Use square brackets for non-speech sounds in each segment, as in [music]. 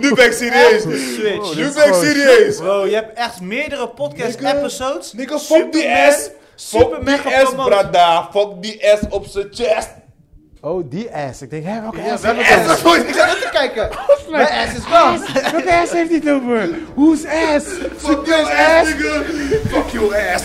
Nu ben ik serieus. Switch. Nu ben ik serieus. Wow, je hebt echt meerdere Nigga, podcast-episodes. Nigga, fuck die Superman- ass. Fuck die Superman ass, gepromoot. brada. Fuck die ass op zijn chest. Oh, die ass. Ik denk, hè, welke Ja, ass? we hebben heeft hij het [laughs] nou? ass. Ik zat net te kijken. Mijn ass is vast. Welke ass heeft hij het over? Who's ass? Fuck your Superman's ass, ass? nigga. Fuck your ass.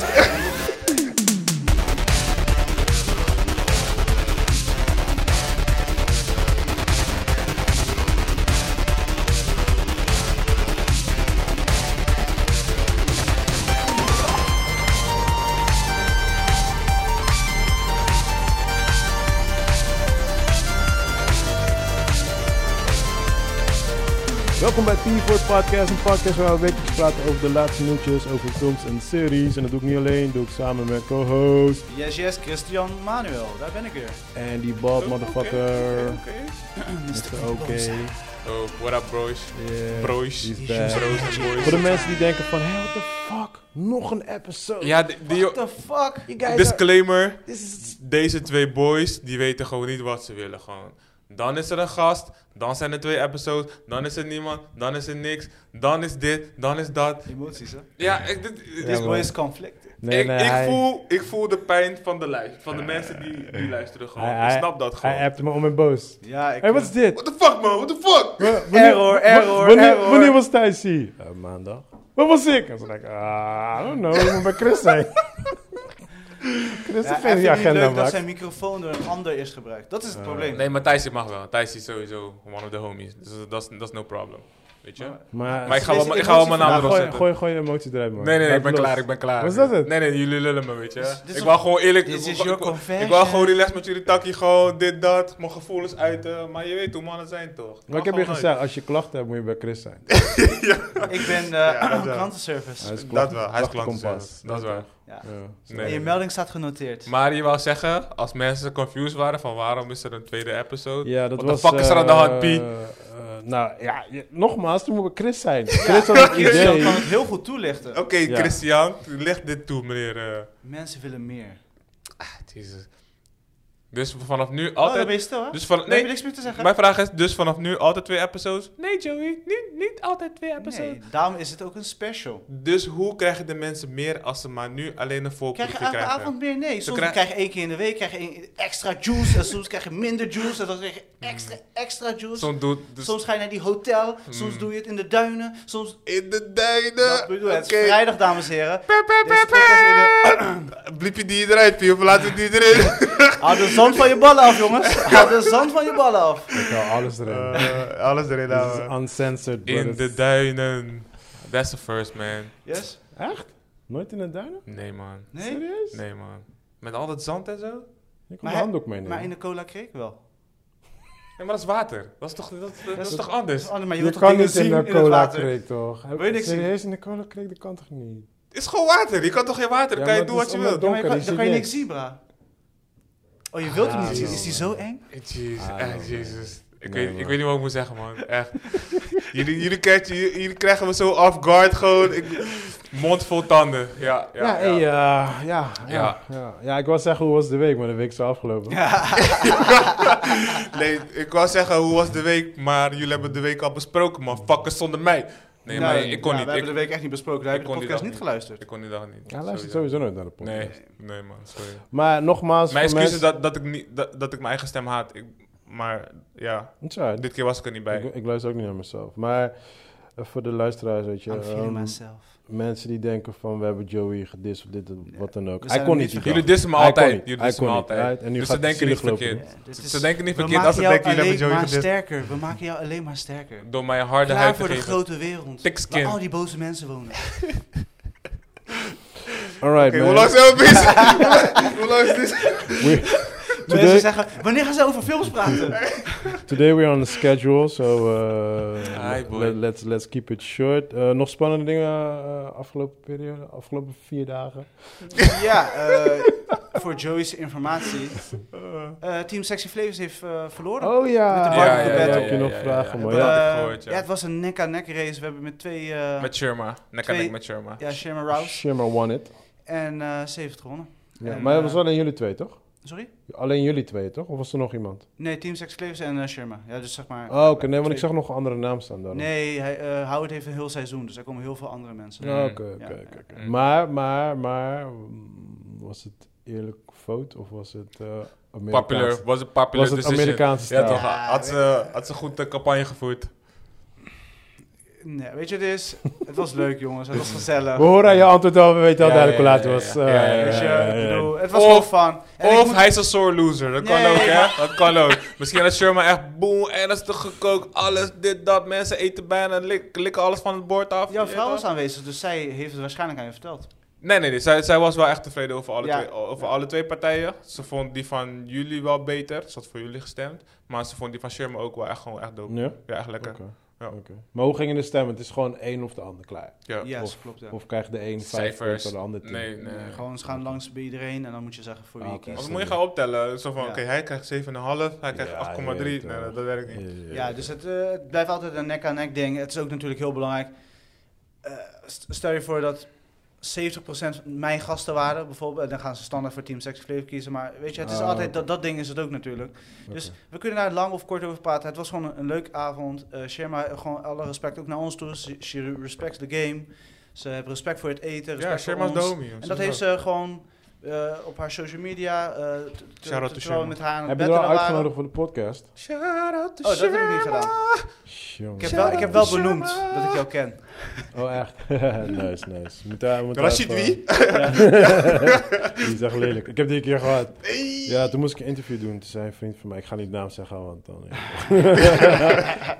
Welkom bij T4 Podcast, een podcast waar we wekelijks praten over de laatste nieuwtjes, over films en series. En dat doe ik niet alleen, doe ik samen met co-host Yes, yes, Christian Manuel. Daar ben ik weer. en die bald motherfucker. Oké, oké, Mr. Oké. Oh, what up, bros? Yeah, Bros. he's back. boys. Voor de mensen die denken van, hé, what the fuck? Nog een episode. Ja, die, die- What the fuck? You guys are- disclaimer. this is- Deze twee boys, die weten gewoon niet wat ze willen gewoon. Dan is er een gast, dan zijn er twee episodes, dan is er niemand, dan is er niks, dan is dit, dan is dat. Emoties, hè? Ja, ik, dit, dit- Ja, Dit man. is conflict. Nee, ik, nee, ik, hij- Eh, voel, ik voel de pijn van de lijst, van de mensen die, die luisteren gewoon. hij- hij- ik snap dat Hij gewoon. appte me om en boos. Ja, ik... eh, Hé, wat is dit? What the fuck man, what the fuck? Wa- wanneer- Error, wa- error, wanneer, error. Wanneer was Thijs hier? Eh, maandag. Wat was ik? En toen dacht ik, ah, I don't know, ik moet bij [laughs] Chris zijn. Chris Ja, heeft ik vind geen het niet agenda leuk dat maakt. zijn microfoon door een ander is gebruikt. Dat is het probleem. Nee, maar Thijs mag wel. Thijs is sowieso one of the homies. Dus dat- dat is- dat is no problem. Weet je? Maar, eh, Maar ik ga wel, Deze ik ga wel mijn naam Nou, erop gooi, zetten. gooi, gooi je emotie eruit, man. Nee, nee, nee, ik Laat ben los. klaar, ik ben klaar. Was dat het? Nee, nee, jullie lullen me, weet je. dit is ik een- wou gewoon eerlijk... this ik- is ik- your ik- Ik confession. wou gewoon relaxed met jullie takkie, gewoon dit, dat, mijn gevoelens uiten. Maar je weet hoe mannen zijn, toch? Maar ik heb je gezegd, als je klachten hebt, moet je bij [laughs] Chris zijn. Ik ben eh dat wel. klantenservice. Dat wel, hij is klantenservice. klantenkompas. Dat is waar. Ja. Ja. En Nee. je melding staat [laughs] genoteerd. Maar je wou zeggen, als mensen confused waren van waarom is er een tweede episode? Ja, dat What was... the fuck is er aan de hand, eh, Pie? eh, nou, ja, je- nogmaals, toen moet ik Chris zijn. Chris [laughs] had het Christian idee... kan het heel goed toelichten. Oké, Ja. Christian, leg dit toe, meneer. eh. Mensen willen meer. Jezus. Dus vanaf nu Altijd. altijd... ben Oh, je stil, hè? dus van, Dan heb je nee, niks meer te zeggen. mijn vraag is dus vanaf nu altijd twee episodes? Nee, Joey, niet, niet altijd twee episodes. Nee, daarom is het ook een special. Dus hoe krijgen de mensen meer als ze maar nu alleen een Krijg voorproefje je elke krijgen? avond meer? Nee. Soms krijg- krijg je één keer in de week krijg je één- extra juice. En soms krijg je minder juice. En dan krijg je extra, extra juice. Zo'n doet dus Soms ga je naar die hotel. Soms Mm. doe je het in de duinen. Soms... in de Dat duinen. bedoel ik. Het is Oké. vrijdag, dames en heren. Pe, pe, Deze pe, podcast is in pe. Bliep je die eruit, Pie, of laten we die [laughs] erin? Haal de zand van je ballen af, jongens. Haal de zand van je ballen af. Ik hou alles erin. Eh, alles erin Dit is houden. uncensored, bro. In Dat de is- duinen. That's the first, man. Yes? Nooit in de duinen? Nee, man. Nee? Serieus? Nee, man. Met al dat zand en zo? Nee, Ik kon Maar een hij- handdoek meenemen. Maar in de cola kreeg wel. maar dat is water. Dat is toch, dat, dat, Dat is is- toch anders? Dus, Anne, maar je, Je, wilt toch kan dingen niet in zien de het cola water? kreeg, toch? Wil je niks zien? Serieus, in de cola kreeg, dat kan toch niet? Het is gewoon water. Je kan toch geen water? Ja, kan je maar doen wat het is je allemaal wilt? donker, Ja, maar je kan- dan je ziet kan je niks niks. zien, bra. Oh, je wilt hem Ah, niet zien. joh, Is die zo eng? Jeez, Ah, echt, man. jezus. Ik, Nee, weet, ik man. weet niet wat ik moet zeggen, man. Echt. jullie, jullie, krijgen, jullie, jullie krijgen me zo off guard gewoon. Ik, mond vol tanden. Ja, ja, Ja, ja. hey, eh, ja. ja, Ja. ja, ja. ik wou zeggen, hoe was de week? Maar de week is al afgelopen. eh. Nee, ik wou zeggen, hoe was de week? Maar jullie hebben de week al besproken, man. Fuckers zonder mij. Nee, maar Nou, ik kon ja, niet. We Ik, hebben de week echt niet besproken. Daar ik heb je de kon die podcast dag niet niet. geluisterd. ik kon die dag niet. Hij luistert Sowieso. sowieso nooit naar de podcast. Nee, nee, man. Sorry. Maar nogmaals, Mijn voor excuus is mensen- dat, dat, ik niet, dat, dat ik mijn eigen stem haat. Ik, maar ja, It's alright. dit keer was ik er niet bij. Ik, ik luister ook niet naar mezelf. Maar eh, voor de luisteraars, weet je, I'm feeling ehm, myself. mensen die denken van we hebben Joey gedist of dit of wat dan ook. We Hij zijn kon hem niet. niet die Jullie dag. dissen me Hij kon altijd. niet. Jullie Hij dissen me kon niet, altijd. right? En nu dus gaat ze hij denken niet zielig lopen. verkeerd. Ja, dit Ze is- denken niet We verkeerd als maken ze jou denken jullie hebben alleen Joey maar gedist. sterker. We maken jou alleen maar sterker. Door mijn harde Klaar huid voor te de geven. grote wereld. Thick skin. Waar al die boze mensen wonen. Alright, Oké, man. hoe lang zijn we bezig? hoe lang is [laughs] dit? We- [laughs] Mensen today, zeggen, wanneer gaan ze over films praten? today we're on the schedule, so eh, Hi, boy. let, let's, let's keep it short. Eh, nog spannende dingen eh, afgelopen periode, afgelopen vier dagen. Oh, ja, eh, voor Joey's informatie. eh, Team Sexy Flavors heeft eh, verloren. Oh ja, Met de Ja, barbecue ja, ja, battle. heb je nog vragen, ja, maar ja. Dat ja. had ik Eh, gehoord, ja. het was een nek-aan-nek race. We hebben met twee... eh, Met Sherma. Nek aan Twee- nek met Sherma. ja, Sherman Rouse. Shimmer won it. En eh ze heeft gewonnen. Ja, En, maar dat eh, was wel in jullie twee, toch? Sorry? Alleen jullie twee, toch? Of was er nog iemand? Nee, Team Sex Flavors en eh, Sherma. Ja, dus zeg maar... Oh, oké. Nee, want twee- ik zag nog een andere naam staan daar. Nee, hij, eh, Howard heeft een heel seizoen, dus er komen heel veel andere mensen. Ja. Oh, Oké, oké, Ja, oké, oké. ja. Maar, maar, maar... mm, Was het eerlijk fout of was het eh Amerikaans? Popular, was een popular Was het decision. Amerikaanse Ja, stijl? toch? Ja, Had ze, had ze goed de campagne gevoerd. Nee, weet je, het is... Het was leuk, jongens. Het was gezellig. We horen aan je antwoord al, we weten al Ja, duidelijk hoe ja, laat het ja, was. ja, ja, ja, eh, Dus, ja, eh, ik bedoel, het was Of- gewoon fun. En ik Of moet- hij is een sore loser. Dat kan Nee, ook, maar- hè? Dat kan ook. Misschien had Sherman echt boem, ernstig gekookt. Alles, dit, dat. Mensen eten bijna, lik- likken alles van het bord af. Jouw Je vrouw weet was wel. aanwezig, dus zij heeft het waarschijnlijk aan je verteld. Nee, nee, nee. Zij, zij was wel echt tevreden over, alle, Ja. twee, over Ja. alle twee partijen. Ze vond die van jullie wel beter. Ze had voor jullie gestemd. Maar ze vond die van Sherman ook wel echt, gewoon echt dope. Ja? Ja, echt lekker. Oké. Ja. oké. Maar hoe gingen de stemmen? Het is gewoon één of de ander klaar. Ja. Ja, Of- klopt. Ja. Of krijgt de een vijf Cijfers. punten en de ander tien? Nee, nee. Nee, Gewoon eens gaan langs bij iedereen en dan moet je zeggen voor wie Ah, je oké. kiest. Of moet je gaan optellen. Zo van, Ja. oké, hij krijgt 7,5. Hij krijgt Ja, 8,3. je Nee, weet het dat, wel. dat werkt niet. Ja, dus het, eh, het blijft altijd een nek-aan-nek ding. Het is ook natuurlijk heel belangrijk. Eh, st- stel je voor dat 70% mijn gasten waren, bijvoorbeeld. En dan gaan ze standaard voor Team Sex Flavor kiezen. Maar weet je, het is Ah, altijd, oké. dat, dat ding is het ook natuurlijk. Oké. Dus we kunnen daar lang of kort over praten. Het was gewoon een, een leuke avond. Eh Sherma, eh, gewoon alle respect ook naar ons toe. Ze, she respects the game. Ze heeft respect voor het eten, respect Ja, voor Sherman's ons. Domi. En dat heeft ze gewoon eh, op haar social media, eh, t- t- Shout-out to terwijl Sherma. we met haar aan het Heb je er bettelen al waren. uitgenodigd voor de podcast? Shout-out to Oh, dat heb ik niet gedaan. Jongen. Ik heb, wel, ik heb wel benoemd dat ik jou ken. Oh, echt? [laughs] nice, nice. Moet daar, moet daar Rashid even- wie? Ja. [laughs] Die is echt lelijk. Ik heb die een keer gehad. Ja, toen moest ik een interview doen. Toen zei een vriend van mij, ik ga niet naam zeggen, want dan... I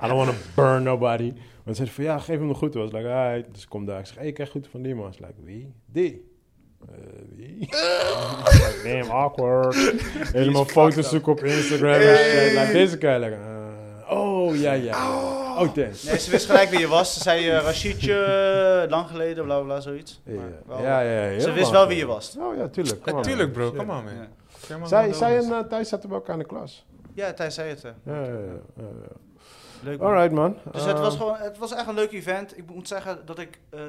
don't want to burn nobody. Maar toen zei hij van, ja, geef hem de groeten. Was like, alright. Dus ik kom daar. Ik zeg, hey, ik krijg groeten van die man. Is like, wie? Die. Eh, wie? [laughs] Like, Damn, awkward. Helemaal fucked foto's up. zoeken op Instagram. en Hey. shit. Like, deze guy, like, eh, oh, ja, ja. Oh, thanks. Nee, ze wist gelijk wie je was. Ze zei eh Rashidje, lang geleden, bla bla, bla zoiets. Ja, Maar wel- ja, ja, ja. Ze wist wel wie je was. Oh ja, tuurlijk. Kom maar, Natuurlijk, man. bro. Shit. Kom aan, Ja. man. Sherman Zij, Domi. zij en eh, Thijs zaten bij elkaar in de klas. Ja, Thijs zei het. eh. Ja, ja, ja, ja, ja. Leuk. man. Alright, man. Dus het Eh, was gewoon, het was echt een leuk event. Ik moet zeggen dat ik eh,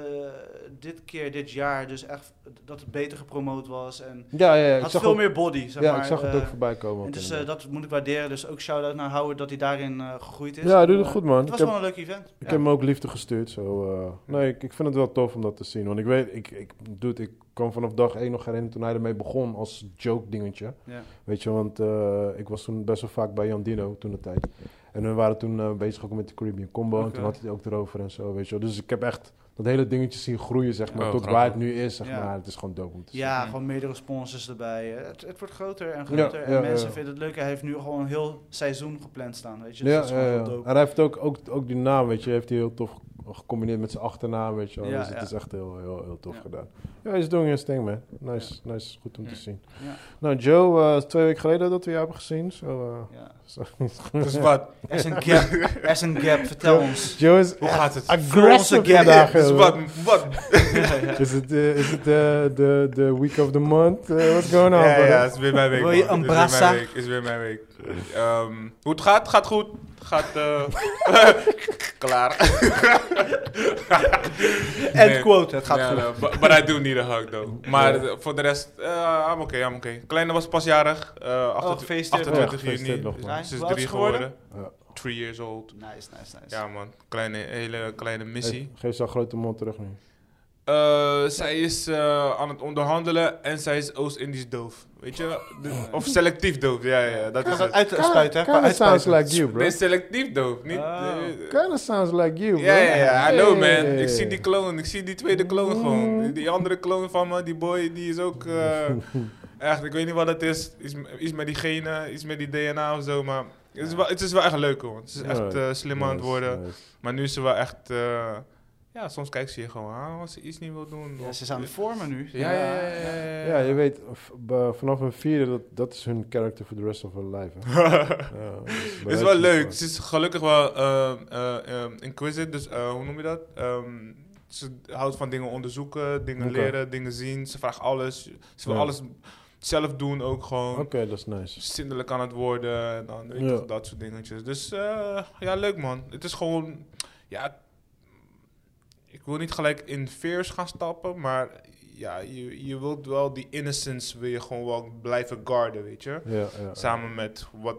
dit keer, dit jaar, dus echt dat het beter gepromoot was. En Ja, ja, ja, ik had zag veel ook, meer body, zeg ja, maar. ik zag het eh, ook voorbij komen. en op dus eh, internet. dat moet ik waarderen. Dus ook shout-out naar Howard dat hij daarin eh, gegroeid is. ja, hij doet het Eh, goed, man. Het Ik was heb, gewoon een leuk event. ik Ja. heb hem ook liefde gestuurd. Zo, eh. nee, ik, ik vind het wel tof om dat te zien. Want ik weet, ik, ik, dude, ik kan vanaf dag één nog herinneren toen hij ermee begon als joke dingetje. Ja. Weet je, want eh, ik was toen best wel vaak bij Jan Dino toen de tijd. En we waren toen eh, bezig ook met de Caribbean Combo. En Oké. toen had hij het ook erover en zo, weet je wel. Dus ik heb echt dat hele dingetje zien groeien, zeg maar. Ja, tot grappig. waar het nu is, zeg Oh, Ja. maar. Het is gewoon dope om te zien. Ja, Mhm. gewoon meerdere sponsors erbij. Eh, Het, het wordt groter en groter. Ja, en ja, mensen ja. vinden het leuk. Hij heeft nu gewoon een heel seizoen gepland staan. Weet je? Dus Ja, dat is ja, gewoon ja. Ah. heel dope. en hij heeft ook, ook, ook die naam, weet je, heeft hij heel tof ge- gecombineerd met zijn achternaam, weet je wel. Ja, dus het ja. is echt heel, heel, heel tof Ja. gedaan. Ja, hij is doing his thing, man. Nice, nice. Goed om te Ja. zien. Ja. Nou, Joe, eh, het is twee weken geleden dat we jou hebben gezien. Zo, eh, Ja. zo. [laughs] Dus wat? Er is een gap. Er is een gap. [laughs] Vertel ons. Joe is Hoe gaat het? aggressive Volgens [laughs] de vandaag. Dus joh. wat? Wat? Is het eh, is het, eh, de de week of the month? Eh, what's going on, Ja, ja, brother? het is weer mijn week. Wil je man. een Het is weer brassa? mijn week, is weer mijn week. Ehm, hoe het gaat, gaat goed. Gaat, eh, [laughs] klaar. End quote. Het gaat Ja, goed. eh, bu- but I do need a hug, though. Maar eh, voor de rest, eh I'm okay, I'm okay. Kleine was pas jarig. eh, achtentw- Oh, gefeliciteerd. 28 Ja, juni. gefeliciteerd nog, man. Dus Ze is Hoe oud drie is ze geworden? geworden. Ja. Three years old. Nice, nice, nice. Ja, man. Kleine, hele kleine missie. Hey, Geef zo'n grote mond terug nu. Eh, zij is eh, aan het onderhandelen en zij is Oost-Indisch doof. Weet je? De- of selectief doof, ja, ja, dat is Kan het. dat uit spuiten, hè? Kinda sounds uitspuiten. like you, bro. Nee, selectief doof. Niet, Oh. eh, Kinda sounds like you, bro. Ja, ja, ja, I know man. Hey. Ik zie die kloon, ik zie die tweede kloon Mm. gewoon. Die, die andere kloon van me, die boy, die is ook [laughs] eh, echt, ik weet niet wat het is. Iets, m- iets met die genen, iets met die DNA of zo, maar het is wel, het is wel echt leuk hoor. Ze is echt eh, slim aan het Nice, worden, nice. maar nu is ze wel echt, eh, ja, soms kijkt ze je gewoon aan als ze iets niet wil doen. Ja, Of- ze is aan het vormen nu. ja, ja, ja, ja, ja, Ja, je weet, v- b- vanaf een vierde, dat, dat is hun character voor the rest of her life. [laughs] Hè. Ja, dus Het is wel leuk. Ze is gelukkig wel ehm eh, ehm, inquisitive, dus eh, hoe noem je dat? Ehm, ze houdt van dingen onderzoeken, dingen Oké. leren, dingen zien. Ze vraagt alles. Ze wil Ja. alles zelf doen ook gewoon. Oké, dat is nice. Zindelijk aan het worden, en dan, weet je Ja. toch, dat soort dingetjes. Dus eh, ja, leuk man. Het is gewoon, ja, ik wil niet gelijk in veers gaan stappen, maar ja, je, je wilt wel die innocence wil je gewoon wel blijven garden, weet je. Ja, ja. Samen met wat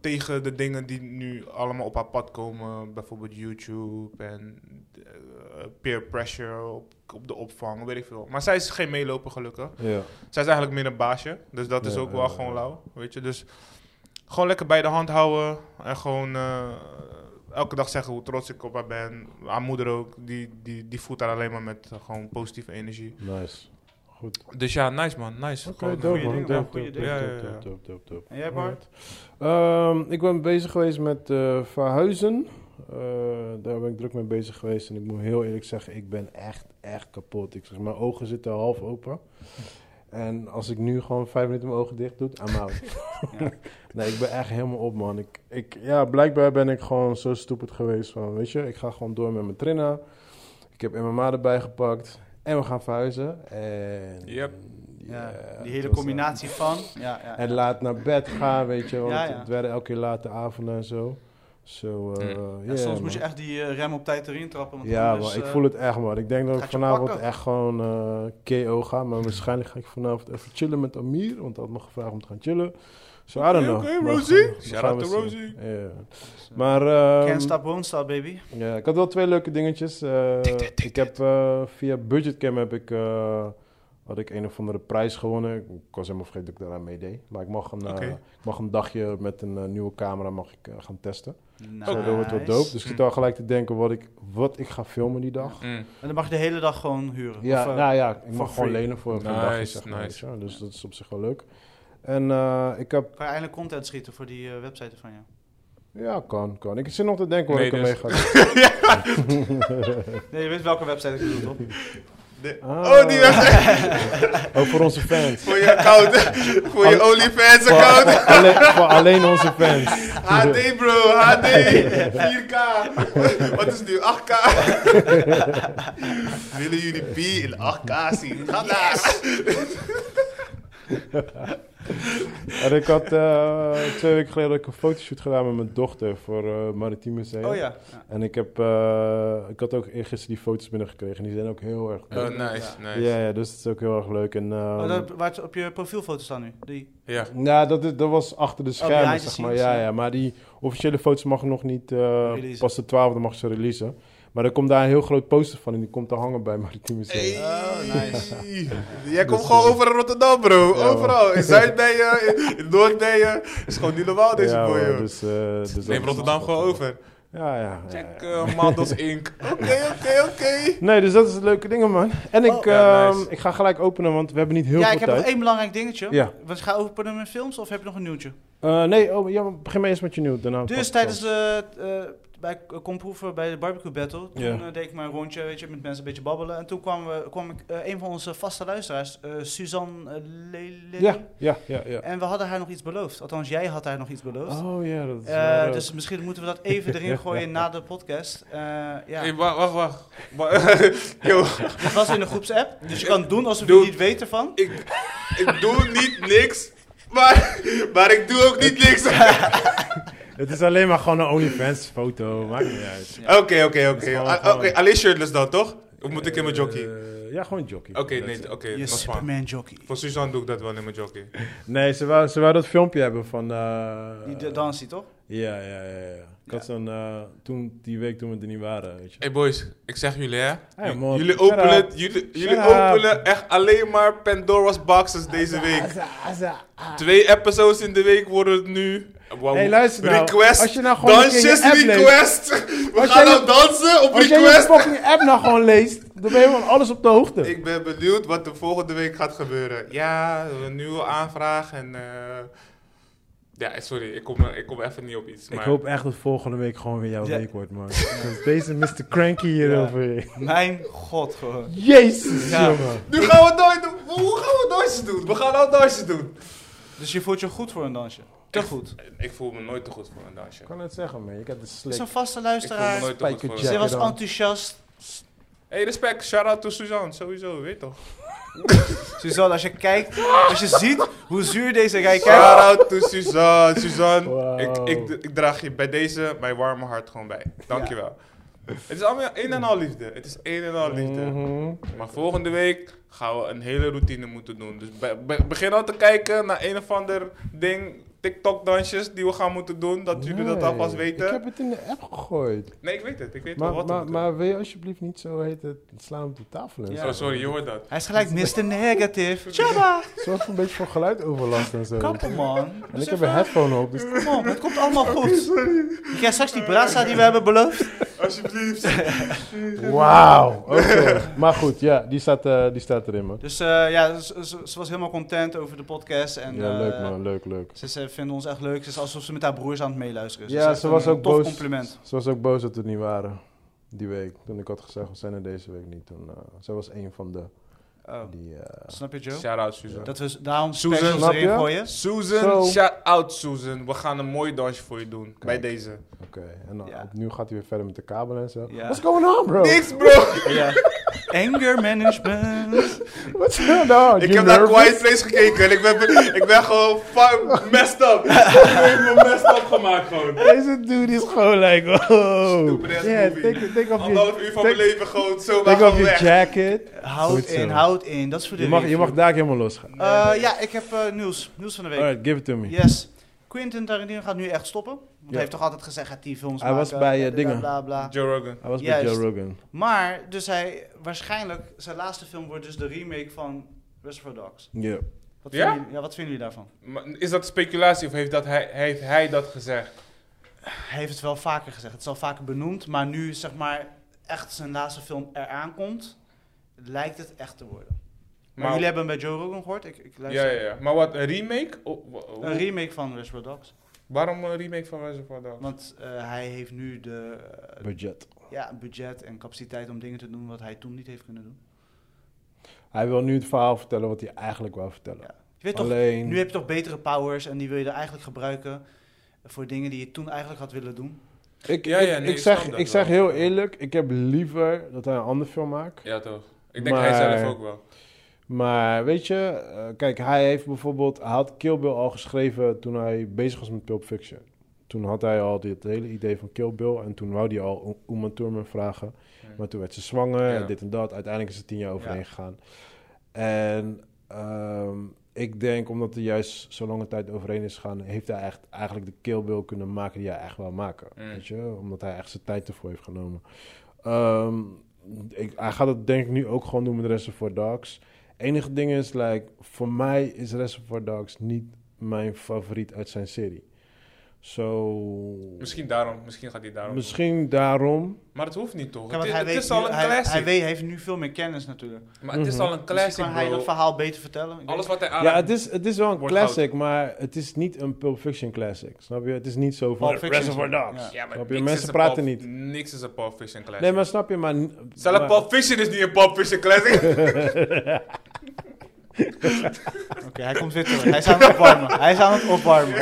tegen de dingen die nu allemaal op haar pad komen, bijvoorbeeld YouTube en eh, peer pressure op, op de opvang, weet ik veel. Maar zij is geen meeloper gelukkig. Ja. Zij is eigenlijk meer een baasje, dus dat is Ja, ook ja, wel ja. gewoon lauw, weet je. Dus gewoon lekker bij de hand houden en gewoon eh, elke dag zeggen hoe trots ik op haar ben. Haar moeder ook, die, die, die voedt haar alleen maar met eh, gewoon positieve energie. Nice. Goed. Dus ja, nice man, nice. Oké, Gewoon, dope eh, goeie man. dingen, Dope, man. Goeie dope, dingen. Ja, dope, ja, ja. dope, dope, dope, dope. En jij, Bart? Alright. Ehm, ik ben bezig geweest met eh, verhuizen. Eh, daar ben ik druk mee bezig geweest. En ik moet heel eerlijk zeggen, ik ben echt, echt kapot. Ik zeg, mijn ogen zitten half open. En als ik nu gewoon vijf minuten mijn ogen dicht doe, I'm out. nee, ik ben echt helemaal op, man. Ik, ik, ja, blijkbaar ben ik gewoon zo stupid geweest van, weet je, ik ga gewoon door met mijn trainer. Ik heb MMA erbij gepakt. En we gaan verhuizen. En... Yep. Ja, ja, die het hele was, eh, combinaje [laughs] van. Ja, ja. en laat naar bed gaan, weet je. Want Ja, ja. het werden elke keer late avonden en zo. Zo, eh, Mm. Ja, ja, soms man. moet je echt die eh, rem op tijd erin trappen. Want Ja, anders, maar ik eh, voel het echt, man. Ik denk dat ik gaat je vanavond pakken. echt gewoon eh, KO ga. Maar waarschijnlijk ga ik vanavond even chillen met Amir. Want hij had me gevraagd om te gaan chillen. So, I don't Oké, know. oké, We Rosie. gaan- we Shout gaan out we to zien. Rosie. Ja. Maar... ehm, Can't stop, won't stop, baby. ja, ik had wel twee leuke dingetjes. Eh, ik heb eh, via Budgetcam heb ik, eh, had ik een of andere prijs gewonnen. Ik was helemaal vergeten dat ik daaraan meedeed. Maar ik mag een, eh, Oké. ik mag een dagje met een eh, nieuwe camera mag ik, eh, gaan testen. Nice. Zo, dat wordt wel dope. Hm. Dus ik zit al gelijk te denken wat ik, wat ik ga filmen die dag. Mm. En dan mag je de hele dag gewoon huren. dus- Ja, Of, eh, nou ja, ik for mag gewoon free. lenen voor, voor een Nice, dagje, zeg maar, nice. weet je wel. Dus dat is op zich wel leuk. En eh, ik heb... Kan je eindelijk content schieten voor die eh, website van jou? Ja, kan, kan. Ik zit nog te denken wat Nee, ik ermee dus- ga doen. Nee, je weet welke website ik bedoel, [laughs] toch? De- [laughs] Ah. Oh, die was [laughs] Ook voor onze fans. voor je [laughs] account. voor je OnlyFans Voor, [laughs] account. voor alleen, voor alleen onze fans. HD bro, [laughs] HD. 4K. Wat is het nu? 8K. [laughs] Willen jullie B in 8K zien? Ga daar. En ik had eh, twee weken geleden had ik een fotoshoot gedaan met mijn dochter voor eh Maritiem Museum. Oh ja. ja. En ik, heb, eh, ik had ook eergisteren die foto's binnengekregen. En die zijn ook heel erg leuk. nice, Oh, nice. Ja, ja, dus het is ook heel erg leuk. En, ehm, Oh, dat, waar het op je profielfoto staan nu. Die. Ja. Nou, dat, is- dat was achter de schermen, behind the zeg maar. scenes, Ja, ja. ja, maar die officiële foto's mag ik nog niet... eh, Releasen. pas de 12e mag ik ze releasen. Maar er komt daar een heel groot poster van en die komt te hangen bij Maritiem Museum. Hey. Oh, nice. Jij komt gewoon over Rotterdam, bro. Ja, man. Overal. [laughs] In Zuid-Nijen, in, in Noord-Nijen. is gewoon niet normaal, deze Ja, boy, hoor, joh. dus, eh, dus dat is- Neem Rotterdam gewoon over. Ja, ja. ja, ja. Check uh, Mandos Inc. Oké, oké, oké. Nee, dus dat is het leuke dingen, man. En ik, Ja, ehm, nice. ik ga gelijk openen, want we hebben niet heel ja, veel ik heb tijd. nog één belangrijk dingetje. Ja. Want ga je openen met films of heb je nog een nieuwtje? Eh, nee, oh, ja, maar begin maar eerst met je nieuw. Daarna Dus tijdens de, eh, bij Komproeven, bij de barbecue battle, toen Ja. eh, deed ik mijn rondje, weet je, met mensen een beetje babbelen. En toen kwam, we, kwam ik, eh, een van onze vaste luisteraars, eh, Suzanne eh, Lely. Ja, ja, ja, ja. En we hadden haar nog iets beloofd. Althans, jij had haar nog iets beloofd. Oh ja, dat is Eh, waar ook. dus misschien moeten we dat even [laughs] erin gooien na de podcast. Eh, ja. Hey, wa- wacht, wacht. Wa- [laughs] Yo, Dit was in de [laughs] groepsapp, dus je kan doen alsof Doe- je niet weet ervan. ik, ik doe niet niks, maar, maar ik doe ook niet [laughs] niks. Oké, Het is alleen maar gewoon een OnlyFans foto, maakt niet [laughs] uit. oké, is oké. gewoon- A- gewoon- Oké, alleen shirtless dan, toch? Of moet ik in mijn jockey? Oké, Eh, ja, gewoon jockey. nee, oké. Je dat is waar. Superman jockey. Voor Suzanne doe ik dat wel in mijn jockey. Nee, ze wou, ze wou dat filmpje hebben van... eh, Die de dansie, toch? Ja, ja, ja. ja. Ik had zo'n... eh, toen, die week toen we er niet waren, weet je. Hey boys, ik zeg jullie hè. Hey, J- man. jullie Shut openen, up. het- jullie, jullie Shut up. openen echt alleen maar Pandora's boxes deze week. Twee episodes in de week worden het nu. Wow. Hey, luister nou. Request. Als je nou gewoon een keer je dansjes app leest. request. We Als gaan jij nou je- dansen op Als jij je request. fucking app nou gewoon leest, dan ben je van alles op de hoogte. Ik ben benieuwd wat er volgende week gaat gebeuren. Ja, een nieuwe aanvraag en... eh, Ja, sorry, ik kom, ik kom even niet op iets. Ik maar- hoop echt dat volgende week gewoon weer jouw Ja. week wordt, man. [laughs] Dus deze Mr. Cranky hierover. Mijn god, gewoon. Jezus, Ja. jongen. Nu gaan we nooit... doen. Hoe gaan we dansjes doen? We gaan al dansjes doen. Dus je voelt je goed voor een dansje? Te goed. Ik voel me nooit te goed voor een dansje. Ik kan het zeggen, man. Ik heb de Het is een slick vaste Ik voel me luisteraar. nooit te goed voor Spijkerjack. een Ze was dan. enthousiast. Hey, respect. Shout-out to Suzanne, sowieso, weet toch? Suzanne, als je kijkt, als je ziet hoe zuur deze guy kijkt. Shout-out to Suzanne. Suzanne, Wow. ik, ik, ik draag je bij deze mijn warme hart gewoon bij. Dankjewel. Het is allemaal een en al liefde. Het is een en al liefde. Mhm. Maar volgende week gaan we een hele routine moeten doen. Dus be- be- begin al te kijken naar een of ander ding. TikTok-dansjes die we gaan moeten doen. Dat jullie dat Nee, alvast weten. Ik heb het in de app gegooid. Nee, ik weet het. Ik weet wel Maar, wat we maar, moeten maar wil je alsjeblieft niet zo heet het slaan op de tafel en doen. zo. Oh, sorry, je hoort dat. Hij is gelijk Mr. Negative. Tjabba! Zorg voor een beetje voor geluidoverlast en zo. Kappen, man. En ik heb een headphone op, dus Kom op, het komt allemaal goed. Je krijgt straks die brasa die we hebben beloofd. Alsjeblieft. Wauw. Oké. maar goed, ja, die staat, eh, die staat erin, man. Dus eh, ja, ze, ze- ze was helemaal content over de podcast. En, ja, eh, leuk, man. Leuk, leuk. Ze, ze vinden ons echt leuk. Ze is alsof ze met haar broers aan het meeluisteren. is. Ja, Dat is echt ze was een ook tof boos. compliment. Ze was ook boos dat we het niet waren die week. Toen ik had gezegd, we zijn er deze week niet. Toen, eh, zij was een van de... Oh, Die, eh, Snap je, Joe? Shout-out, Susan. Dat we s- daarom Susan, specials snap erin je? gooien. Susan, Zo. shout-out, Susan. We gaan een mooi dansje voor je doen. Bij deze. Oké, en dan Ja. opnieuw gaat hij weer verder met de kabel en zo. Ja. What's going on, bro? [laughs] Niks, bro. Ja. Anger management. What's going on? Ik You heb naar nervous? Quiet Place gekeken en ik ben, ik ben gewoon fuck messed [laughs] up. Ik heb me messed up gemaakt gewoon. Deze dude is gewoon like, oh. Stupid ass Yeah, movie. take, take off your, Anderhalf uur van mijn take, leven gewoon zomaar take off gewoon weg. your jacket. Houd Goed zo. in, houd in. Dat is voor de Je mag, je review. mag daar helemaal losgaan. Eh, ja, ik heb eh, nieuws. Nieuws van de week. Alright, give it to me. Yes. Quentin Tarantino gaat nu echt stoppen. Want hij Ja. heeft toch altijd gezegd, gaat die films Hij maken. was bij, eh, bla, bla, dingen. Bla, bla. Joe Rogan. Hij was met Juist. Joe Rogan. Maar, dus hij, waarschijnlijk, zijn laatste film wordt dus de remake van Reservoir Dogs. Ja. Wat Ja? vinden jullie- ja, wat vinden jullie daarvan? Maar Is dat speculatie of heeft, dat hij, heeft hij dat gezegd? Hij heeft het wel vaker gezegd. Het is al vaker benoemd. Maar nu, zeg maar, echt zijn laatste film eraan komt, lijkt het echt te worden. Maar, Maar- jullie hebben hem bij Joe Rogan gehoord? Ik, ik Ja, luister. ja, ja. Maar wat, een remake? O- wa- hoe- Een remake van Reservoir Dogs. Waarom een remake van Reservoir Dogs? Want eh, hij heeft nu de eh, Budget. ja, budget en capaciteit om dingen te doen wat hij toen niet heeft kunnen doen. Hij wil nu het verhaal vertellen wat hij eigenlijk wou vertellen. Ja. Je weet toch, Alleen, nu heb je toch betere powers en die wil je er eigenlijk gebruiken voor dingen die je toen eigenlijk had willen doen. ik, Ja, ik- ja, nee, ik ik zeg, snap dat ik zeg wel. heel eerlijk, ik heb liever dat hij een ander film maakt. Ja, toch? Ik denk hij Maar- zelf ook wel. Maar weet je, eh, kijk, hij heeft bijvoorbeeld, hij had Kill Bill al geschreven toen hij bezig was met Pulp Fiction. Toen had hij al dit hele idee van Kill Bill en toen wou hij al O- Uma Thurman vragen. Ja. Maar toen werd ze zwanger Ja. en dit en dat. Uiteindelijk is het tien jaar overheen Ja. gegaan. En ehm, ik denk, omdat hij juist zo lange tijd overheen is gegaan, heeft hij echt eigenlijk de Kill Bill kunnen maken die hij echt wil maken. Mm. Weet je? Omdat hij echt zijn tijd ervoor heeft genomen. Ehm, ik, hij gaat het denk ik nu ook gewoon doen met Reservoir Dogs. Enige ding is, like, voor mij is Reservoir Dogs niet mijn favoriet uit zijn serie. Zo... Misschien daarom. Misschien gaat hij daarom. Misschien daarom. Maar het hoeft niet, toch? Ja, want het, hij het weet is al nu- een hij, classic. hij weet, hij heeft nu veel meer kennis natuurlijk. Maar Mhm. het is al een Dus Misschien classic, kan hij bro. dat verhaal beter vertellen. Ik Alles weet- wat hij ja, aanraakt, het is, het is wel een Wordt classic, maar het is niet een Pulp Fiction classic. Snap je? Het is niet zo van Pulp Fiction. Reservoir Dogs. Ja. Ja, maar Snap je? niks Mensen is een praten Pulp- niet. Niks is een Pulp Fiction classic. Nee, maar snap je? Maar, Zelf maar- Pulp Fiction is niet een Pulp Fiction classic. Oké, hij komt weer terug. Hij is [laughs] aan het opwarmen. Hij is aan het opwarmen.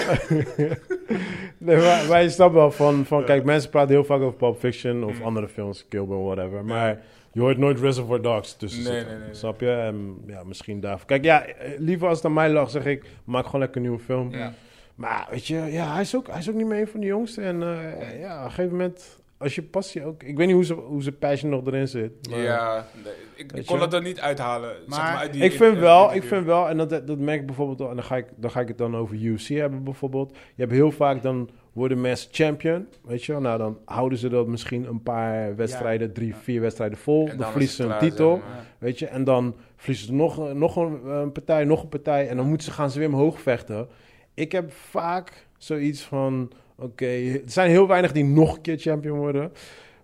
Nee, maar, maar je snapt wel van, van kijk, mensen praten heel vaak over Pulp Fiction of Mm. andere films, Kill Bill, whatever. Maar je hoort nooit Reservoir Dogs tussen Nee, zitten. nee, nee, nee. Snap je? En, ja, misschien daarvoor. Kijk, ja, eh, liever als het aan mij lag, zeg ik, maak gewoon lekker een nieuwe film. Ja. Maar weet je, ja, hij is ook, hij is ook niet meer een van de jongsten. En eh, ja, op een gegeven moment, als je passie ook... Ik weet niet hoe ze, hoe ze passion nog erin zit. Maar, ja, nee, ik, ik Weet kon je? dat er niet uithalen. zeg Maar- maar uit die ik vind in- wel, ik interview. vind wel, en dat, dat merk ik bijvoorbeeld, al, en dan ga, ik, dan ga ik het dan over UFC hebben bijvoorbeeld. Je hebt heel vaak, dan worden mensen champion, weet je wel. Nou, dan houden ze dat misschien een paar wedstrijden, drie, vier wedstrijden vol. En dan dan verliezen is ze het een klaar, titel, zeg maar. weet je. En dan verliezen ze nog, eh, nog een, eh, een partij, nog een partij. En dan moeten ze, gaan ze weer omhoog vechten. Ik heb vaak zoiets van, oké, er zijn heel weinig die nog een keer champion worden.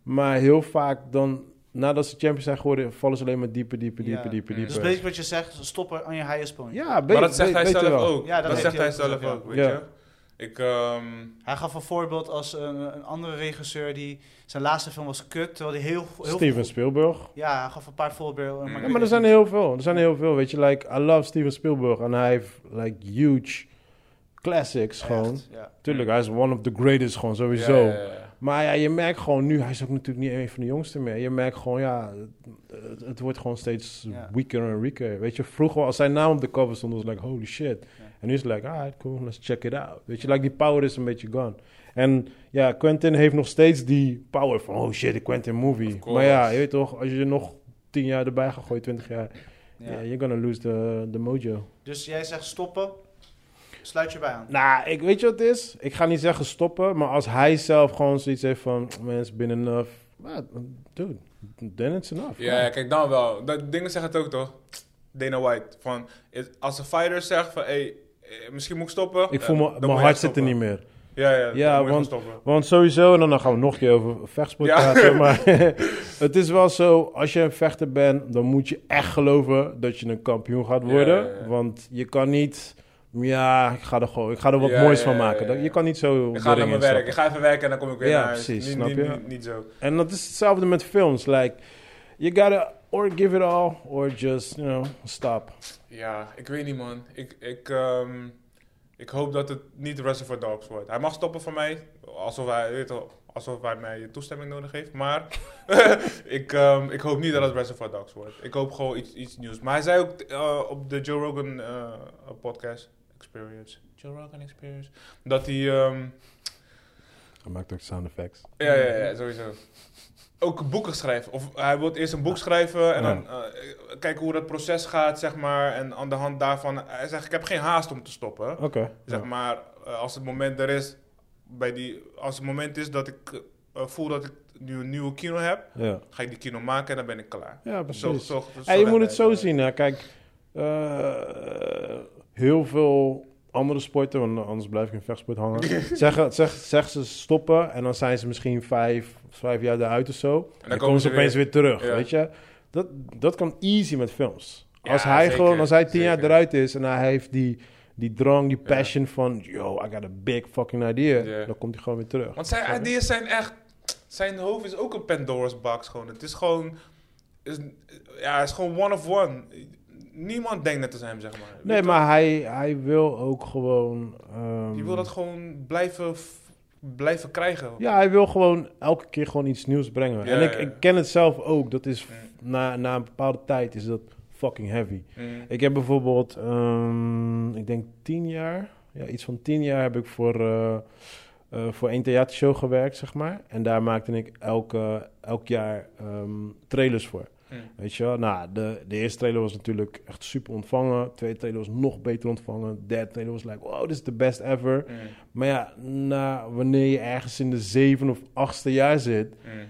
Maar heel vaak dan, nadat ze champion zijn geworden, vallen ze alleen maar dieper, dieper, Ja. dieper, dieper, Mm. dieper. Dus basically wat je zegt, stoppen aan je highest point. Ja, be- Maar dat zegt be- hij beter zelf wel. ook. Ja, dat dat heeft zegt hij hij ook zelf gezegd, ook, ja. weet Ja. je. Ik, ehm, Hij gaf een voorbeeld als een, een andere regisseur die zijn laatste film was kut, terwijl hij heel, heel Steven Spielberg. Ja, hij gaf een paar voorbeelden. Ja, ik Ja, weet maar er het zijn niet. heel veel. Er zijn heel veel, weet je. Like, I love Steven Spielberg. En hij heeft, like, huge classics gewoon. Echt, ja. Tuurlijk, hij is one of the greatest gewoon, sowieso. ja, ja, ja. Maar ja, je merkt gewoon nu... Hij is ook natuurlijk niet een van de jongsten meer. Je merkt gewoon, ja... Het, het wordt gewoon steeds Ja. weaker en weaker. Weet je, vroeger als zijn naam op de ah, cover stond... was like, holy shit. En nu is het like, alright, cool, let's check it out. Weet je, like, die power is een beetje gone. En ja, Quentin heeft nog steeds die power van, oh shit, de Quentin movie. course. Maar ja, je weet toch, als je nog 10 jaar erbij gaat gooien, 20 jaar, Ja. yeah, you're gonna lose the, the mojo. Dus jij zegt stoppen, sluit je bij aan. Nou, ik weet je wat het is? Ik ga niet zeggen stoppen, maar als hij zelf gewoon zoiets heeft van, man, it's been enough. Maar, dude, then it's enough. Ja, ja, kijk, dan wel. Dat, dingen zeggen het ook toch? Dana White. Van, it- als een fighter zegt van, hey, eh, misschien moet ik stoppen. Ik eh, dan voel me, moet je mijn echt hart zit er stoppen. niet meer. Ja, ja, Ja, dan moet je want- gewoon stoppen. Want sowieso, en dan gaan we nog een keer over vechtsport Ja. [laughs] praten. Maar [laughs] het is wel zo, als je een vechter bent, dan moet je echt geloven dat je een kampioen gaat Ja, worden. ja, ja. Want je kan niet, ja, ik ga er, gewoon, ik ga er wat Ja, moois ja, van ja, maken. ja, Dat- ja. Je kan niet zo Ik de ga naar ring mijn instappen. werk. Ik ga even werken en dan kom ik weer Ja, naar huis. precies, Niet- snap niet, je? Niet, niet zo. En dat is hetzelfde met films. Like, you gotta or give it all, or just, you know, stop. Ja, ik weet niet, man. Ik, ik, ehm, ik hoop dat het niet Reservoir Dogs wordt. Hij mag stoppen van mij, alsof hij, weet je wel, alsof hij mij toestemming nodig heeft. Maar [laughs] ik, ehm, ik hoop niet dat het Reservoir Dogs wordt. Ik hoop gewoon iets, iets nieuws. Maar hij zei ook eh, op de Joe Rogan eh, podcast, Experience, Joe Rogan Experience, dat hij... ehm, Hij maakt ook sound effects. ja, ja, Eh, ja, sowieso. Ook boeken schrijven. Of hij wil eerst een boek schrijven en Ja. dan eh, kijken hoe dat proces gaat, zeg maar. En aan de hand daarvan, hij zegt, ik heb geen haast om te stoppen. Oké. Zeg maar, eh, als het moment er is, bij die, als het moment is dat ik eh, voel dat ik nu een nieuwe kino heb, Ja. ga ik die kino maken en dan ben ik klaar. ja, Zo, precies. zo, Ja, je zo- moet het zo zien. Hè. Kijk, eh, heel veel andere sporten, want anders blijf ik in vechtsport hangen. [laughs] zeggen, zeg, zeggen ze stoppen en dan zijn ze misschien vijf, vijf jaar eruit of zo. En dan, komen komen ze ze opeens weer. weer, terug, Ja. weet je. Dat, dat kan easy met films. Ja, als hij zeker, gewoon, als hij tien jaar zeker. eruit is en hij heeft die, die drang, die passion van, yo, I got a big fucking idea, Ja. dan komt hij gewoon weer terug. Want zijn ideeën zijn echt... Zijn hoofd is ook een Pandora's box gewoon. Het is gewoon... Is, ja, het is gewoon one of one. Niemand denkt net als hem, zeg maar. Nee, Weet maar hij, hij wil ook gewoon... ehm, je? Je wil dat gewoon blijven, f- blijven krijgen. Ja, hij wil gewoon elke keer gewoon iets nieuws brengen. Ja, en ik, ja. ik ken het zelf ook. Dat is f- Mm. na, na een bepaalde tijd is dat fucking heavy. Mm. Ik heb bijvoorbeeld, ehm, ik denk tien jaar, ja, iets van tien jaar heb ik voor, eh, eh, voor één theatershow gewerkt, zeg maar. En daar maakte ik elke, elk jaar ehm, trailers voor. Mm. Weet je wel? Nou, de, de eerste trailer was natuurlijk echt super ontvangen. De tweede trailer was nog beter ontvangen. De derde trailer was like, wow, this is the best ever. Mm. Maar ja, na, wanneer je ergens in de zeven of achtste jaar zit, Mm.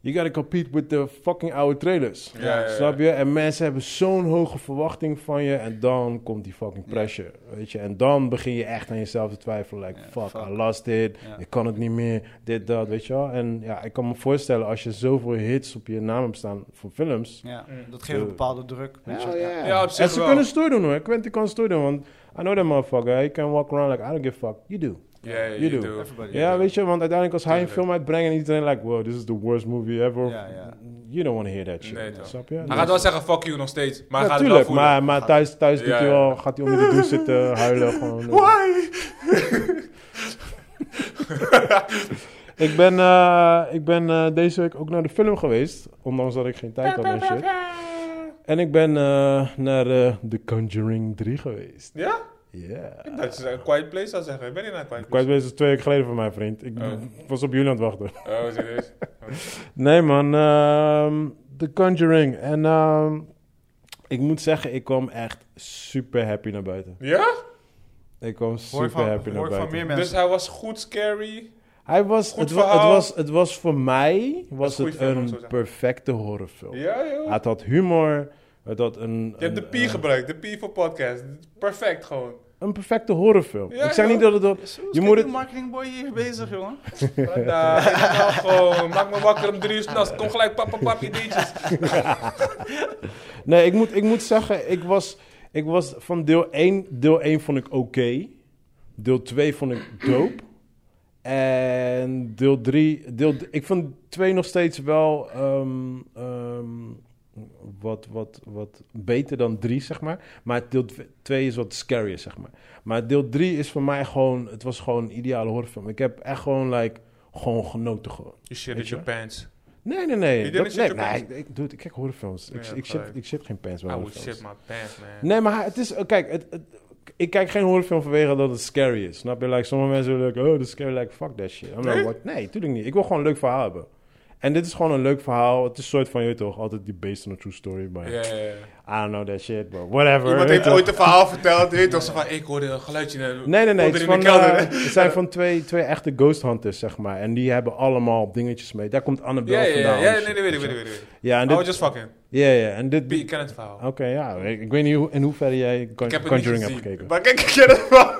you gotta compete with the fucking oude trailers. Ja, ja, ja. Snap je? En mensen hebben zo'n hoge verwachting van je en dan komt die fucking pressure, weet je? En dan begin je echt aan jezelf te twijfelen, like, Ja, fuck, fuck. I lost it, Ja. ik kan het niet meer, dit, dat, weet je wel? En ja, ik kan me voorstellen, als je zoveel hits op je naam hebt staan van films... Ja, Mm. dat geeft een bepaalde druk. weet je wel. Ja, op En zich ze wel. kunnen stoer doen hoor, Quentin kan stoer doen, want I know that motherfucker, he can walk around like, I don't give a fuck, you do. Ja, ja, You you do. do. Everybody. Ja, weet je, want uiteindelijk als hij een Tuurlijk. film uitbrengt en iedereen like, wow, this is the worst movie ever. Ja, ja. You don't want to hear that shit. Nee, toch. Snap je? Hij gaat wel zeggen fuck you nog steeds, maar hij gaat Natuurlijk, het wel voelen. maar, maar thuis, thuis Ja, doet hij ja. wel, gaat hij onder de douche [laughs] zitten, huilen gewoon. eh. Why? [laughs] Ik ben, eh, ik ben eh, deze week ook naar de film geweest, ondanks dat ik geen tijd had en shit. En ik ben eh, naar eh, The Conjuring 3 geweest. Ja? Yeah. Dat is een quiet place zou zeggen. Ik ben niet naar een quiet Kwijt place. bezig twee weken geleden voor mij, vriend. Ik Oh. was op jullie aan het wachten. Oh, serieus? Nee man, ehm, The Conjuring. En ehm, ik moet zeggen, ik kwam echt super happy naar buiten. Ja? Ik kwam Hoor super ik van, happy hoor naar ik van buiten. meer Dus mensen. hij was goed scary. Hij was, Goed het, wa- het, verhaal. was, het was voor mij was goede het film, om zo te een zeggen. perfecte horrorfilm. Ja, joh. Het had humor, het had een... Je hebt de eh, P gebruikt, de P voor podcast. Perfect gewoon. [laughs] Een perfecte horrorfil. Ja, ik zei joh. niet dat het... dat- Zo, Je je moet moet het- Mm. marketingboy hier bezig, [laughs] jongen. Prada, helemaal gewoon. Maak me wakker om drie uur s'nachts. Kom gelijk papa pap ideetjes. Nee, ik moet, ik moet zeggen, ik was, ik was van deel 1... Deel 1 vond ik oké. Deel 2 vond ik dope. En deel 3... Deel, d- ik vond 2 nog steeds wel... ehm, ehm, wat, wat, wat beter dan 3, zeg maar. Maar deel 2 is wat scarier, zeg maar. Maar deel 3 is voor mij gewoon... Het was gewoon een ideale horrorfilm. Ik heb echt gewoon, like... Gewoon genoten gewoon. You shit Weet in je? your pants. Nee, nee, nee. Je Dat, didn't shit nee, your nee pants? ik, ik, dude, ik kijk horrorfilms. Ik, Ja, ik, shit, gelijk. ik shit geen pants bij I would horrorfilms. shit my pants, man. Nee, maar het is... Kijk, het, het, ik kijk geen horrorfilm vanwege dat het scary is. Snap je? Like, sommige mensen willen, like, oh, dat is scary. Like, fuck that shit. I'm like, Nee? what? Nee, tuurlijk niet. Ik wil gewoon een leuk verhaal hebben. En dit is gewoon een leuk verhaal. Het is soort van, je weet toch, altijd die based on a true story. Maar Ja, ja, ja. I don't know that shit, but whatever. Iemand weet heeft toch. ooit een verhaal verteld. Weet je toch? Zo van, ik hoorde een geluidje. eh, Nee, nee, nee. Het, onder is in van, de [laughs] kelder. eh, het zijn van twee, twee echte ghost hunters, zeg maar. En die hebben allemaal dingetjes mee. Daar komt Annabelle ja, ja, ja, vandaan. ja, en nee, Oh, shit, nee, weet ik, zo. weet ik, weet ik. Ja, en I was dit... just fucking. Ja, ja, en dit... Ik ken het verhaal. Oké, ja. Ik, ik weet niet hoe, in hoeverre jij Con- Ik heb het niet Conjuring hebt gezien. gekeken. Maar kijk, ik ken het verhaal.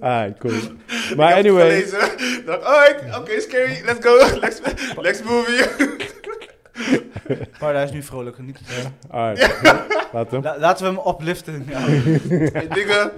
Alright, [laughs] cool. Ik Maar heb het anyway... gelezen. Dacht, alright, oké, scary, let's go, [laughs] let's, let's [laughs] movie. Paradijs nu vrolijk. Niet... Alright. [laughs] Laten we... La- laten we hem opliften. Ja. Dingen.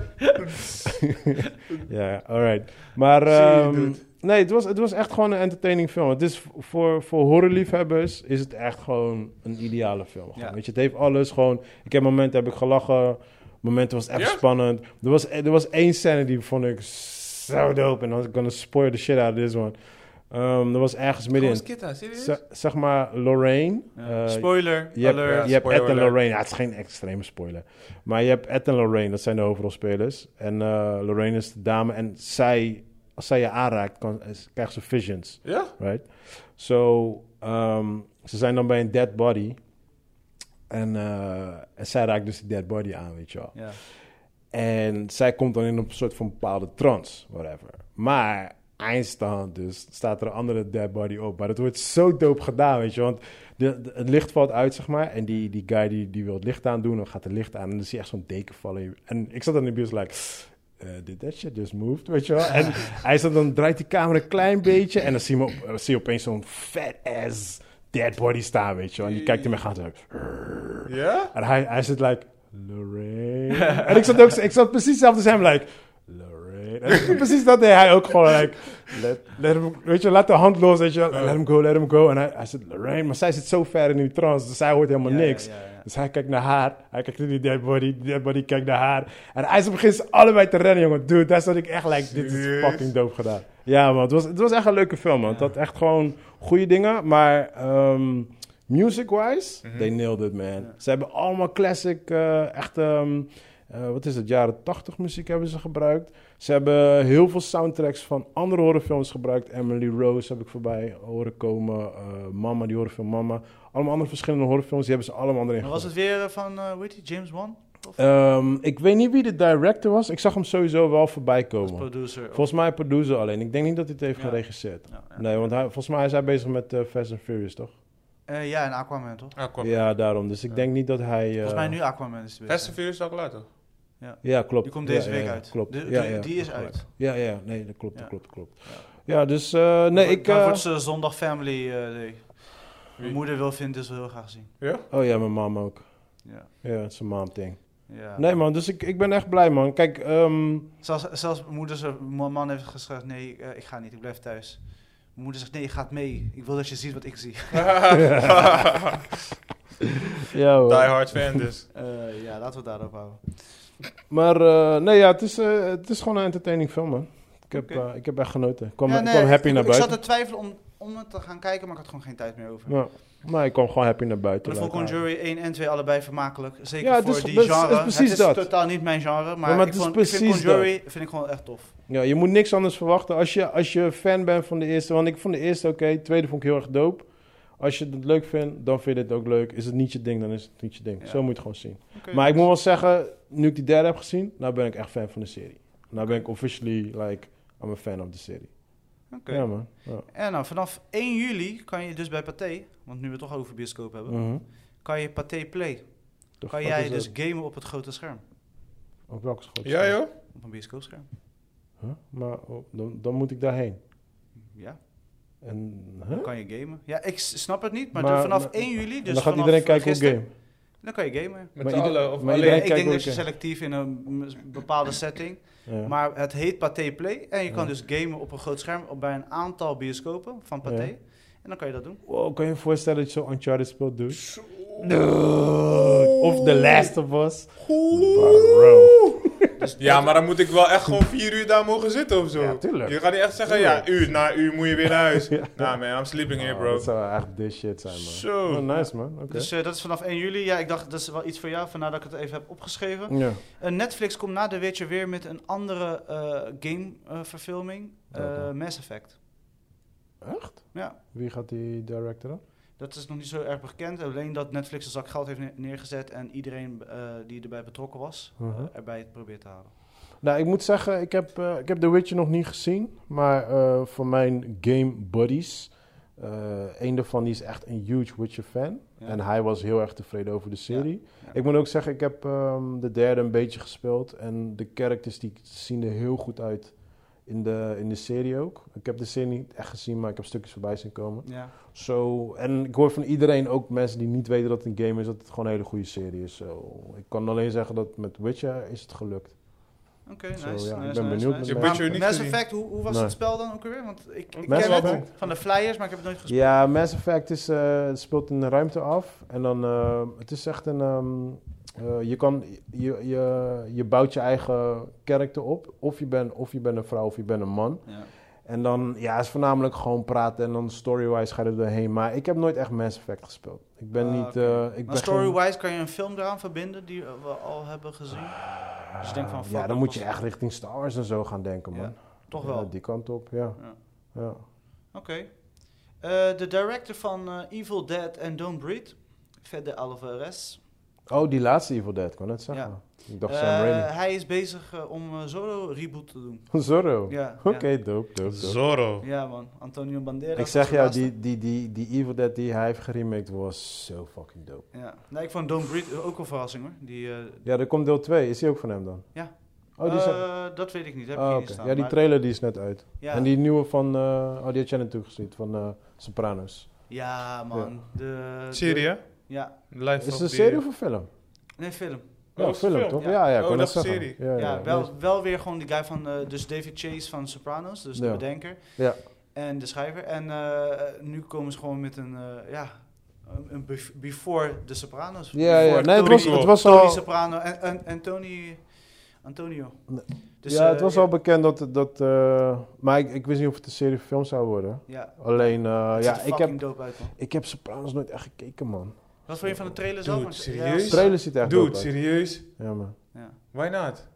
Ja, alright. Maar... Zie je, ehm, dude. nee, het was, het was echt gewoon een entertaining film. Het is v- voor, voor horrorliefhebbers is het echt gewoon een ideale film. Gewoon, Ja. Weet je, het heeft alles gewoon... Ik heb momenten heb ik gelachen. Momenten was het echt Ja? spannend. Er was, er was één scène die vond ik zo dope. En I'm gonna spoil the shit out of this one. Ehm, er was ergens midden in... Skitta, serieus? ze- zeg maar Lorraine. Ja. [laughs] eh, Spoiler, Je hebt, alert. je hebt spoiler Ed en alert. Lorraine. Ja, het is geen extreme spoiler. Maar je hebt Ed en Lorraine, dat zijn de hoofdrolspelers. En eh, Lorraine is de dame. En zij, als zij je aanraakt, kan, is- krijgt ze visions. Ja? Right? So, ehm, ze zijn dan bij een dead body. En, eh, en zij raakt dus die dead body aan, weet je wel. Ja. En zij komt dan in een soort van bepaalde trance, whatever. Maar Einstein dus, staat er een andere dead body op. Maar dat wordt zo dope gedaan, weet je. Want de, de- het licht valt uit, zeg maar. En die, die guy die, die wil het licht aandoen, dan gaat het licht aan. En dan zie je echt zo'n deken vallen. En ik zat dan in de bios like... eh, did that shit just moved, weet je wel? En hij zat dan, draait die camera een klein beetje... en dan zie je, hem op- eh, zie je opeens zo'n fat ass dead body staan, weet je wel? En je kijkt hem en gaat zo... Ja? En hij, hij zit like, Lorraine. en ik zat, ook, ik zat precies zelf te zijn, like, Lorraine. En [laughs] precies dat deed hij ook gewoon, like, let, let hem, weet je, laat de hand los, weet je, let hem go, let hem go. En hij, hij zit, Lorraine, maar zij zit zo ver in die trance, dus zij hoort helemaal Ja, ja, niks. ja, ja. Dus hij kijkt naar haar, hij kijkt naar die dead body, die dead body kijkt naar haar. En hij is begint ze allebei te rennen, jongen. Dude, daar zat ik echt, like, dit is Serieus? fucking dope gedaan. Ja, man, het was, het was echt een leuke film, man. Het had echt gewoon goede dingen, maar... ehm, Music-wise, they nailed it, man. Ze hebben allemaal classic, eh, echt, ehm, eh, wat is het, jaren 80 muziek hebben ze gebruikt. Ze hebben heel veel soundtracks van andere horrorfilms gebruikt. Emily Rose heb ik voorbij horen komen. eh, Mama, die horrorfilm Mama. Allemaal andere verschillende horrorfilms, die hebben ze allemaal erin Maar was het gegooid. weer eh, van, eh, hoe heet die, James Wan? Of Ehm, ik weet niet wie de director was. Ik zag hem sowieso wel voorbij als komen. producer? Of- Volgens mij producer alleen. Ik denk niet dat hij het heeft Ja. geregisseerd. Ja, ja. Nee, want hij, volgens mij is hij bezig met eh, Fast and Furious, toch? Eh, ja, en Aquaman, toch? Ah, kwam. Ja, daarom. Dus ik denk niet dat hij... eh, Volgens mij nu Aquaman is het weer. Fast and Furious is al [laughs] klaar, toch? Ja, klopt. Die komt Ja, deze ja, week ja, uit. Klopt. De- ja, die- ja, die is gelijk. uit. Ja, ja, nee, dat klopt, dat Ja. klopt, dat klopt. Ja. Ja, dus eh, nee, ik... Dan eh, wordt ze zondag family eh, day. Mijn moeder wil vindt dus heel graag zien. oh ja, mijn mom ook. Ja. Ja, het is een mom thing. Ja. Nee man, dus ik, ik ben echt blij man. Kijk, ehm, Zelfs, zelfs mijn moeder, zijn mijn man heeft gezegd, nee, eh, ik ga niet, ik blijf thuis. Mijn moeder zegt, nee, je gaat mee. Ik wil dat je ziet wat ik zie. ja hoor. Die Hard fan dus. Eh, ja, laten we het daarop houden. Maar eh, nee ja, het is, eh, het is gewoon een entertaining film man. Ik heb, Oké. eh, ik heb echt genoten. Ik kwam, Ja, ik nee, kwam happy ik, naar Ik buiten. zat te twijfelen om, om het te gaan kijken, maar ik had gewoon geen tijd meer over. Ja. Maar ik kwam gewoon happy naar Maar buiten. ik vond like, ah. Conjury 1 en 2 allebei vermakelijk. Zeker Ja, het voor is- die het is- genre. het is het is precies dat. totaal niet mijn genre, maar, maar het ik, is vond, ik precies vind Conjury vind ik gewoon echt tof. Ja, je moet niks anders verwachten als je, als je fan bent van de eerste. Want ik vond de eerste oké, de tweede vond ik heel erg dope. Als je het leuk vindt, dan vind je het ook leuk. Is het niet je ding, dan is het niet je ding. Ja. Zo moet je het gewoon zien. maar ik moet wel zeggen, nu ik die derde heb gezien, nou ben ik echt fan van de serie. Nou ben ik officially, like, I'm a fan of the serie. Oké. Ja, man. Ja. En nou, vanaf 1 juli kan je dus bij Pathé, want nu we het toch over bioscoop hebben, Mhm. kan je Pathé Play. De Kan fuck jij is dus dat? gamen op het grote scherm. Op welke school? Ja, joh. Op een bioscoopscherm. Huh? Maar oh, dan, dan moet ik daarheen. Ja, En, huh? dan kan je gamen. Ja, ik s- snap het niet, maar, Maar- de- vanaf maar- 1 juli, dus dan gaat vanaf iedereen kijken op gisteren, game. Dan kan je gamen. Met Maar z'n ieder- allen of maar alleen. iedereen- ik denk kijkt dat ook, je eh. selectief in een m- bepaalde setting Ja. Maar het heet Pathé Play en je kan Ja. dus gamen op een groot scherm op bij een aantal bioscopen van Pathé. Ja. En dan kan je dat doen. Wow, kan je je voorstellen dat je zo Uncharted speelt, dude? Dude, Of The Last of Us. Bro. Dus Ja, maar dan moet ik wel echt gewoon vier uur daar mogen zitten of zo. Ja, tuurlijk. Je gaat niet echt zeggen, Tuurlijk. ja, uur na uur moet je weer naar huis. [laughs] Ja. Nah man, I'm sleeping here Oh, bro. Dat zou echt this shit zijn, man. Zo. Oh, nice, man. Oké. Dus eh, dat is vanaf 1 juli. Ja, ik dacht, dat is wel iets voor jou, vandaar dat ik het even heb opgeschreven. ja. Eh, Netflix komt na de Witcher weer met een andere eh, game-verfilming. Welke? eh, Mass Effect. Echt? Ja. Wie gaat die director dan? Dat is nog niet zo erg bekend. Alleen dat Netflix een zak geld heeft ne- neergezet en iedereen eh, die erbij betrokken was, eh, Mhm. erbij het probeert te halen. Nou, ik moet zeggen, ik heb, eh, ik heb The Witcher nog niet gezien. Maar eh van mijn game buddies, eh een daarvan die is echt een huge Witcher fan. Ja. En hij was heel erg tevreden over de serie. ja. Ik moet ook zeggen, ik heb ehm, de derde een beetje gespeeld. En de characters die zien er heel goed uit in de, in de serie ook. Ik heb de serie niet echt gezien, maar ik heb stukjes voorbij zien komen. Ja. Zo, en ik hoor van iedereen, ook mensen die niet weten dat het een game is, dat het gewoon een hele goede serie is. Zo, ik kan alleen zeggen dat met Witcher is het gelukt. Oké, Zo, nice, ja, nice, ik ben nice, benieuwd nice. met Maar Witcher niet Mass gezien. Effect, hoe, hoe was Nee. het spel dan ook alweer? Want ik, ik Mass ken het Effect? van de flyers, maar ik heb het nooit gespeeld. Ja, Mass Effect is, eh, het speelt in de ruimte af. En dan, eh, het is echt een, ehm, eh, je, kan, je, je, je bouwt je eigen karakter op. Of je bent of je bent een vrouw of je bent een man. Ja. En dan, ja, het is voornamelijk gewoon praten en dan story-wise ga je er doorheen. Maar ik heb nooit echt Mass Effect gespeeld. Ik ben Ah, niet, oké. eh, ik Maar ben geen- story-wise kan je een film eraan verbinden die eh, we al hebben gezien? Dus ik denk van, fuck, Ah, ja, dan dat moet was- je echt richting Star Wars en zo gaan denken, man. Ja, Toch Ja, wel. die kant op, ja. Ja. ja. Oké. Eh, de director van eh, Evil Dead en Don't Breathe, Fede Alvarez. Oh, die laatste Evil Dead, kon net zeggen. Ik dacht Eh, Sam Raimi. hij is bezig eh, om eh, Zorro reboot te doen. [laughs] Zorro. Eh, Ja, Oh. Oké, dope, dope, dope. Zorro. ja. ja man, Antonio Banderas. Ik was zeg de jou, laatste. die, die, die, die Evil Dead die hij heeft geremaked was zo fucking dope. Ja. Nee, ik vond Don't Breathe ook een verrassing hoor. Die, eh, Ja, er komt deel 2. Is die ook van hem dan? Ja. Oh, die is... eh, dat weet ik niet, heb oh, ik hier oké. niet staan. Ja, die maar- trailer die is net uit. ja. En die nieuwe van... eh, oh, die had jij natuurlijk gezien. Van eh, Sopranos. ja man, de... de- Serie hè? Ja, Life Is of het een the- serie of een film? nee film. Oh, Ja, is het film, Oh, een film? Ja. toch? Ja, ja, ik Oh, kon dat net is een zeggen. serie. Ja, Ja, ja, wel, wel weer gewoon die guy van, eh, dus David Chase van Sopranos, dus de Ja. bedenker Ja. en de schrijver. En eh, nu komen ze gewoon met een, eh, ja, een, een bef- before de Sopranos. Ja, ja. Before Nee, het Tony- was, het was Tony al... Soprano en, en, en Tony Antonio. Nee. Dus, ja, eh, het was al bekend dat... dat eh, maar ik, ik wist niet of het een serie of film zou worden. Ja, Alleen, eh, het ziet ja, er ik fucking heb, dope uit, man. ik heb Sopranos nooit echt gekeken, man. Wat vond je van de trailer Dude, zelf? Want- serieus? De Ja, trailer ziet er echt Dude, dope uit. serieus? Ja, man. ja. Why not?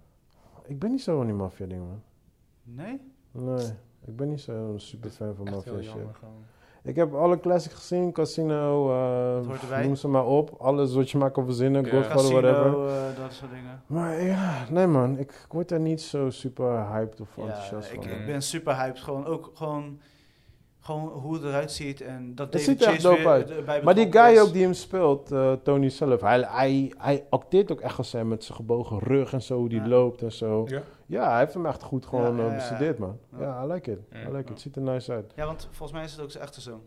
Ik ben niet zo van die maffia dingen, man. Nee? Nee, ik ben niet zo'n super fan van Echt heel maffia shit. jammer gewoon. Ik heb alle classics gezien, Casino, eh, hoort erbij. noem ze maar op. Alles wat je maar kan verzinnen, Ja. Godfather, Casino, whatever. eh, dat soort dingen. Maar ja, nee man, ik, ik word daar niet zo super hyped of Ja, enthousiast ik, van. ik ben super hyped. Gewoon ook gewoon, gewoon hoe het eruit ziet. En dat Het David ziet er echt Chase dope weer uit. erbij Maar die betrokken guy is. ook die hem speelt, eh, Tony zelf, hij, hij, hij acteert ook echt als hem met zijn gebogen rug en zo, hoe die Ja. loopt en zo. Ja? Ja, hij heeft hem echt goed gewoon Ja, ja, eh, ja. bestudeerd man. Ja. Ja, I like it. Ja. I like it. Het ziet er nice uit. Ja, want volgens mij is het ook zijn echte zoon.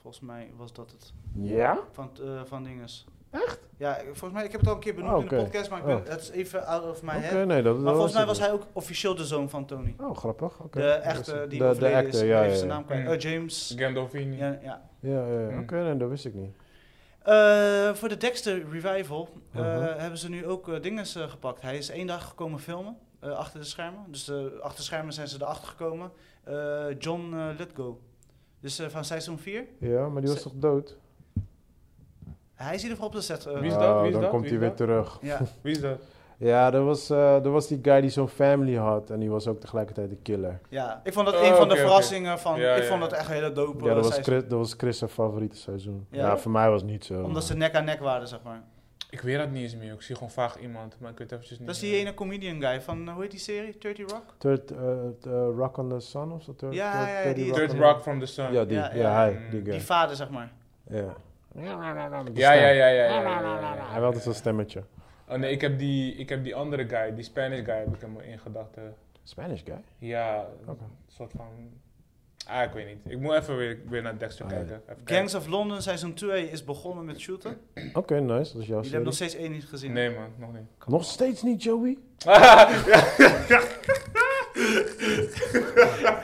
Volgens mij was dat het. Ja? Van, eh van dinges. Echt? Ja, ik- volgens mij, ik heb het al een keer benoemd Oh, in oké. de podcast, maar ik ben, Oh. het is even out of my Oké, head. nee, dat, Maar volgens mij was hij. hij ook officieel de zoon van Tony. Oh, grappig. Oké. De echte, die de, de overleden actor, is. ja, Hij ja, heeft zijn ja. naam kwijt. Mm. Eh, James. Gandolfini. Ja, ja. Ja, ja, ja. Hmm. oké, nee, dat wist ik niet. Eh, voor de Dexter Revival eh, Uh-huh. hebben ze nu ook eh, dinges eh, gepakt. Hij is één dag gekomen filmen eh, achter de schermen. Dus eh, achter de schermen zijn ze erachter gekomen. Eh, John eh, Lithgow. Dus eh, van seizoen 4. Ja, maar die was Ze- toch dood? Hij is in ieder geval op de set. eh, Wie is Oh, dat? Wie is dan dat? komt Wie hij is weer dat? terug. ja. Wie is dat? Ja, er was, eh, er was die guy die zo'n family had en die was ook tegelijkertijd de killer. ja, ik vond dat Oh, een van oké, de oké. verrassingen van... Ja, ik ja, vond ja. dat echt een hele dope. eh, Ja, dat was, seizoen. Chris, dat was Chris zijn favoriete seizoen. Ja. Ja, voor mij was het niet zo. Omdat ze nek aan nek waren, zeg maar. Ik weet dat niet eens meer. Ik zie gewoon vaag iemand, maar ik weet eventjes niet Dat is meer. die ene comedian guy van, eh, hoe heet die serie? 30 Rock? Third, eh, t- eh, Rock on the Sun of zo? Third, Ja, third, ja, ja, Third die- Third on the- Rock from the Sun. Ja, die. Ja, Ja, ja. hij, die guy. Die vader, zeg maar. Ja. Ja, ja, ja, ja, ja, ja, ja, ja. Hij dus had zo'n stemmetje. Oh nee, ik heb, die, ik heb die andere guy, die Spanish guy, heb ik hem in gedachten. Spanish guy? Ja, Oké. een soort van. Ah, ik weet niet. Ik moet even weer, weer naar Dexter Ah, ja. kijken. Even kijken. Gangs of London seizoen 2 is begonnen met shooten. Oké, nice. Dat is jouw Jullie hebben nog serie. steeds één niet gezien. Nee, man, nog [laughs] niet. Nog steeds niet, Joey?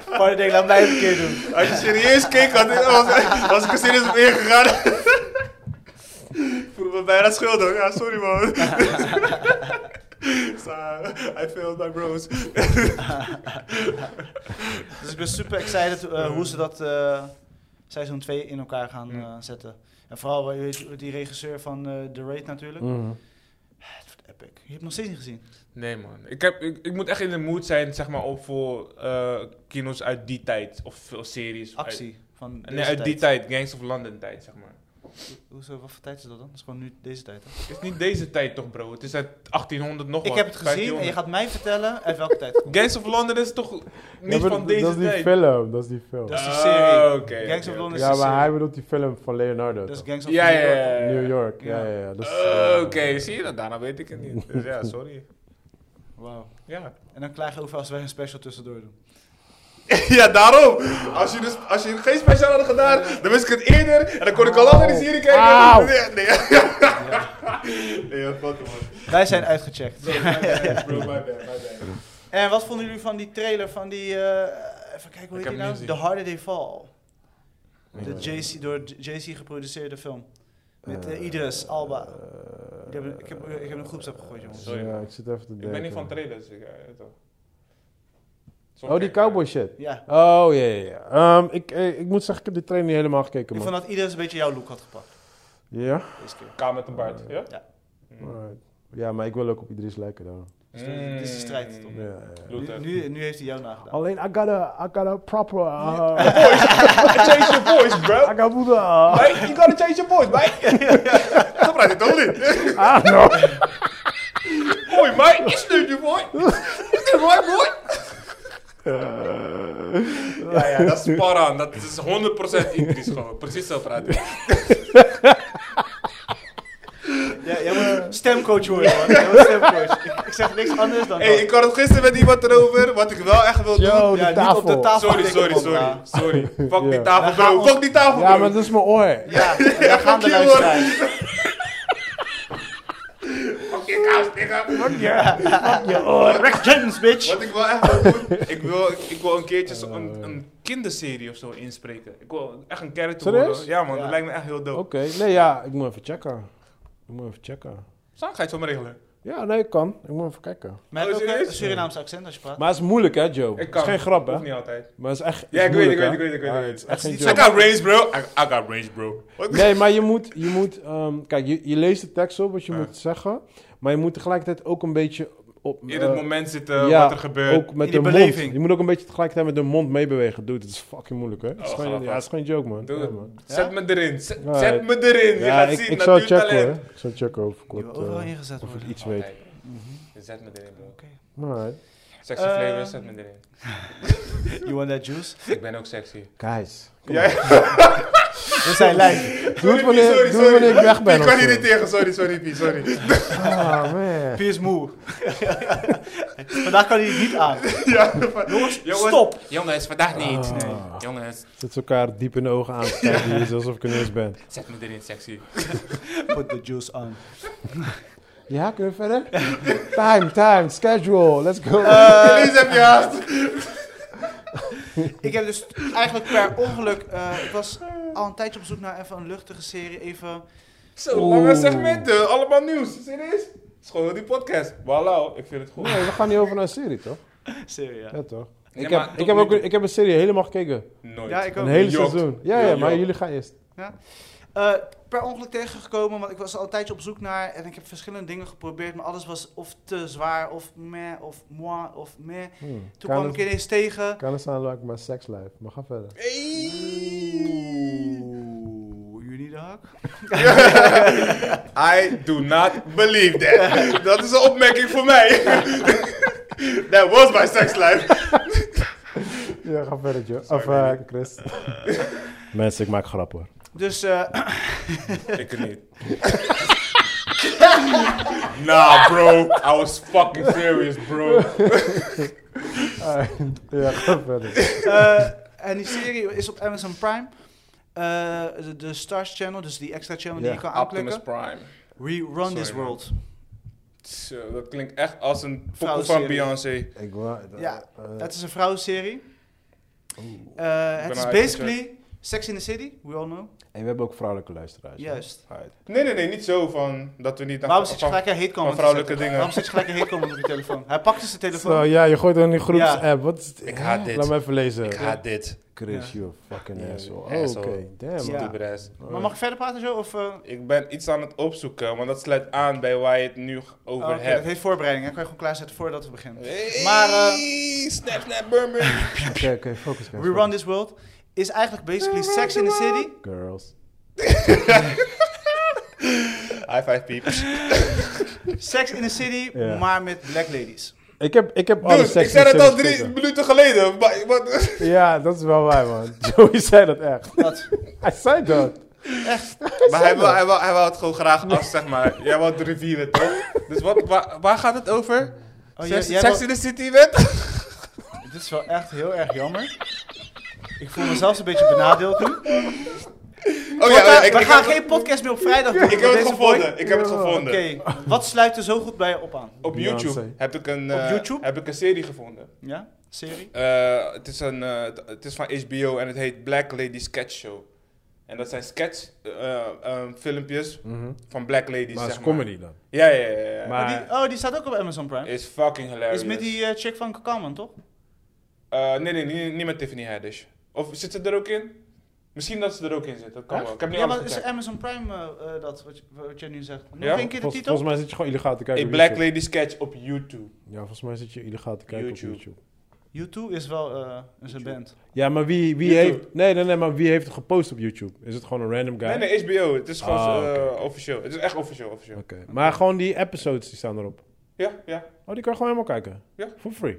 Maar Oh, ik denk, laat mij het een keer doen. Als je serieus keek, had ik, was, was ik er serieus op ingegaan. [laughs] ik voel me bijna schuldig. Ja, sorry man. was, uh, I failed my bros. [laughs] Dus ik ben super excited eh, hoe ze dat eh, seizoen 2 in elkaar gaan Mm. eh, zetten. En vooral eh, je weet, die regisseur van eh The Raid natuurlijk. Mhm. Het wordt epic. Je hebt het nog steeds niet gezien. Nee man, ik, heb, ik, ik moet echt in de mood zijn zeg maar op voor eh kino's uit die tijd. Of, of series. uit- Actie. Van deze nee, uit die tijd. tijd. Gangs of London tijd zeg maar. Hoezo, wat voor tijd is dat dan? Dat is gewoon nu deze tijd. hè? Het is niet deze tijd toch bro, het is uit 1800 nog Ik wat, heb het gezien en 1500. je gaat mij vertellen uit welke tijd het komt. Gangs of London is toch niet Ja, maar van d- deze Dat is die tijd? film, dat is die film. Dat is die Ah, serie. oké, Gangs of oké, London is Ja, de maar serie. hij bedoelt die film van Leonardo. Dat is toch? Gangs of Ja, ja, New York. ja. New York, ja, Ja. ja, ja. dat is- Eh, Oké, zie je dat? Daarna weet ik het [laughs] niet. Dus ja, sorry. Wauw. Ja. En dan klaag je over als wij een special tussendoor doen. [laughs] Ja, daarom. Als je, dus, als je geen speciaal had gedaan, dan wist ik het eerder. En dan kon ik al langer in de serie kijken. [laughs] Auw. Nee, nee. [laughs] Nee, Oh. ja, fuck it, man. Wij zijn uitgecheckt. Sorry, my bad, bro, my bad, my bad. En wat vonden jullie van die trailer van die... eh, even kijken, hoe Ik heet heb die hem nou? niet The gezien. Harder They Fall. Nee. De JC, door JC geproduceerde film. Met eh, Eh, Idris Alba. eh, Ik heb, ik heb, ik heb een groepsapp gegooid, jongens. Sorry, ja, man. ik zit even te denken. Ik ben niet van trailers. Ik, eh, weet wel. Soms Oh, die kijk ik- cowboy shit. Ja. Oh, ja, ja, ja. Ehm, ik, eh, ik moet zeggen, ik heb die trailer niet helemaal gekeken, Ik man. vond dat Idris een beetje jouw look had gepakt. Ja? Deze keer. Kamer met een baard, ja? Ja. Mm. Alright. Ja, maar ik wil ook op Idris lijken dan. Dus dit is de strijd, toch? Mm. Ja, ja, ja. Doet Nu, het. nu, nu heeft hij jou nagedaan. Alleen, I got a, I got a proper... Uh, Change your voice, bro. I got Buddha. Mate, you gotta change your voice, mate. [laughs] Zo praat je toch niet? I don't know. Hoi, mate. Je stuurt je boy. Is dit mooi, [laughs] boy? Ja, ja, dat is paran. Dat is 100% Idris gewoon. Precies zo praten. Ja, jij moet stemcoach worden, man. Jij moet stemcoach. Ik, ik zeg niks anders dan Hey, dat. ik had het gisteren met iemand erover. Wat ik wel echt wil doen. Yo, Ja, de niet op de tafel. tafel Sorry, tikken, sorry, man. sorry. Sorry. Fuck die Ja. tafel, We gaan bro. ons- Fuck die tafel, Ja, bro. maar dat is mijn oor. Ja, daar gaan de fuck you, hoor. luisteraars. Fuck je kous, nigga. Oh, Corrections, bitch! Wat ik wel echt wil doen. Ik wil, ik wil een keertje zo een, een kinderserie of zo inspreken. Ik wil echt een character Serieus? worden. Ja, man. Ja. Dat lijkt me echt heel Oké, dope. nee, ja, ik moet even checken. Ik moet even checken. Sam, ga je het zo maar regelen? Ja, nee, ik kan. Ik moet even kijken. Met Oh, ook een serieus? Surinaamse accent als je praat. Maar het is moeilijk, hè, Joe? Ik Het is kan. geen grap, Hoeft hè? niet altijd. Maar het is echt. het is Ja, ik weet, ik moeilijk, weet, hè? ik weet, ik weet, Ja, ik weet. het is echt Het geen is I niet joke. zo- got range, bro. I, I got range, bro. Wat? Nee, maar je moet. Je moet ehm, kijk, je, je leest de tekst op, wat je Ja. moet zeggen. Maar je moet tegelijkertijd ook een beetje. Op, In het eh, moment zitten ja, wat er gebeurt. Ook met In die de beleving. mond. Je moet ook een beetje tegelijkertijd met de mond meebewegen. Dude, het is fucking moeilijk, hè? Het is, Oh, geen, grappig. ja, het is geen joke, man. Doe ja, het. man. Zet me erin. Zet, Ja, zet het- me erin. Je Ja, gaat ik, zien. ik zou checken, natuurtalent. hoor. Ik zou checken of ik Die wat, wordt overal eh, ingezet of ik worden. iets weet. Altijd. Zet me erin, bro. Oké. Alright. Sexy Eh. flavor, zet me erin. [laughs] You want that juice? Ik ben ook sexy. Guys. Ja, We zijn live. Doe het wanneer, sorry, doe het wanneer ik sorry. weg ben. Ik kan of hier zo. niet tegen. Sorry, sorry, Pie. Sorry. Ah, man. Piers moe. [laughs] Vandaag kan hij het niet aan. [laughs] Jongens, stop! Jongens, vandaag niet. Ah. Jongens, Zit ze elkaar diep in de ogen [laughs] aan te kijken. hier, Alsof ik een eens ben. zet me erin, sexy. Put the juice on. Ja, kunnen we verder? [laughs] time, time, schedule, let's go. [laughs] Please heb je haast. Ik heb dus eigenlijk per ongeluk... eh, ik was al een tijdje op zoek naar even een luchtige serie. Even... Zo, lange Oeh. segmenten. Allemaal nieuws. Serieus? Het is gewoon die podcast. Voilà, ik vind het goed. Oh, nee, we gaan niet over naar een serie, toch? Serie, ja. Ja, toch? Nee, ik, maar heb, tot ik, heb nu ook, toe. ik heb een serie helemaal gekeken. Nooit. Ja, ik ook. Een hele Jokt. seizoen. Ja, ja, Jokt. maar jullie gaan eerst. Eh, per ongeluk tegengekomen, want ik was al een tijdje op zoek naar en ik heb verschillende dingen geprobeerd, maar alles was of te zwaar, of meh, of moi, of meh. Hmm. Toen kwam ik het, ineens tegen. kan het zijn like my sex life, maar ga verder. Oeh, jullie de hak? [laughs] I do not believe that. Dat is een opmerking voor mij. [laughs] That was my sex life. Ja, ga verder, Joe. of Sorry, eh, [laughs] Chris. Mensen, ik maak grappen hoor. Dus eh, Ik niet. [laughs] nah, bro. I was fucking serious, bro. Ah, ja, ga verder. eh, en die serie is op Amazon Prime. Eh, de, de Stars Channel, dus die extra channel die Ja, je kan Optimus aanklikken. Prime. We run Sorry, this man. world. Zo, dat klinkt echt als een pokoe van Vrouwenserie. Beyoncé. [laughs] Ik wou... Ja, eh, Het is een vrouwenserie. oeh. Eh, ben het nou is al basically Sex in the City, we all know. En we hebben ook vrouwelijke luisteraars. hè? Juist. Nee, nee, nee, niet zo van dat we niet naar Waarom zit je van- gelijk een hate comment van vrouwelijke te zetten? dingen. Waarom zit je gelijk een hate comment op je telefoon? Hij pakte zijn telefoon. Zo, ja, je gooit dan in die groepsapp. Wat is het? Ik haat Hè? dit. Laat me even lezen. Ik haat dit. Chris, Ja. you fucking Ja, asshole. you Oh, oké. asshole. Damn. Ja. Stupid ass. Maar mag ik verder praten zo? Of, eh, Ik ben iets aan het opzoeken, want dat sluit aan bij waar je het nu over oh, oké, dat hebt. heeft voorbereiding. hè. kan je gewoon klaarzetten voordat we beginnen. Hey, Maar, eh, snap, snap, burn, burn. Oké, oké, focus. guys, We Run focus. This World is eigenlijk basically Sex in the City. Girls. [laughs] High five, peep. Sex in the City, Ja. maar met black ladies. Ik heb, ik heb alle Dude, seks ik zei Oh, dat al zelfs drie gekeken. minuten geleden. maar- wat- Ja, dat is wel waar, man. Joey zei dat echt. Wat? Hij zei dat. [laughs] Maar hij wil, hij, wil, hij wil het gewoon graag af, zeg maar. [laughs] Jij wilt de rivieren, toch? Dus wat, waar, waar gaat het over? Oh, jij- Sex, jij Sex wil- in the City wet? Dit is wel echt heel erg jammer. Ik voel me zelfs een beetje benadeeld nu. Oh ja, oh ja, ik, we ik, gaan heb- geen podcast meer op vrijdag doen. ik heb met het deze boy. gevonden. Ik heb het gevonden. Oké, wat sluit er zo goed bij je op aan? Op Beyoncé. YouTube, heb ik, een, eh, Op YouTube? heb ik een serie gevonden. Ja? Serie? Eh, het, is een, eh, het- het is van HBO en het heet Black Lady Sketch Show. En dat zijn sketch eh, eh, filmpjes van black ladies, Maar zeg het is comedy dan. Ja, ja, ja. ja. Maar- Die- oh, die staat ook op Amazon Prime. Is fucking hilarious. Is met die eh, chick van Kakaman, toch? Eh, nee, nee, nee, niet met Tiffany Haddish. Of zit ze er ook in? Misschien dat ze er ook in zit, dat kan wel. Ik heb niet ja, alles maar is gecheckt. Amazon Prime eh, eh, dat, wat, je- wat jij nu zegt? Nog Ja, één keer de Volgens, titel? volgens mij zit je gewoon illegaal te kijken Hey, op Black YouTube. Lady Sketch op YouTube. Ja, volgens mij zit je illegaal te kijken YouTube. op YouTube. U2 is wel eh, is een band. Ja, maar wie, wie YouTube. heeft... Nee, nee, nee, maar wie heeft het gepost op YouTube? Is het gewoon een random guy? Nee, nee, HBO. Het is gewoon Ah, eh, oké, oké. officieel. Het is echt officieel, officieel. Oké. Maar gewoon die episodes die staan erop. Ja, ja. Oh, die kan je gewoon helemaal kijken? Ja. For free?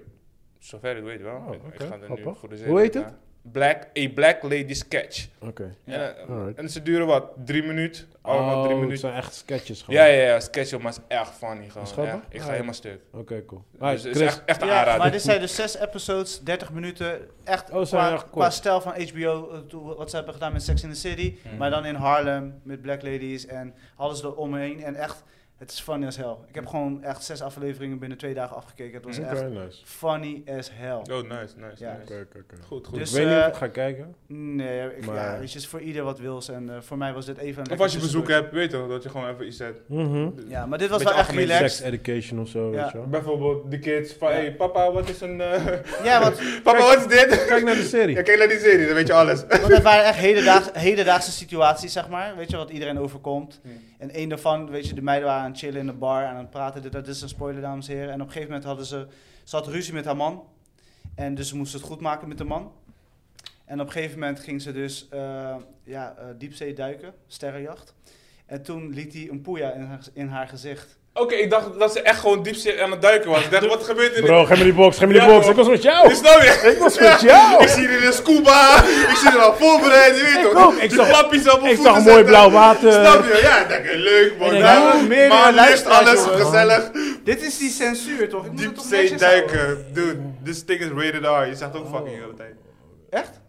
Zover ik weet wel. Oh, Ik- ik oké, ga er nu grappig. voor de Hoe zekerheid heet het? naar. Black, A Black Lady Sketch. Oké. En, eh, Alright. en ze duren wat? Drie minuten? Allemaal drie Oh, het minuten. zijn echt sketches gewoon. Ja, ja, ja. Sketch, joh, maar is echt funny gewoon. Is grappig? Ja, ik ga Ja. helemaal stuk. Oké, cool. Dus Maar het is Chris, echt, echt een Ja, aanrader. maar dit zijn dus zes episodes, 30 minuten. Echt Oh, zijn qua, echt kort. qua stijl van HBO, eh, toe- wat ze hebben gedaan met Sex in the City. Mhm. Maar dan in Harlem, met Black Ladies en alles eromheen. En echt, het is funny as hell. Ik heb gewoon echt zes afleveringen binnen twee dagen afgekeken. Het was Mhm. Hmm, Oké, echt nice. funny as hell. Oh, nice, nice, Ja. nice. Oké, oké, oké. Goed, goed. Goed, Dus, ik weet niet eh, of ik ga kijken. Nee, ik, ja, Maar- weet je, het is voor ieder wat wils. En eh, voor mij was dit even een of lekker als je bezoek tussendoor. hebt, weet toch, dat je gewoon even iets zet. Mhm. Ja, maar dit was Beetje wel echt algemeen relaxed. Sex education of zo, Ja. weet je wel. Bijvoorbeeld de kids van, Ja. hey, papa, wat is een... eh, [laughs] Ja, want papa, wat is dit? Kijk naar de serie. Ja, kijk naar die serie, dan weet je alles. Want het waren echt hedendaags, hedendaagse situaties, zeg maar. Weet je, wat iedereen overkomt. Hmm. En een daarvan, weet je, de meiden waren aan het chillen in de bar, aan het praten. Dit, dat is een spoiler, dames en heren. En op een gegeven moment hadden ze, ze had ruzie met haar man. En dus ze moest het goed maken met de man. En op een gegeven moment ging ze dus eh, ja, eh, diepzee duiken, sterrenjacht. En toen liet hij een poeja in haar, in haar gezicht. Oké, ik dacht dat ze echt gewoon diep aan het duiken was. Ik dacht, wat gebeurt er nu? Bro, geef me die box, geef me die Ja, box. bro. Ik was met jou. Is nou weer? Ik was met jou. Ik zie jullie in scuba, ik zie er al voorbereid, je weet Ik toch? ook, ik De zag- klapjes op mijn Ik voeten zag mooi zetten. blauw water. Snap je? Ja, ik denk, leuk man. Ik denk, Ja, oh, meerdere maar licht, luisteraars, alles jongen. gezellig. Dit is die censuur, toch? Ik moet het toch Diepzee netjes houden? duiken. Dude, this thing is rated R. Je Oh. zegt ook fucking de hele tijd. Echt?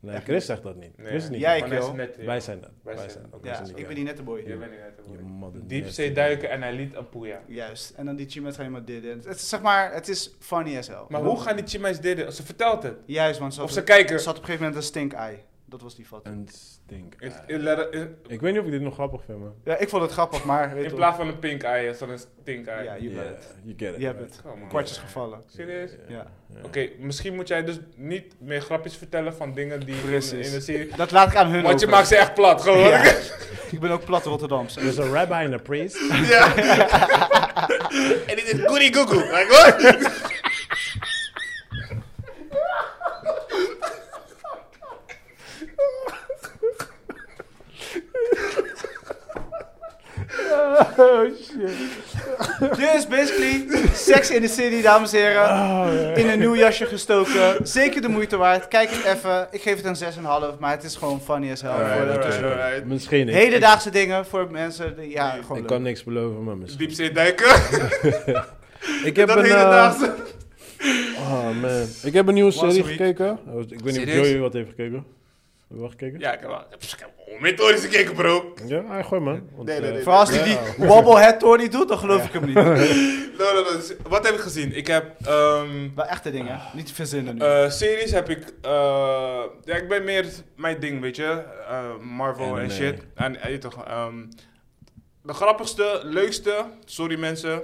Nee, Chris zegt dat niet. Chris is niet. Jij, maar dat is Kjell. net- Wij zijn dat. Wij Wij zijn zijn dat. dat. Ja, Ja, ik ben die nette boy. Je bent niet uit de Je woorden. mother- Diepzee duiken en hij liet een poeja. Juist. En dan die Chimet gaat iemand dit. En Het is zeg maar, het is funny as hell. Maar hoe gaan die chimais dit? Ze vertelt het. Juist, want ze had, Of ze ze kijken. had op een gegeven moment een stink-eye. Dat was die vat. Een stink. Is- is- letter- is- Ik weet niet of ik dit nog grappig vind, man. Ja, ik vond het grappig, maar weet In je plaats van een pink eye is dan een stink wel. eye. Ja, je bent het. You get it. Je hebt right? het. Come on. Kwartjes gevallen. Serieus? Oké, Ja. Ja. misschien moet jij dus niet meer grapjes vertellen van dingen die in, Precies. in de serie... Dat laat ik aan hun Want je over. maakt ze echt plat, gewoon. [laughs] Ja. Ja. Ik ben ook plat Rotterdamse. There's a rabbi and a priest. en dit is goody goegoe. Like, what? oh shit. Dus basically, Sex in the City, dames en heren. Oh, In een nieuw jasje gestoken. Zeker de moeite waard. Kijk het even. Ik geef het een 6,5, maar het is gewoon funny as hell. Alright, Voor de- alright, alright. Misschien. ik- Hedendaagse dingen voor mensen. die- Ja, Ik gewoon Ik leuk. kan niks beloven, maar misschien. Diepzee duiken. Ik [laughs] heb dat een, eh, hedendaagse. oh man. Ik heb een nieuwe Once a serie week. gekeken. Oh, Ik weet niet of Serieus? Joey wat heeft gekeken. Heb je wel gekeken? Ja, ik heb wel. Ik heb onmiddellijk gekeken, bro. Ja, ah, gooi man. Want, Nee, Oh, nee, eh, nee. Vooral als hij die wobblehead Tony doet, dan geloof ik hem niet. No, no, no. Wat heb ik gezien? Ik heb. ehm, Wel echte dingen, niet te verzinnen nu. eh, series heb ik. eh, ja, ik ben meer mijn ding, weet je. Eh, Marvel en, Anime. shit. En eh, je toch. ehm, de grappigste, leukste. Sorry mensen.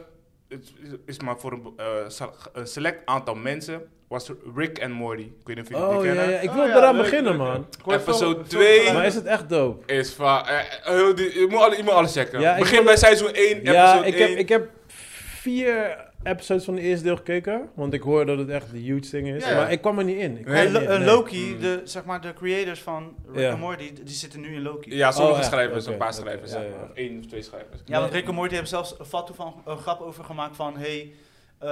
Het is- is maar voor een eh, sa- eh, select aantal mensen. Was Rick en Morty. Ik weet niet of jullie die Oh ja, kennen. ja, ik Oh, wil ja, eraan leuk, beginnen, leuk, man. Ik hoor veel- episode veel twee. geluid. Maar is het echt dope? Is van. eh, eh, heel die- je, moet alle, je moet alles checken. Ja, ik Begin wil- bij seizoen 1, Ja, episode ik heb, 1. ik heb vier episodes van het eerste deel gekeken. Want ik hoor dat het echt een huge thing is. Ja. Maar ik kwam er niet in. Ik kwam Nee, En er Lo- niet in, eh, nee. Loki, Mm. de, zeg maar, de creators van Rick Ja. and Morty, die, die zitten nu in Loki. Ja, sommige Oh, echt? schrijvers, Oké, een paar oké, schrijvers. ja, zeg ja. maar. Of één of twee schrijvers. Ja, want Nee. Rick en Morty hebben zelfs een fatu van een grap over gemaakt van hey, eh,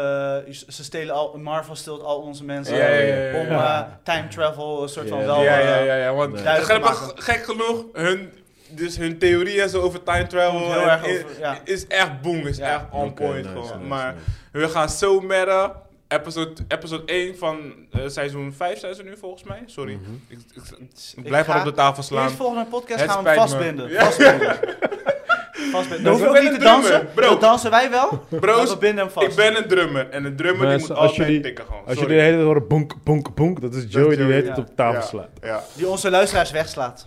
ze stelen al, Marvel steelt al onze mensen Ja, ja, ja, ja, om ja. eh, time travel, een soort van Ja. wel. ja, eh, ja, ja, ja, want Nee. het gaat Duidelijk maar gek genoeg, hun, dus hun theorie en zo over time travel Komt heel en- erg i- over, ja. is echt boom, is Ja. echt on Oké, point nice, gewoon. nice, maar nice. we gaan zo merren. Episode, episode 1 van eh, seizoen 5 zijn ze nu volgens mij. Sorry, Mhm. ik, ik, ik Ik blijf ga maar op de tafel Eerst slaan. volgende podcast Het gaan we hem spijt me. vastbinden. Ja. Vastbinden. [laughs] vastbinden. Dan Ik hoef je ook ben niet te een drummer, dansen. bro. Dat dansen wij wel. maar Bro's, we binden hem vast. ik ben een drummer en een drummer die Mensen, moet als altijd jullie- tikken gewoon. Als Sorry. jullie de hele tijd horen bonk, bonk, bonk, dat is Joey die de Joey, hele tijd ja. op Ja. tafel slaat. Ja, Die onze luisteraars wegslaat.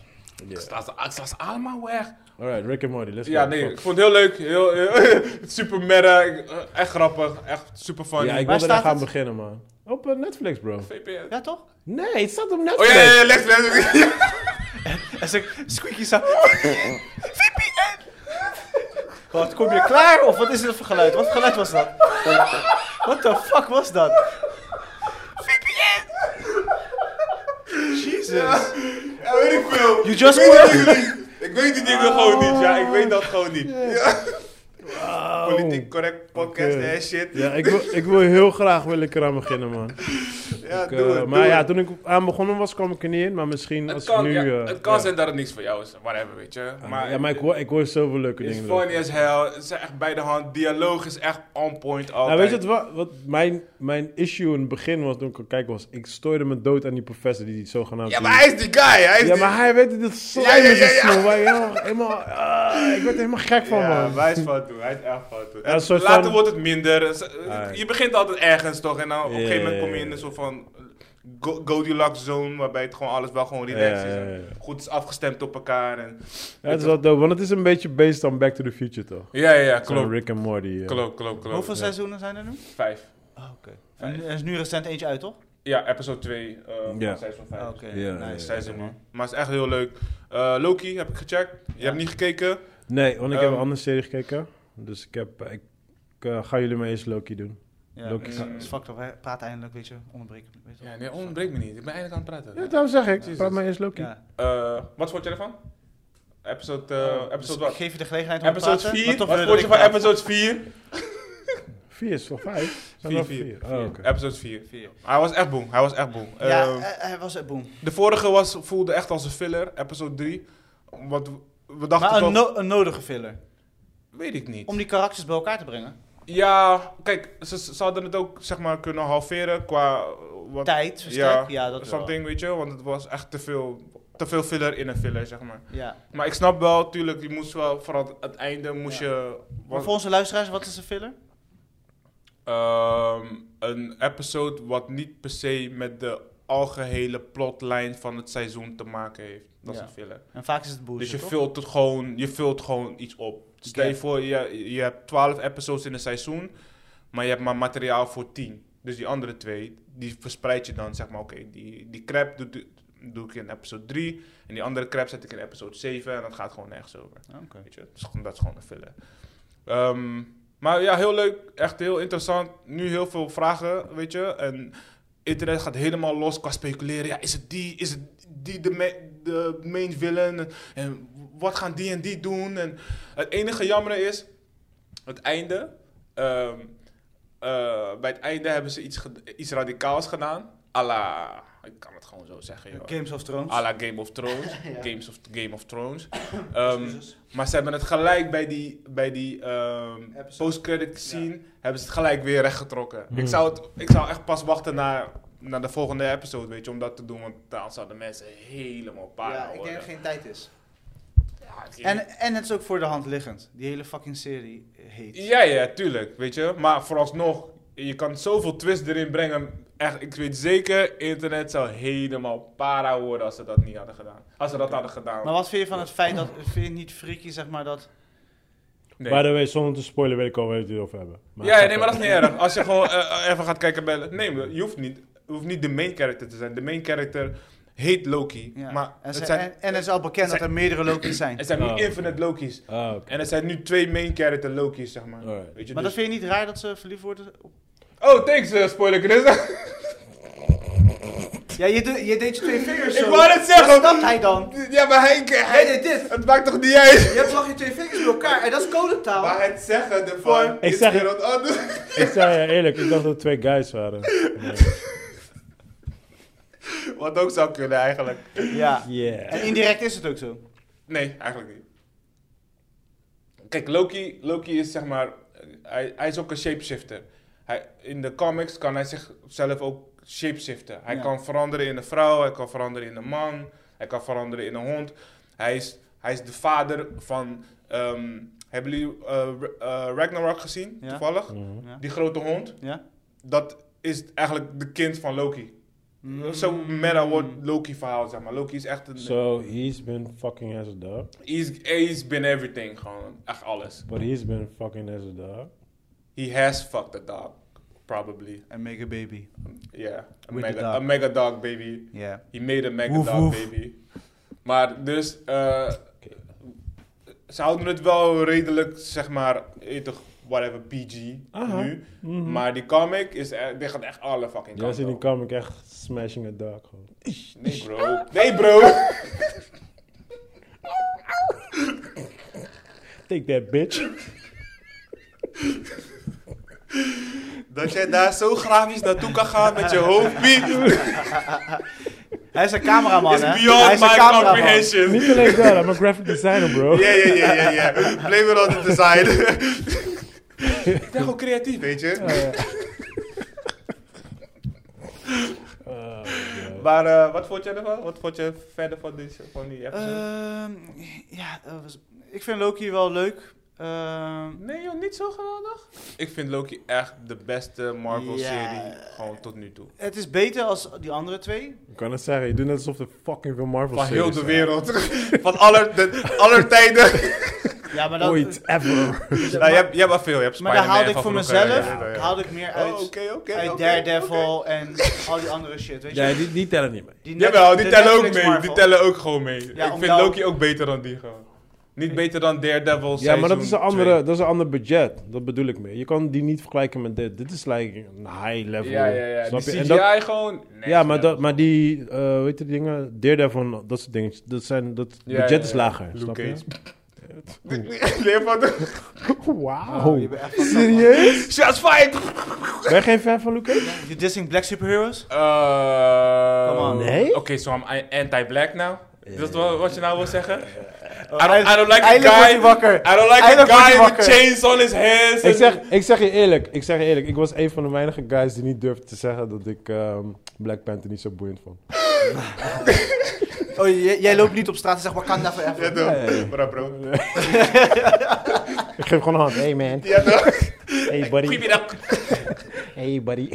ik sla ze- ik sla ze allemaal weg. Alright, Rick and Morty, let's Ja, go. nee, Fuck. ik vond het heel leuk. Heel, heel- [laughs] super merra, ik- eh, echt grappig, echt super funny. Ja, ik Waar wil er echt staat aan beginnen, man. Op eh, Netflix, bro. VPN. Ja, toch? Nee, het staat op Oh Netflix. ja, ja, ja, Lex, Lex. En ze squeaky [laughs] zo. Wat, kom je klaar? Of wat is dit voor geluid? Wat voor geluid was dat? What the fuck was dat? Jesus. Ja, weet ik veel. You just ik, weet worked. die dingen, ik weet die dingen gewoon niet. Ja, ik weet dat gewoon niet. Ja. Politiek correct podcast Oké. en shit. Oh. Ja, ik wil, ik wil heel graag wil ik eraan beginnen, man. Ja, Ik, doe eh, het, doe maar ja, het. toen ik aan begonnen was, kwam ik er niet in. Maar misschien Het als kan, ik nu... ja, eh, het kan ja. zijn dat het niks voor jou is. Whatever, weet je. Maar, ja, maar ik hoor, ik hoor zoveel leuke Het is dingen. Nou, erover. funny as hell. Het is echt bij de hand. Dialoog is echt on point altijd. Nou, weet je wat, wa- wat mijn, mijn issue in het begin was toen ik aan het kijken was? Ik stoorde me dood aan die professor die zogenaamd... Ja, maar hij is die guy. Hij is Ja, die- maar hij weet dat het slijm Ja, ja, is en ja, ja. zo, maar helemaal, helemaal, ah, ik werd er helemaal gek van, Ja, man. maar hij is fout toe. Hij is echt fout toe. Ja, een soort Later van- wordt het minder. Z- Je Alright. begint altijd ergens toch. En dan op een Ja, gegeven moment ja, kom je ja. in een soort van go- Goldilocks zone. Waarbij het gewoon alles wel gewoon relaxed Ja, is. ja, en ja. Goed is afgestemd op elkaar. En... Ja, het is wel dope, want het is een beetje based on Back to the Future, toch? Ja, ja, ja, Klopt. klopt. Rick en Morty. eh. ja. Klopt, klopt, klopt. Hoeveel Ja. Ah, seizoenen zijn er nu? Vijf. Oh, oké. En Er is nu recent eentje uit, toch? Ja, episode 2. Ja. Seizoen 5. Ah, Oké. Ja, Nice. ja, ja. Seizoen, man. Maar het is echt heel leuk. Eh, Loki heb ik gecheckt. Je hebt niet gekeken. Nee, want ik heb Ehm. een andere serie gekeken. Dus ik heb... Ik, eh, ga jullie maar eens Loki doen. Ja, Loki. het is fucked up. hè. Praat eindelijk, weet je. Onderbreken. Weet je. Ja, nee, onderbreek me niet. Ik ben eindelijk aan het praten. Ja, daarom zeg ik. Jezus. Praat maar eens Loki. Ja. Eh, wat vond je ervan? Episode, eh, episode Dus ik wat? geef je de gelegenheid om te Episode praten. 4. maar toch Wat wil vond je dat van ik praat. episode 4? Vier is toch vijf? Zijn Vier, er vier, Eh, vier? Oh, oké. Episode 4. Hij was echt boem. Hij was echt boem. Ja, Ehm, eh, hij was het boom. de vorige was, voelde echt als een filler. Episode 3. Wat we dachten Maar een, toch... no- een nodige filler. Weet ik niet. Om die karakters bij elkaar te brengen. Ja, kijk, ze, ze hadden het ook zeg maar kunnen halveren qua... eh, Wat, Tijd, verstrek. Ja, dat wel. something, weet je. Want het was echt te veel, te veel filler in een filler, zeg maar. Ja. Maar ik snap wel, tuurlijk, je moest wel... Vooral het, het einde moest Ja. je... Maar wat- voor onze luisteraars, wat is een filler? Ehm, een episode wat niet per se met de algehele plotlijn van het seizoen te maken heeft. Dat Ja. is een filler. En vaak is het bullshit, Dus je toch? vult, het gewoon, je vult gewoon iets op. Stel je Gap. voor, je, je hebt 12 episodes in een seizoen, maar je hebt maar materiaal voor 10. Dus die andere twee, die verspreid je dan, zeg maar, oké, die, die crap doe, doe- doe ik in episode 3 en die andere crap zet ik in episode 7 en dat gaat gewoon nergens over. Oké. Weet je, dat is gewoon, dat is gewoon een filler. Ehm, maar ja, heel leuk. Echt heel interessant. Nu heel veel vragen, weet je. En internet gaat helemaal los qua speculeren. Ja, is het die? Is het die de, me- de main villain? En wat gaan die en die doen? En het enige jammer is, het einde. ehm, eh, bij het einde hebben ze iets, ged- iets radicaals gedaan. Alla, ik kan het gewoon zo zeggen. joh. Games of Thrones. À la Game of Thrones. [laughs] Ja. Games of, Game of Thrones. Ehm, Excuses. maar ze hebben het gelijk bij die, bij die ehm, Episode. post-credit scene. Hebben ze het gelijk weer rechtgetrokken. Hmm. Ik, zou het, ik zou echt pas wachten naar naar de volgende episode, weet je, om dat te doen. Want dan zouden mensen helemaal paard Ja, worden. ik denk dat geen tijd is. Ja, En, en het is ook voor de hand liggend. Die hele fucking serie heet. Ja, ja, tuurlijk, weet je. Maar vooralsnog, je kan zoveel twist erin brengen. Echt, ik weet zeker, internet zou helemaal para worden als ze dat niet hadden gedaan. Als ze dat hadden gedaan. Maar wat vind je van het feit dat, vind je niet freaky zeg maar dat... Nee. By the way, zonder te spoilen weet ik al waar we het hier over hebben. ja, nee, maar dat is niet erg. Als je gewoon eh, even gaat kijken bellen. Nee, je hoeft niet, je hoeft niet de main character te zijn. De main character heet Loki. Ja. Maar en, het ze- zijn, en, en het is al bekend dat er meerdere Loki's zijn. er zijn nu Oh. infinite Loki's. Ah, oké. En er zijn nu twee main character Loki's, zeg maar. Alright. Weet je, Maar dat dus... vind je niet raar dat ze verliefd worden? op- Oh, thanks, eh, spoiler Chris. [laughs] Ja, je, doet- je deed je twee vingers zo. ik wou het zeggen. Wat is dat hij dan? Ja, maar hij... hij Hij deed dit. Het maakt toch niet uit? Je hebt je twee vingers door elkaar en dat is codetaal. Maar het zeggen ervan Ik is zeg weer het. wat anders. Ik zei je eerlijk, ik dacht dat het twee guys waren. [laughs] Wat ook zou kunnen eigenlijk. Ja. Yeah. En indirect is het ook zo. Nee, eigenlijk niet. Kijk, Loki, Loki is zeg maar... eh, Hij, hij is ook een shapeshifter. Hij, in de comics kan hij zichzelf ook shapeshiften. Hij Ja. kan veranderen in een vrouw, hij kan veranderen in een man, hij kan veranderen in een hond. Hij is, hij is de vader van... ehm, hebben jullie eh, Ra- eh, Ragnarok gezien, Ja. toevallig? Ja. Die grote hond. Ja? dat is eigenlijk de kind van Loki. Mm. Zo meta wordt Loki verhaal, zeg maar. Loki is echt een... So he's been fucking as a dog. He's, he's been everything, gewoon. Echt alles. But he's been fucking as a dog. He has fucked a dog. Probably. En make a baby. Yeah. A With the mega, dog. a mega dog, baby. Ja. He made a mega Woef, dog, woef. baby. Maar dus... eh, Ze houden het wel redelijk, zeg maar... eh, toch, whatever, PG Aha. nu. Mhm. Maar die comic is... eh, Die gaat echt alle fucking Jij kanten ziet in op. comic echt smashing a dog. Gewoon. Nee, bro. Nee, [laughs] bro! Take that bitch. [laughs] Dat jij daar zo grafisch naartoe kan gaan met je [laughs] hoofdbeat Hij is een cameraman, is hè? Hij beyond is een my cameraman. comprehension. Niet alleen dat, I'm a graphic designer bro. Ja, ja, ja, ja, ja. Blame it on the design. Ik ben gewoon creatief, weet je. Oh, God. Maar eh, wat vond jij ervan? Wat vond je verder van die, van die episode? Ehm, ja, dat was- ik vind Loki wel leuk. Ehm, nee joh, niet zo geweldig. Ik vind Loki echt de beste Marvel-serie Ja. gewoon tot nu toe. het is beter als die andere twee. Ik kan het zeggen, je doet net alsof er fucking veel Marvel Van heel de series zijn. wereld. [laughs] Van aller, de, aller tijden. Ja, maar dat, Ooit, ever. nou, je hebt, je hebt wel veel. Je hebt maar daar Spider-Man haalde ik van voor vroeger, mezelf ja, ja, ja. haalde ik meer uit, Oh, oké, oké, uit oké, Daredevil en al die andere shit, weet je. Ja, die, die tellen niet mee. Die net- Jawel, die de tellen ook mee. Netflix Die Marvel. tellen ook gewoon mee. Ja, ik om vind jou- Loki ook beter dan die gewoon. Niet beter dan Daredevil Ja, maar seizoen dat is, een twee. andere, dat is een ander budget. Dat bedoel ik mee. Je kan die niet vergelijken met dit. Dit is like een high level. Ja, ja, ja. Snap Die je? CGI En dat- gewoon... next ja, maar, level. dat, maar die, eh weet je, die dingen, Daredevil, dat soort dingen, dat zijn, dat Ja, budget ja, ja. is lager, Luke snap je? [laughs] Leer van de... Ah, [laughs] Wauw, je bent echt [laughs] fucked up, man. serieus? Shots fired! Ben je geen fan van Luke Cage? Je dissing black superheroes? Eh, Come on. Nee? Oké, so I'm a- anti-black now? Is dat wel wat je nou wil zeggen? I don't, Eindelijk- I don't like a eindelijk wordt hij guy... wakker. I don't like Eindelijk a wordt guy hij with wakker. chains on his hands. Ik and- zeg, ik zeg je eerlijk, ik zeg je eerlijk, ik was een van de weinige guys die niet durfde te zeggen dat ik ehm, Black Panther niet zo boeiend vond. Oh, jij, jij loopt niet op straat en zegt Wakanda Ja, forever. toch? Bro, bro. Ik geef gewoon een hand, hey man, Ja, toch? hey buddy. Keep it [laughs] up. Hey buddy.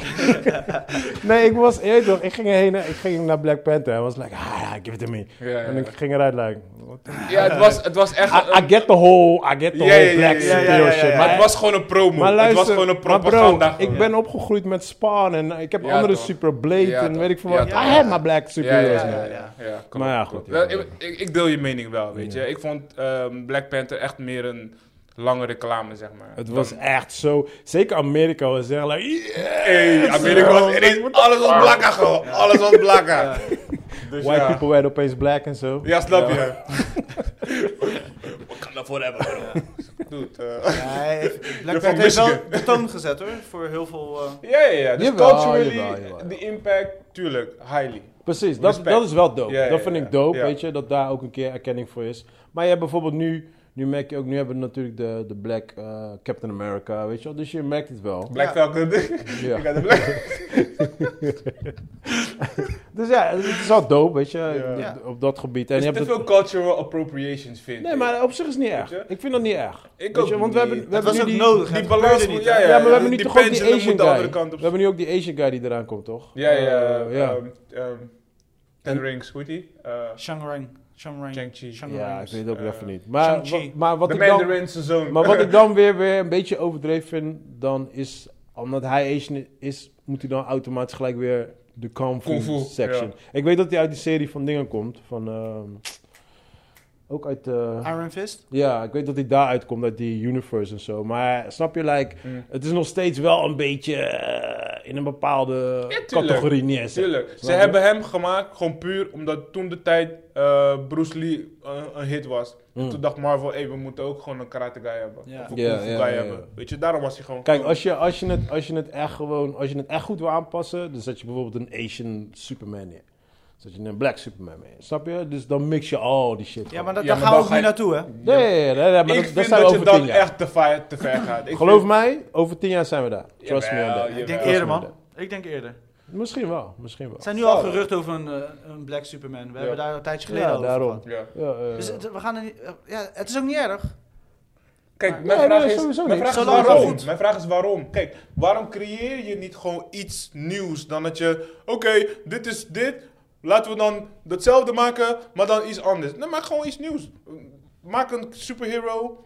[laughs] nee, ik was eerder toch. Ik ging heen. Ik ging naar Black Panther. En was like, ah ja, give it to me. Ja, ja, En ja. ik ging eruit like. what the- Ja, het was, het was echt... I, I get the whole, I get Ja, the whole ja, ja, black ja, ja, superhero ja, ja, shit. ja. Maar het was gewoon een promo. maar luister, het was gewoon een maar propaganda. bro, ik gewoon. ben opgegroeid met Spawn en ik heb Ja, andere toch. Super Blade Ja, en toch. weet ik veel Ja, wat. toch. I had my black superheroes ja, ja, man. ja, ja, klopt, Maar ja, klopt. goed, ja, Wel, ja. Ik, ik- ik deel je mening wel, weet je. Ik vond ehm, Black Panther echt meer een lange reclame, zeg maar. Het was echt zo, zeker Amerika was echt like, yeah, Hey, Amerika was ineens- alles was blakka gewoon. Alles was blakka. Dus white ja. people werden opeens black en zo. Ja, snap je. Wat kan dat voor hebben, bro? Dude, eh, Nee, Black van Panther heeft wel Michigan. de toon gezet hoor, voor heel veel... eh, Ja, ja, ja. Dus Jawel, culturally, jawel, jawel. de impact, tuurlijk, highly. Precies, dat, Respect. dat is wel dope. Ja, ja, dat vind ja. ik dope, Ja. weet je, dat daar ook een keer erkenning voor is. Maar je hebt bijvoorbeeld nu, nu merk je ook, nu hebben we natuurlijk de, de Black eh, Captain America, weet je wel, dus je merkt het wel. Black Ja. Falcon. [laughs] Ja. Ik had de Black- Dus ja, het is wel dope, weet je, Ja. d- op dat gebied. En Er je is hebt dus te het- veel cultural appropriations, vind Nee, ik. maar op zich is het niet erg. Weet je? Ik vind dat niet erg. Ik Weet ook je, want we niet. hebben, we Dat hebben was nu ook die, nodig. Die hè? Het balans gebeurde moet... niet, Ja, hè? ja, Ja, maar we ja, hebben nu toch ook die pendulum Asian moet de guy. andere kant op. We hebben nu ook die Asian guy die eraan komt, toch? Ja, ja. Eh, ja. ehm, ehm, Ten Rings, hoe heet die? Eh, Shang-Rang. Shang-Rang. Shang-Chi. Shang- Ja, ik weet het ook Eh, even niet. Maar, Shang-Chi. wa- maar, wat De ik dan, Mandarin zijn zoon. maar [laughs] wat ik dan weer, weer een beetje overdreven vind, dan is, omdat hij Asian is, moet hij dan automatisch gelijk weer de kung fu, Kung fu, section. ja. Ik weet dat hij uit die serie van dingen komt, van... ehm, ook uit... eh, Iron Fist. ja, ik weet dat hij daaruit komt, uit die universe en zo. Maar snap je, like, Mm. het is nog steeds wel een beetje eh, in een bepaalde Ja, tuurlijk. categorie neerzetten. Tuurlijk. Ze je? hebben hem gemaakt gewoon puur omdat toen de tijd eh, Bruce Lee eh, een hit was. Mm. Toen dacht Marvel, hey, we moeten ook gewoon een karate guy hebben. Ja. Of een Ja, kung fu ja, guy ja, ja. hebben. Weet je, daarom was hij gewoon... Kijk, als je, als, je het, als je het echt gewoon, als je het echt goed wil aanpassen, dan zet je bijvoorbeeld een Asian Superman neer. Zet je een Black Superman mee. Snap je? Dus dan mix je al die shit. Ja, maar dat... dat, Ja, maar daar gaan dan we ook ga nu je- naartoe, hè? Nee, nee, nee, nee, maar ik dat, dat vind zijn we dat je over tien dan jaar. echt te, ver- te ver gaat. Ik Geloof vind- mij, over tien jaar zijn we daar. Trust me on Jawel, that. jawel. Ik denk was eerder, maar man. Ik denk eerder. Misschien wel, misschien wel. Er zijn nu al Zo. geruchten over een, eh, een Black Superman. We Ja. hebben daar een tijdje geleden Ja, al over daarom. gehad. Ja. Ja, eh, Dus het, we gaan er niet, eh, ja, het is ook niet erg. Kijk, Nee, mijn vraag nee, is, sowieso mijn niet. vraag is Zolang het waarom? goed. Mijn vraag is waarom? Kijk, waarom creëer je niet gewoon iets nieuws dan dat je, oké, dit is dit, laten we dan datzelfde maken, maar dan iets anders. Nee, maak gewoon iets nieuws. Maak een superhero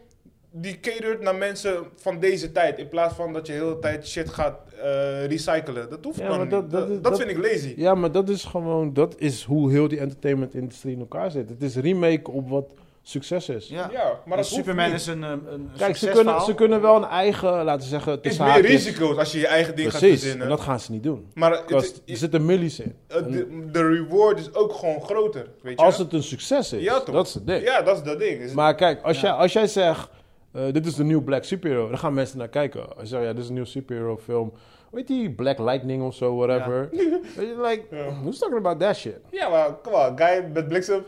die catert naar mensen van deze tijd, in plaats van dat je de hele tijd shit gaat eh, recyclen. Dat hoeft Ja, dan maar niet. dat- Dat, dat is- dat dat- vind ik lazy. ja, maar dat is gewoon, dat is hoe heel die entertainment-industrie in elkaar zit. Het is remake op wat succes is. Ja. Ja, maar En dat Superman hoeft niet. is een, eh, een Kijk, ze kunnen, ze kunnen wel een eigen, laten we zeggen, Het is tussen meer haakjes- risico's als je je eigen ding gaat Precies, en verzinnen. dat gaan ze niet doen. maar het- Because er zitten millies in. het- En Eh, de, de reward is ook gewoon groter, weet je als wel? het een succes is, Ja, toch? dat is het ding. Ja, dat is dat ding. Is het- Maar kijk, als, jij, als jij zegt, eh, dit is de nieuwe Black Superhero, dan gaan mensen naar kijken. Als je zegt, ja, dit is een nieuwe superhero film. Weet die Black Lightning of zo, whatever. [laughs] Weet je, like, Ja. who's talking about that shit? Ja, maar come on, guy met bliksem.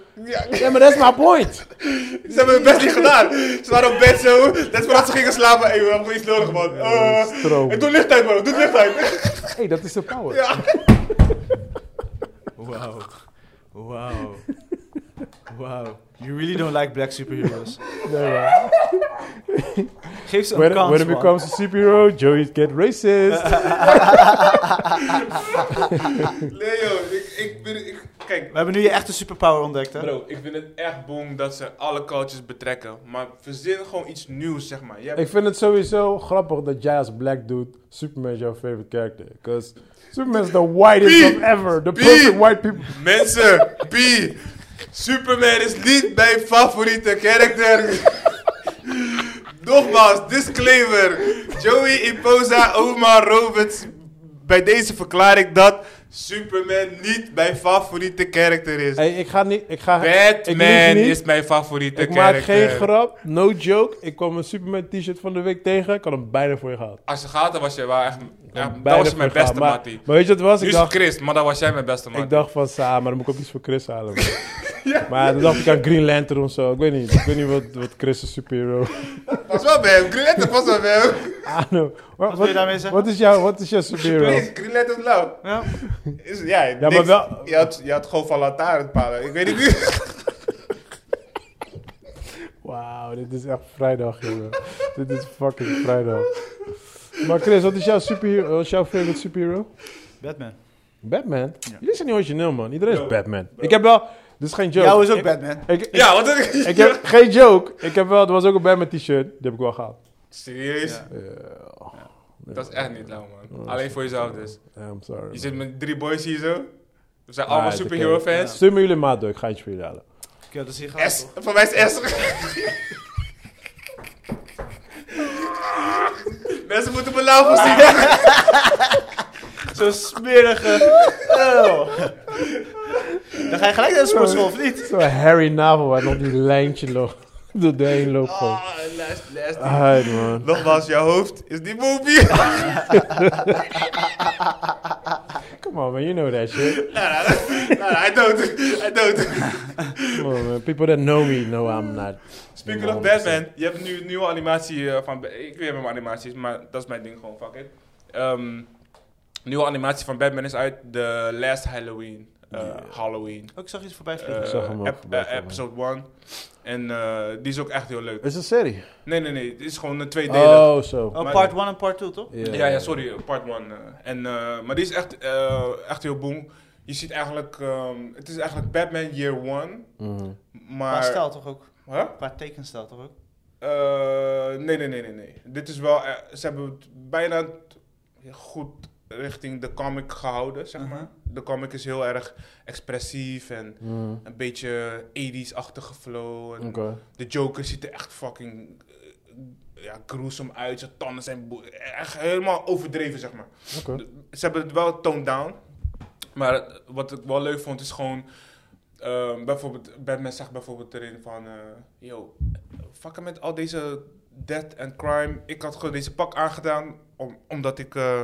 Ja, [laughs] Ja, maar that's my point. ze hebben hun best niet gedaan. Ze waren op bed zo, net voordat ze gingen slapen. Hey, we hebben gewoon iets nodig, man. [laughs] Eh, stroom. en doe licht uit, man. Doe licht uit. [laughs] hey, dat is de power. ja. Wow. [laughs] Wow. Wow. You really don't like black superheroes. Nee, man. Geef ze een When, kans, when it man. becomes a superhero, Joey get racist. Nee, joh. Ik, ik, ben- ik, kijk, We hebben nu je echte superpower ontdekt, hè? bro, ik vind het echt bong dat ze alle cultures betrekken. Maar verzin gewoon iets nieuws, zeg maar. Je hebt- Ik vind het sowieso grappig dat jij als black dude Superman is jouw favorite character. Because Superman is the whitest Piep! of ever. The Piep! perfect white people. Mensen, P, Superman is niet mijn favoriete karakter. Nogmaals, disclaimer. Joey Ipoza, Omar Roberts. Bij deze verklaar ik dat Superman niet mijn favoriete karakter is. Hey, ik ga niet. Ik ga, ik lieg Batman niet. is mijn favoriete Ik maak karakter. geen grap, no joke. Ik kwam een Superman t-shirt van de week tegen. Ik had hem bijna voor je gehad. Als je gaat, dan was je wel echt... Bijna ja, dat was voor mijn je gehad. beste maar, mattie. Maar weet je wat het was? Nu Ik is het dacht, Chris, maar dat was jij mijn beste mattie. ik dacht van, sa, maar dan moet ik ook iets voor Chris halen. [laughs] man." Maar dan dacht ik aan Green Lantern of zo. Ik weet niet. Ik weet niet wat, wat Chris is superhero. [laughs] Pas wel bij hem, Green Lantern pas wel bij hem. Ah, no. Wat, wil je daarmee zeggen? Wat is jouw, wat is jouw superhero? Please, Green Lantern Blauw. Ja. Is, ja, maar niks. wel- Je had, je had gewoon van lantaarnpalen. Ik weet niet wie. Wauw, dit is echt vrijdag, jongen. dit is fucking vrijdag. Maar Chris, wat is jouw, superhero, wat is jouw favorite superhero? Batman. Batman? Jullie zijn niet origineel, man. Iedereen is Yo, Batman. Ik heb wel... Dit is geen joke. Jou is ook Ik- Batman. Ik, ik, [laughs] Ja, wat ik. ik [laughs] heb geen joke. Ik heb wel... Er was ook een Batman t-shirt. Die heb ik wel gehaald. Serieus? Ja. Ja, Dat is echt niet lauw, man. Alleen voor jezelf dus. I'm sorry. Je man. zit met drie boys hier zo. We zijn Ah, allemaal is oké. superhero Ja. fans. Stuur me jullie maat door. Ik ga iets voor jullie halen. Oké, dus hier gaan we S. toch. Voor mij is S. [laughs] Mensen moeten me lauw voor zien. Zo'n smerige... Oh. Dan ga je gelijk naar de sportschool, of niet? Zo'n Harry Navel waar nog die lijntje loopt. [laughs] doorheen loopt gewoon. Ah, last, last. Uit, man. Nogmaals, jouw hoofd is die movie. Come on man, you know that [laughs] shit. Nou, nou, nou, hij dood. Hij dood. Come on man, people that know me know I'm not. Speaking of Batman, je hebt nu een nieuwe animatie eh, van... Ik weet mijn animaties, maar dat is mijn ding gewoon, fuck it. Ehm, nieuwe animatie van Batman is uit, The Last Halloween. eh, Ja. Halloween. Oh, ik zag iets voorbij vliegen. eh, Ik zag hem ook ep- voorbij eh, komen. episode 1. En eh, die is ook echt heel leuk. Is een serie? Nee, nee, nee. Het is gewoon een tweedelig. Oh, zo. oh, maar- part 1 en part 2, toch? Ja, ja, sorry, part 1. en eh, maar die is echt, eh, echt heel boom. Je ziet eigenlijk, ehm, het is eigenlijk Batman Year One, Mhm. Maar maar... stijl toch ook? Huh? Qua tekenstijl toch ook? Eh, nee, nee, nee, nee, nee. Dit is wel, eh, ze hebben het bijna t- goed richting de comic gehouden, zeg maar. Mhm. De comic is heel erg expressief en Mhm. een beetje 80s-achtige flow. En Oké. De Joker ziet er echt fucking eh, ja, gruesome uit. Zijn tanden zijn bo- echt helemaal overdreven, zeg maar. Oké. Ze hebben het wel toned down. Maar het- wat ik wel leuk vond is gewoon. ehm, bijvoorbeeld, Batman zegt bijvoorbeeld erin van. eh, yo, fucken met al deze death en crime. Ik had gewoon deze pak aangedaan. Om, omdat ik eh,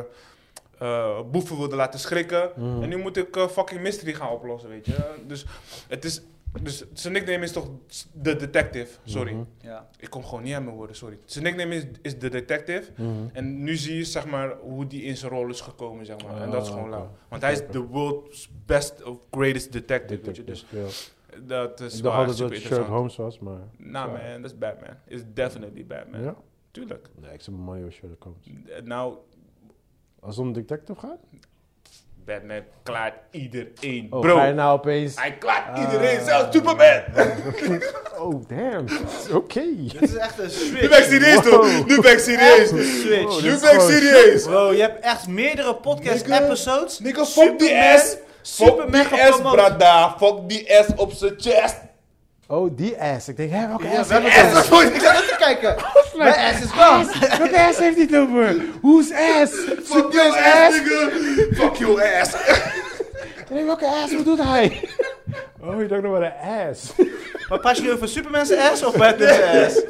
eh, boeven wilde laten schrikken. Mhm. En nu moet ik eh, fucking mystery gaan oplossen, weet je. Dus het is. Dus zijn nickname is toch de detective. Sorry. Mhm. Ja. Ik kom gewoon niet aan mijn woorden, sorry. Zijn nickname is, is de detective. Mhm. En nu zie je zeg maar hoe die in zijn rol is gekomen, zeg maar. en dat is Ah, gewoon oké. lauw. Want hij is the world's best of greatest detective, weet je. Dus Detective, ja. dat is Ik wel dacht echt altijd dat super het Sherlock interessant. Holmes was, maar... Nou Sorry. man, dat is Batman. Is definitely Batman. Ja? Tuurlijk. Nee, ik zeg Mario Sherlock Holmes. Eh, Nou, Als het om detective gaat? Batman klaart iedereen, Oh, bro. ga je nou opeens... Hij klaart Ah. iedereen, zelfs Superman. [laughs] Oh, damn. [laughs] Oké. Dit is echt een Nu ben ik switch. serieus, toch? Wow. Nu ben ik serieus. switch. Oh, dit Nu is ben ik gewoon- serieus. Bro, je hebt echt meerdere podcast-episodes. Nico, fuck die Superman. ass. Fuck Superman die ass, gepromoot. brada. Fuck die ass op zijn chest. Oh, die ass. Ik denk, hé, welke Ja, ass? we hebben Ass. Ik zat net te kijken. Mijn ass is gone. Welke ass heeft hij het over? Who's ass? Fuck Superman's your ass, ass? nigga. Fuck your [laughs] ass. Ik denk, welke ass? Wat doet [laughs] hij? Oh, je dacht nog maar een ass. [laughs] Maar praat je nu over Superman's ass of Batman's ass?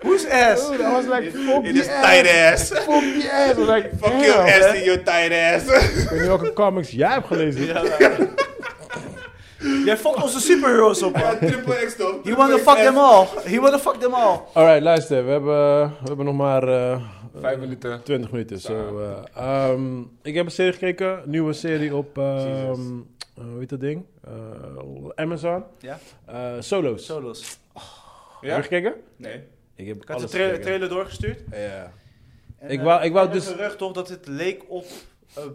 Who's ass? Dude, I was like, fuck It is die tight ass. ass. Fuck die ass. I was like, Fuck damn. your ass in your tight ass. Ik weet niet welke comics jij hebt gelezen. Jij fokt onze superheroes op, man. [laughs] Triple X toch? He wanna fuck them all. He wanna fuck them all. Alright, luister. We hebben, we hebben nog maar... eh, Vijf minuten. 20 minuten. zo, eh, ehm, ik heb een serie gekeken, een nieuwe serie op, ehm, Jesus. eh, hoe heet dat ding? Eh, Amazon. Ja. Eh, Solo's. Solos. Heb je Ja? gekeken? Nee. Ik heb Ik had de tra- trailer doorgestuurd. Ja. En, Ik eh, wou- ik wou en dus- Het gerucht toch dat het leek op eh,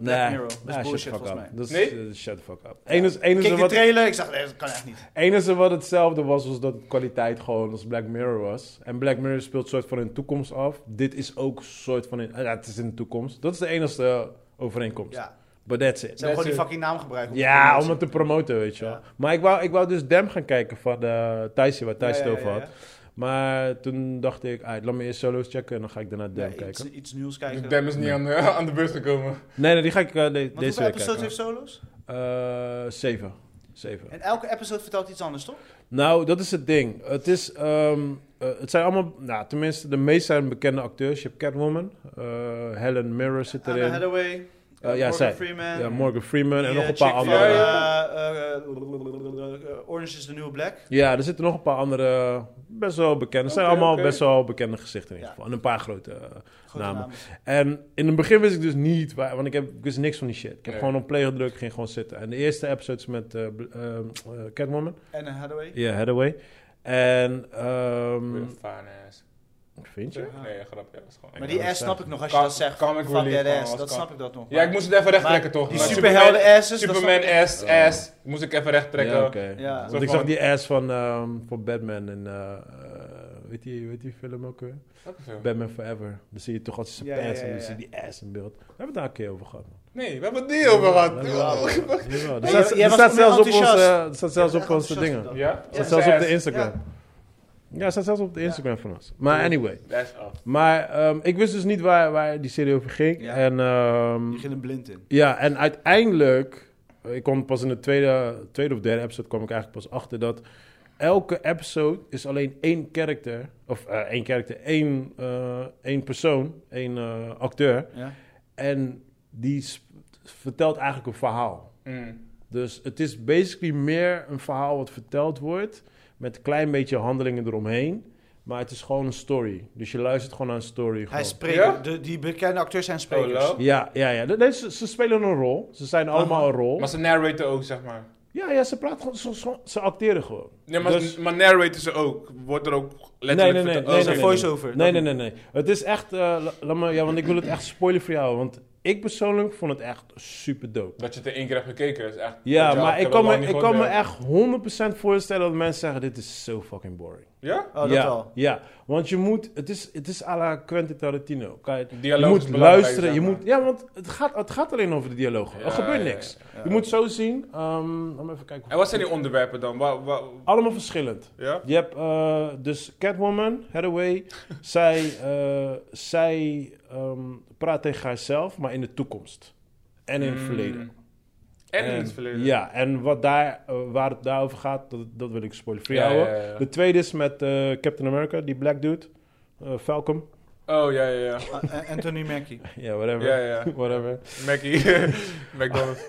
Black Nee, Mirror. Dat is Ah, shut the bullshit fuck volgens up. mij. Dat is, Nee? eh, shut the fuck up. Enes- Ik enige keek de wat- trailer, ik zag, nee, dat kan echt niet. enige wat hetzelfde was, was dat de kwaliteit gewoon als Black Mirror was. En Black Mirror speelt soort van in de toekomst af. Dit is ook soort van in... Ja, het is in de toekomst. Dat is de enige overeenkomst. Ja, But that's it. ze hebben gewoon die That's it. fucking naam gebruikt. om te Ja, om promoten. het te promoten, weet je wel. Ja. Maar ik wou, ik wou dus Dem gaan kijken van eh Thijsje, waar Thijs Ja, het ja, over ja, ja. had. Maar toen dacht ik, ah, laat me eerst solo's checken en dan ga ik daarna Dem Ja, kijken. iets, iets nieuws kijken. Dem is dus niet aan de, aan de beurt gekomen. Nee, nee, die ga ik eh, de- Want deze hoeveel week episodes kijken. heeft Solos? Eh, zeven. Zeven. En elke episode vertelt iets anders, toch? Nou, dat is het ding. Het is, ehm, eh, het zijn allemaal, nou, tenminste, de meeste zijn bekende acteurs. Je hebt Catwoman, eh, Helen Mirror zit Anna erin, Oh, Hathaway, eh, ja, Morgan zij. Freeman. ja, Morgan Freeman die, en eh, nog een chick paar van, andere. Ja, eh, eh, eh, Orange is the New Black. Ja, er zitten nog een paar andere best wel bekende. Het zijn Oké, allemaal oké. best wel bekende gezichten in ieder Ja. geval. En een paar grote. eh. Grote Namen. naam. En in het begin wist ik dus niet waar, want ik, heb, ik wist niks van die shit. Ik heb Nee. gewoon op play gedrukt, ging gewoon zitten. En de eerste episode is met eh, bl- ehm, eh, Catwoman, Anna Hathaway. ja, Hathaway. En, Mm. ehm Fun ass. vind je? Nee, grapje. Dat is gewoon Maar die Ja, ass dat snap is- ik nog als je Kan- dat zegt. kan ik Fuck that relate, ass, Oh, man, dat kan- snap ik dat nog. Ja, ik moest het even recht Maar trekken toch? die Maar superhelden Superman- asses, dat snap Superman ik. ass, ass. Moest ik even recht trekken. Ja, oké. Ja. Want Zo ik van- zag die ass van, ehm, van Batman en, eh, eh, weet, die, weet die film ook weer? Welke film? Batman Forever. Dan zie je toch altijd zijn Ja, ja, pants ja, en dan ja. zie je die ass in beeld. We hebben het daar een keer over gehad. Nee, we hebben het niet over gehad. Jawel, jawel. Er Hey, staat- jij er was staat meer zelfs op enthousiast. onze, er staat zelfs bent op echt onze enthousiast dingen. dan. Ja? Het staat zelfs op de Instagram. Ja. Ja, het staat zelfs op de Instagram van ons. Maar anyway. Ass af. Maar ehm, ik wist dus niet waar, waar die serie over ging. Ja. En, ehm, Je ging hem blind in. ja, en uiteindelijk... Ik kwam pas in de tweede, tweede of derde episode... kwam ik eigenlijk pas achter dat... Elke episode is alleen één character... Of eh, één character, één, eh, één persoon, één eh, acteur. Ja. En die sp- vertelt eigenlijk een verhaal. Mm. Dus het is basically meer een verhaal wat verteld wordt. Met een klein beetje handelingen eromheen. Maar het is gewoon een story. Dus je luistert gewoon naar een story. Hij gewoon. spreekt, Ja? Oh, de, die bekende acteurs zijn sprekers. Hallo? ja, ja, ja. Nee, ze, ze spelen een rol. Ze zijn allemaal een rol. Maar ze narraten ook, zeg maar. Ja, ja, ze praten gewoon. Ze, ze- ze acteren gewoon. Nee, maar, Dus- maar narraten ze ook. Wordt er ook letterlijk nee, nee, verteld- nee, Oh, Dat is een oké. nee, voice-over. Nee, dat- nee, nee, nee. Het is echt. eh, la- laat maar, ja, want ik wil het echt spoilen voor jou. Want ik persoonlijk vond het echt super dope. Dat je het in één keer hebt gekeken is echt... Ja, maar heb ik kan, het me, lang niet ik kan me gehoord, echt 100% voorstellen dat mensen zeggen: Dit is zo fucking boring. Ja? Oh, dat ja, wel. ja, want je moet, het is, het is à la Quentin Tarantino. Kan je, je Dialoog is moet belangrijk, luisteren, zeg je maar. moet, ja, want het gaat, het gaat alleen over de dialogen. Ja, er gebeurt ja, niks. Je moet zo zien, ehm, laat me even kijken. En wat zijn die onderwerpen dan? Wa- wa- Allemaal verschillend. ja? Je hebt eh, dus Catwoman, [laughs] Hathaway. zij eh, zij ehm, praat tegen haarzelf, maar in de toekomst. En in het Mm. verleden. En in het verleden. Ja, en wat daar, eh, waar het daarover gaat, dat, dat wil ik spoiler voor Ja, jou. ja, ja, ja. De tweede is met eh, Captain America, die black dude. eh, Falcon. [laughs] Oh, ja, ja, ja. A- Ah, eh, Anthony [laughs] Mackie. Ja, whatever. Ja, ja. [laughs] whatever. Mackie. [laughs] [laughs] McDonald's.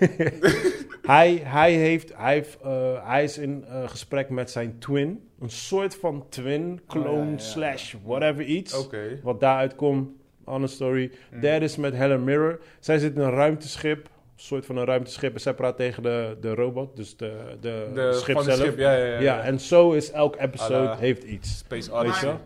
Hij, hij, heeft, hij, heeft, eh, hij is in eh, gesprek met zijn twin. Een soort van Oh, twin, clone, ja, ja, ja. slash, whatever iets. Oké. Wat daaruit komt, andere story. Mm. Derde is met Helen Mirror. Zij zit in een ruimteschip. Een soort van een ruimteschip. En zij praat tegen de, de robot, dus de, de, De, schip van zelf. het schip, ja, ja, ja, ja. en zo is elk episode, Alla. heeft iets. Space Weet je Odyssey. wel?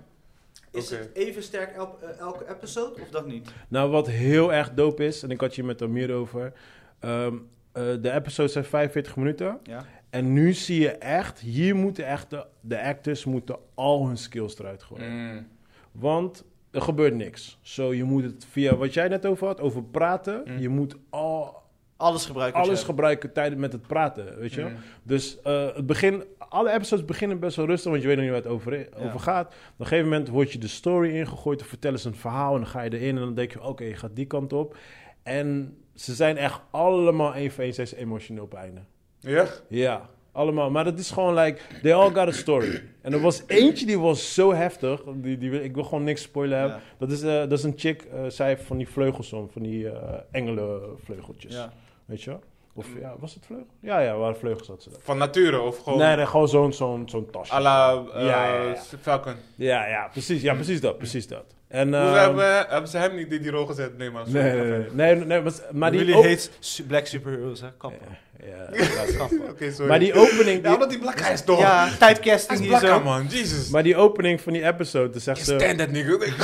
Is Oké. het even sterk el- eh, elke episode of dat niet? Nou, wat heel erg dope is, en ik had je met Amir over. ehm, eh, de episodes zijn 45 minuten. Ja. En nu zie je echt, hier moeten echt de, de actors moeten al hun skills eruit gooien. Mm. Want er gebeurt niks. Zo, je moet het via wat jij net over had, over praten. Mm. Je moet al, Alles gebruiken. alles gebruiken tijdens met het praten, weet je. wel? Mm. Dus eh, het begin, alle episodes beginnen best wel rustig, want je weet nog niet waar het over, over gaat. Op een gegeven moment wordt je de story ingegooid, of vertellen ze een verhaal en dan ga je erin en dan denk je, oké, je gaat die kant op. En ze zijn echt allemaal één voor één, zijn ze emotioneel op het einde. Ja? Ja, allemaal. Maar dat is gewoon like, they all got a story. En er was eentje die was zo heftig, die, die, wil- ik wil gewoon niks spoilen hebben. Ja. Dat, is, eh, dat is een chick, eh, zij heeft van die vleugels om, van die eh, engelenvleugeltjes, Ja. weet je wel? Of Mm. ja, was het vleugel? Ja, ja, waar vleugels had ze dat? Van nature of gewoon... Nee, nee, gewoon zo'n zo'n zo'n tasje. à la eh, Ja, ja, Ehm, ja. Falcon. Ja, ja, precies, ja, precies dat, precies dat. En, Hoe ehm, hebben, hebben ze hem niet in die rol gezet? Nee, maar... nee, nee, nee, nee, nee, maar, maar die Jullie op- heet su- Black Superheroes, hè? Kappen. Ja, ja, Oké, [laughs] Kappen. sorry. maar die opening, Ja, die, omdat die black is toch? Ja, Hij typecasting is hier blakker, zo. man. Jesus. maar die opening van die episode, dan zegt ze, Stand that [laughs] nigga. ben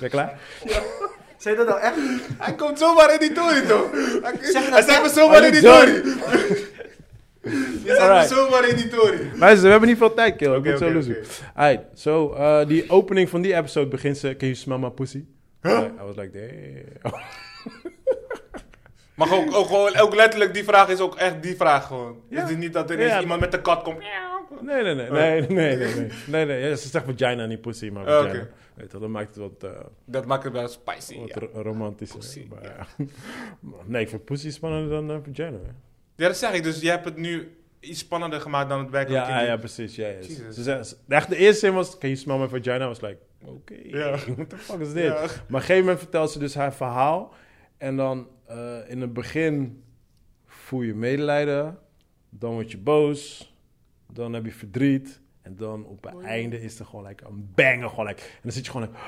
je klaar? Zijn dat nou echt? Hij komt zomaar in die toren, toch? Zeg Hij dat zet me nou. zomaar in Oh, die John. toren. [laughs] Je zet me Alright. zomaar in die toren. Luister, we hebben niet veel tijd, kill. Ik Oké, moet zo oké, loezen. oké. Alright, so, eh, die opening van die episode begint ze, can you smell my pussy? I was like, damn. [laughs] Maar ook, ook, gewoon- ook letterlijk, die vraag is ook echt die vraag gewoon. Ja. Het is niet dat er ineens Ja. iemand met de kat komt. Nee, nee, nee, nee, nee, nee, nee, nee, nee. Ja, ze zegt vagina, niet pussy, maar Oh, vagina. oké. Weet je, dat maakt het wat... eh, Dat maakt het wel spicy. Wat Ja. ro- romantischer. Pussy, maar ja. [laughs] nee, ik vind pussy spannender dan eh, vagina. hè. Ja, dat zeg ik. Dus je hebt het nu iets spannender gemaakt dan het werkelijk Ja, ja, is. ja, precies. Ja, ja. Jesus. Ze zei- ze- echt, de eerste zin was, can you smell my vagina? I was like, oké, Ja. [laughs] what the fuck is dit? Ja. Maar op een gegeven moment vertelt ze dus haar verhaal. En dan eh, in het begin voel je medelijden. Dan word je boos. Dan heb je verdriet. En dan op Oh, het einde is er gewoon like, een banger. Gewoon like, en dan zit je gewoon like,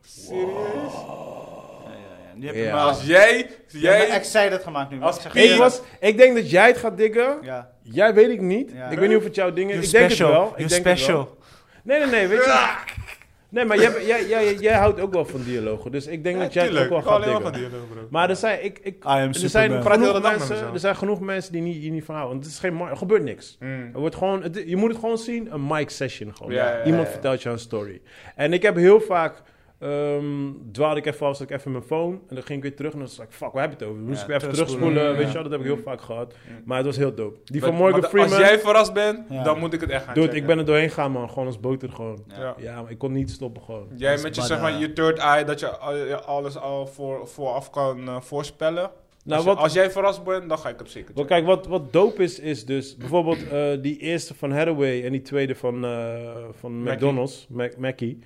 Serieus? Ja, ja, ja. Nu heb je Ja. maar Als jij... Jij... jij Ja, dat gemaakt nu. maar Als ik zeg Piet- je- ik, was, ik denk dat jij het gaat diggen. Ja. Jij weet ik niet. Ja. Ik weet niet of het jouw ding is. You're ik denk het wel. special. Ik You're denk het wel. special. Nee, nee, nee. Weet je, nee, maar jij, jij, jij, jij houdt ook wel van dialogen. Dus ik denk Ja, dat jij tuurlijk. het ook Ik wel hou gaat alleen maar diggen. van dialoog, bro. Maar er zijn, ik, ik, I am er Superman. zijn, Ik praat de hele genoeg dag met mensen, mezelf. er zijn genoeg mensen die niet, hier niet van houden. Want het is geen, mar- er gebeurt niks. Mm. Er wordt gewoon, het- je moet het gewoon zien, een mic session gewoon. Ja, ja, ja, Iemand ja. vertelt jou een story. En ik heb heel vaak, ehm dwaalde ik even af, zat ik even in mijn phone. En dan ging ik weer terug en dan zat ik, fuck, waar heb je het over? Dan moest Ja, ik weer even terugspoelen. terugspoelen, weet Ja. je wel. Dat heb ik heel vaak gehad. Mm. Maar het was heel dope. Die Maar- van Morgan maar Freeman. Als jij verrast bent, Ja. dan moet ik het echt gaan Dude, checken. ik ben er doorheen gegaan, man. Gewoon als boter, gewoon. Ja. Ja. Ja, maar ik kon niet stoppen, gewoon. Jij is met je, maar zeg de- maar, je third eye, dat je al- je alles al voor, vooraf kan eh, voorspellen. Nou, als, je- wat, als jij verrast bent, dan ga ik het zeker wat, checken. kijk, wat, wat dope is, is dus bijvoorbeeld eh, die eerste van Hathaway en die tweede van, eh, van Mackie. McDonald's, Mac, Mackie.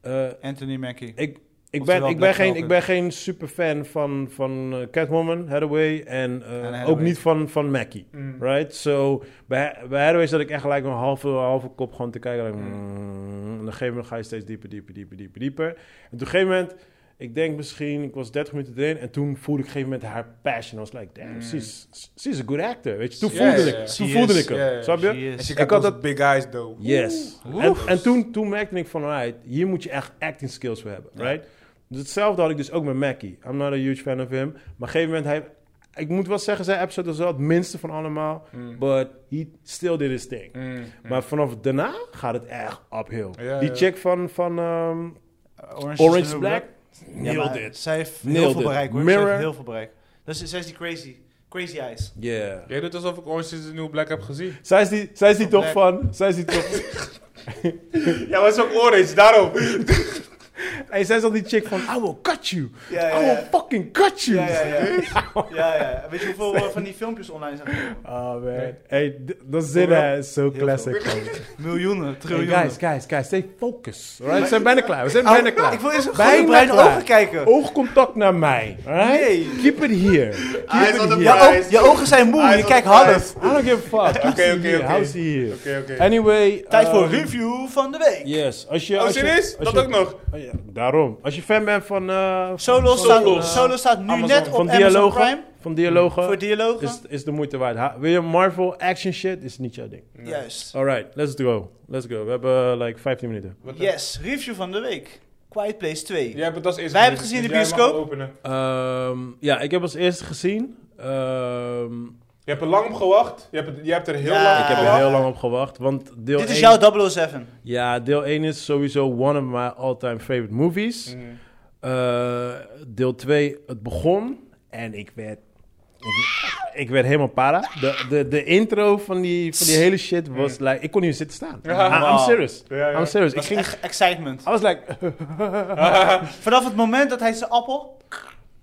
Eh, Anthony Mackie. ik, Ik Oftewel ben, ik, ben Black geen, Falcon. ik ben geen superfan van, van eh, Catwoman, Hathaway en eh, Hathaway. ook niet van, van Mackie. Mm. Right? So, bij, bij Hathaway zat ik echt gelijk een halve, halve kop gewoon te kijken. like, mm, en op een gegeven moment ga je steeds dieper, dieper, dieper, dieper, dieper. En op een gegeven moment, ik denk misschien, ik was 30 minuten erin en toen voelde ik op een gegeven moment haar passion. I was like, damn, Mm. she's, she's a good actor. Weet je, toen Ja, voelde ja, ik, ja. toen She voelde is, ik hem. ja, ja. Snap je? She is- En she Ik got had those big eyes though. Yes. Oeh. En, en toen, toen merkte ik van, right, hier moet je echt acting skills voor hebben, right? Dus Hetzelfde had ik dus ook met Mackie. I'm not a huge fan of him. Maar op een gegeven moment, hij, ik moet wel zeggen, zijn episode was wel het minste van allemaal. Hmm. Mm. But he still did his thing. Mm, mm. Maar vanaf daarna gaat het echt uphill. Ja, Die ja. check van, van ehm, Orange, is the Orange New Black, Ja, nailed maar it. Zij heeft heel Nailed veel it. bereik hoor. Zij Mirror. heeft heel veel bereik. Dat is, zij is die crazy, crazy eyes. Yeah. Jij doet alsof ik Orange is the New Black heb gezien. Zij is die, zij is die Black. toch van, zij is die toch... Ja, was ook Orange, daarom. [laughs] hey, zij is al die chick van, I will cut you. Ja, ja, I will ja. fucking cut you. Ja, ja, ja. ja, ja. Weet je hoeveel eh, van die filmpjes online zijn gekomen? Oh man. Nee. Hey, d- dat zin Hoewel- hè, is zo Heel classic. man. Miljoenen, Hey, triljoenen. guys, guys, guys, stay focused. Alright? We zijn bijna klaar. We zijn bijna klaar. Nou, Ik wil eerst een Bijna grote breide klaar. ogen kijken. Oh, Oogcontact naar mij. Alright? Nee. Keep it here. Eyes Keep on the it here. Je, Ja, oog- oh, je ogen zijn moe, Eyes je on kijkt the prize. half. I don't give a fuck. Oké, oké, oké. Hou ze hier. Oké, oké. Anyway. Tijd voor ehm, review van de week. Yes. Als je, Oh, als je- serieus? Dat als je- ook nog? Oh, ja, daarom. Als je fan bent van, eh, Solo. Solo, staat, Solo staat nu Amazon. net op van, Amazon Dus- dialogen, Prime. van dialogen, Voor dialogen. is, is de moeite waard. Ha- Wil je Marvel action shit? Is niet jouw ding. Juist. Alright, let's go. Let's go. We hebben eh, like 15 minuten. Wat dan? Yes, review van de week. Quiet Place 2. Jij hebt het als eerste Wij hebben het gezien in de dus jij mag bioscoop. openen. Ehm, ja, ik heb als eerste gezien. Ehm, Je hebt er lang op gewacht. Je hebt, het- je hebt er heel Ja. lang op ik heb er gewacht. heel lang op gewacht. Want deel Ah. Dit is 1, jouw 007. Ja, deel 1 is sowieso one of my all-time favorite movies. Mhm. Mm. Eh, deel 2, het begon. En ik werd. Ik, ik werd helemaal para. De, de, de intro van die, van die hele shit was like. Ik kon niet zitten staan. Ja. I- I'm Mhm. Wow. serious. Ja, ja. I'm [laughs] serious. Ik Dat is ging. echt excitement. I was like. [laughs] Vanaf het moment dat hij zijn appel...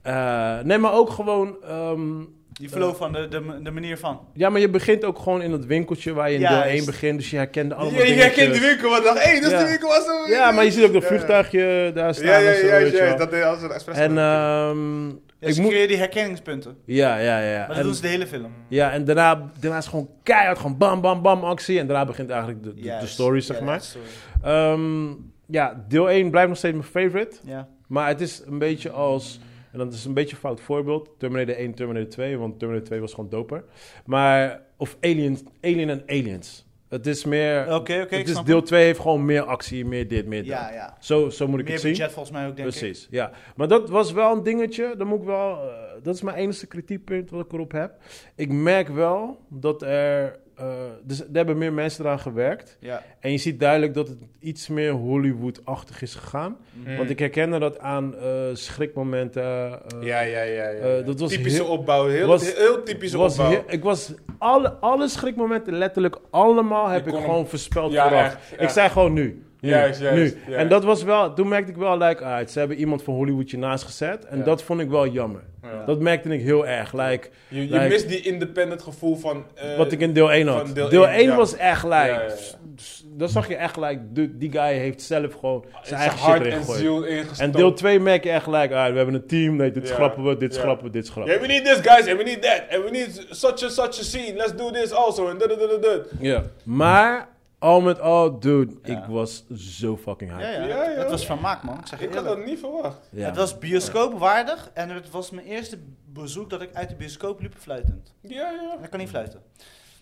eh, nee, maar ook gewoon. ehm, Die verloopt van de, de, de manier van. ja, maar je begint ook gewoon in dat winkeltje waar je in deel Juist. 1 begint. Dus je herkende allemaal Jij- Jij dingetjes. kent de winkel, want dacht, hé, dat is Ja. de winkel. Was dat- Ja, maar je ziet ook dat Ja. vliegtuigje daar staan Ja, ja, en zo, ja, weet je ja, wel. dat deed als een expres. En, gedaan. ehm Ja, ik ze moet... creëren die herkenningspunten. Ja, ja, ja. Maar dat En, doen ze de hele film. ja, en daarna, daarna is gewoon keihard, gewoon bam, bam, bam actie. En daarna begint eigenlijk de, de, de Juist. story, zeg Ja, maar. de story. Ehm, ja, deel 1 blijft nog steeds mijn favorite. Ja. Maar het is een beetje als... En dat is een beetje een fout voorbeeld. Terminator 1, Terminator 2. Want Terminator 2 was gewoon doper. Maar... Of Aliens, Alien en Aliens. Het is meer... Oké, oké, ik het is snap Dus deel hem. 2 heeft gewoon meer actie, meer dit, meer dat. Ja, ja. Zo, zo moet ik Meer het zien. budget volgens mij ook, denk ik. Precies, ja. Maar dat was wel een dingetje. Dat, moet ik wel, eh, dat is mijn enige kritiekpunt wat ik erop heb. Ik merk wel dat er... eh, dus er hebben meer mensen eraan gewerkt. Ja. En je ziet duidelijk dat het iets meer Hollywood-achtig is gegaan. Mm. Want ik herkende dat aan eh, schrikmomenten. eh, Ja, ja, ja. ja. eh, dat was typische heel- opbouw. Heel, was- heel typische was opbouw. heel- ik was alle, alle schrikmomenten letterlijk allemaal heb Je ik kon hem- gewoon voorspeld Ja, vooraf. echt, Ik echt. zei gewoon nu. Nu, Juist, juist, nu. juist. En dat was wel, toen merkte ik wel, like, alright, ze hebben iemand van Hollywoodje naast gezet. En Ja. dat vond ik wel jammer. Ja. Dat merkte ik heel erg. Like, Je, je Like- mist die independent gevoel van... eh, wat ik in deel 1 van had. deel Deel, één, 1 ja. was echt, like, Ja, ja, ja. s- s- dan zag je echt, like, de- die guy heeft zelf gewoon zijn zijn eigen shit hart erin Ah, en gegooid. ziel ingestoken. En deel 2 merk je echt, like, alright, we hebben een team. Nee, dit Ja. schrappen we, dit Ja. schrappen we, dit schrappen Yeah, we. we need this, guys, and we need that, and we need such and such a scene. Let's do this also, and da da da da da. Ja. Maar, al met al, dude, Ja. ik was zo fucking Ja, high. ja. Ja, ja. Het was van maak, man. Ik zeg je Ik had eerlijk. dat niet verwacht. Ja, het was bioscoopwaardig en het was mijn eerste bezoek dat ik uit de bioscoop liep fluitend. Ja, ja. En ik kan niet fluiten.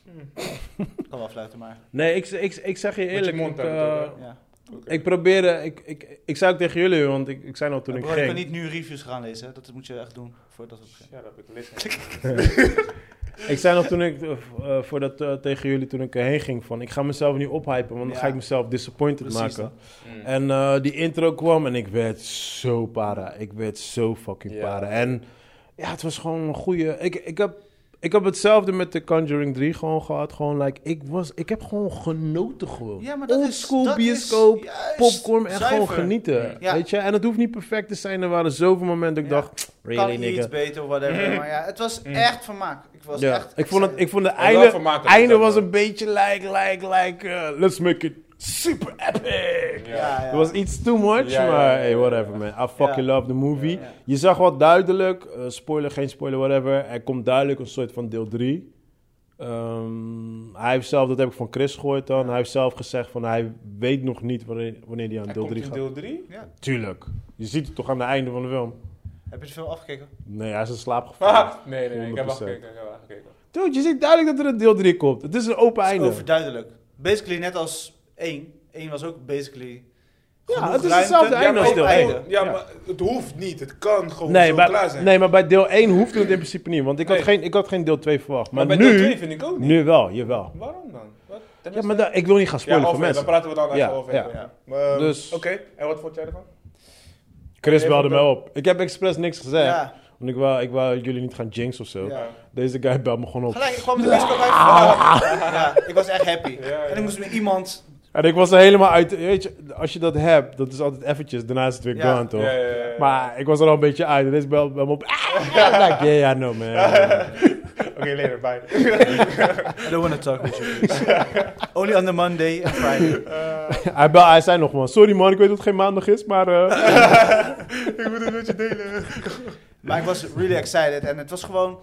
Hmm. [laughs] ik kan wel fluiten, maar Nee, ik, ik, ik zeg je eerlijk. mond ik, uit, eh, hoor. ja. Oké. ik probeerde. Ik, ik, ik zei ook tegen jullie, want ik, ik zei al toen ik Bro, je ging. kan niet nu reviews gaan lezen, hè. dat moet je echt doen voordat we beginnen. Ja, dat heb ik liggen. Ik zei nog toen ik. eh, v- eh, voordat eh, tegen jullie toen ik heen ging van. Ik ga mezelf niet ophypen, want dan Ja. ga ik mezelf disappointed Precies maken. dat. Mm. En eh, die intro kwam en ik werd zo para. Ik werd zo fucking Ja. para. En ja, het was gewoon een goede. Ik, ik, heb, ik heb hetzelfde met The Conjuring 3 gewoon gehad. Gewoon like, ik, was, ik heb gewoon genoten gewoon. Ja, maar dat Old is- school dat is bioscoop, juist popcorn en gewoon zuiver. genieten. Ja. Weet je? En het hoeft niet perfect te zijn. Er waren zoveel momenten dat ik Ja. dacht, kan really iets nigga. beter of whatever, maar ja, het was echt vermaak. Hmm. Ik was Ja. echt Ik vond het, excited. ik vond de wel einde, vermakelijk, einde dat was wel. uh, een beetje like, like, like, eh, let's make it super epic. Ja. ja, ja. was iets too much, Ja, ja, maar ja, hey, ja, whatever man. I fucking Ja. love the movie. Ja, ja. Je zag wel duidelijk, eh, spoiler, geen spoiler, whatever. Er komt duidelijk een soort van deel 3. hij heeft zelf, dat heb ik van Chris gehoord dan, hij heeft zelf gezegd van hij weet nog niet wanneer, wanneer hij aan deel 3 gaat. deel 3? Ja. Tuurlijk. Je ziet het toch aan het einde van de film. Heb je de film afgekeken? Nee, hij is in slaap gevallen. Ah, [laughs] nee, nee, nee, ik heb wel 100%. gekeken. Ik heb wel gekeken. Dude, je ziet duidelijk dat er een deel 3 komt. Het is een open Het einde. is overduidelijk. Basically net als 1. 1 was ook basically... Ja, genoeg het is ruimte. hetzelfde einde maar als ook- deel ook- 1. ja, maar het hoeft niet. Het kan gewoon Nee, zo bij, klaar zijn. nee, maar bij deel 1 hoefde het in principe niet, want ik, had, Nee. geen, ik had geen deel 2 verwacht. maar Maar, bij deel nu, 2 vind ik ook niet. nu wel, jawel. Waarom dan? Wat? Dat Ja, is- maar da- ik wil niet gaan spoilen ja, voor over, daar mensen. praten we dan even Ja, over. ja. Ja. Maar, Dus- Oké, en wat vond jij ervan? Chris belde Even- mij op. Ik heb expres niks gezegd, Ja. want ik wou, ik wou jullie niet gaan jinx of zo. Ja. Deze guy belde me gewoon op. Gelijk, ik kwam de bioscoop uit. Ja, ik was echt happy. ja. En ik moest met iemand... En ik was er helemaal uit. Weet je, als je dat hebt, dat is altijd eventjes, daarna is het weer Ja. gone, toch? Ja, ja, ja, ja. Maar ik was er al een beetje uit. En deze belde me op. Ah, like, yeah, I know, man. [laughs] Ja, Oké, later, [laughs] bye. I don't want to talk with you. please. [laughs] Only on the Monday and Friday. hij, bel, hij zei nog man, sorry man, ik weet dat het geen maandag is, maar... eh, [laughs] ik moet het met je delen. Maar ik was really excited. En het was gewoon...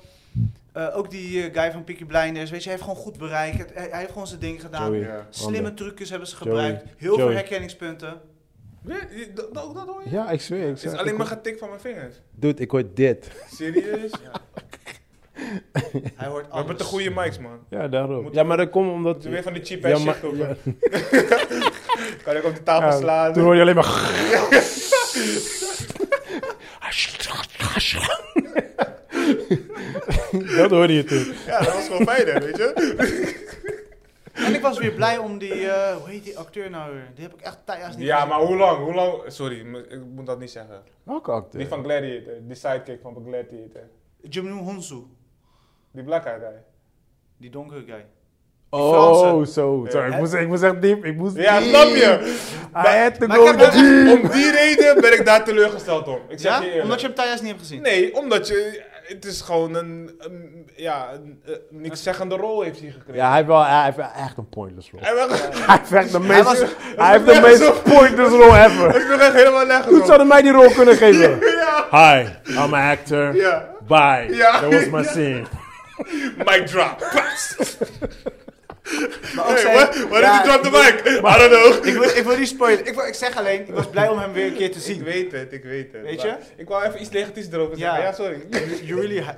eh, ook die eh, guy van Peaky Blinders, weet je, hij heeft gewoon goed bereik. Het- Hij, hij heeft gewoon zijn ding gedaan. Joey, Ja. Slimme handen. trucjes hebben ze Joey. gebruikt. Heel Joey. veel herkenningspunten. Dat, dat, dat hoor je? Ja, ik zweer. Ik Het is zeg, alleen ik maar hoor- getikt van mijn vingers. Dude, ik hoor dit. Serieus? Hij hoort We hebben alles. de goede mics, man. Ja, daarom. Moet- ja, maar dat komt We omdat... moeten weer van die cheap Ja, ass maar- shit kopen. Kan ik op de tafel Ja, slaan? Toen hoor je alleen maar... [laughs] dat hoorde je toen. Ja, dat was gewoon fijn, hè, weet je? En ik was weer blij om die, eh, hoe heet die acteur nou weer? Die heb ik echt tijdens niet Ja, gezien. maar hoe lang? Hoe lang? Sorry, m- ik moet dat niet zeggen. Welke Die acteur? van Gladiator, die sidekick van Gladiator. Jimmy Honsu, Die black-eyed guy. die donkere guy. Oh, Franse. zo. Sorry, ik, moest, ik moest echt diep. Ik moest Ja, diep. snap je? I had to Maar go ik heb wel deep. Om die reden ben ik daar teleurgesteld om. Ik zeg Ja? je eerlijk. Omdat je hem tijdens niet hebt gezien? Nee, omdat je... Het is gewoon een... een- ja, een, eh, niks zeggende rol heeft hij gekregen. Ja, hij heeft, wel, hij heeft echt een pointless rol. Hij was [laughs] Hij heeft echt de meest, was- hij heeft de was meest nergens pointless rol ever. nog echt helemaal nergens Goed op. zouden mij die rol kunnen geven. Hi, I'm an actor. Ja. Bye. Ja. That was my Ja. scene. Mic drop. Pas. Maar ook Hey, zijn- what, what Ja, did you drop the mic? I don't know. Ik wil, ik wil niet spoilen. Ik, wil- ik zeg alleen, ik was blij om hem weer een keer te Ik zien. weet het, ik weet het. Weet maar [laughs] Ik wou even iets negatiefs erover Ja. zeggen. Ja, sorry. You really ha-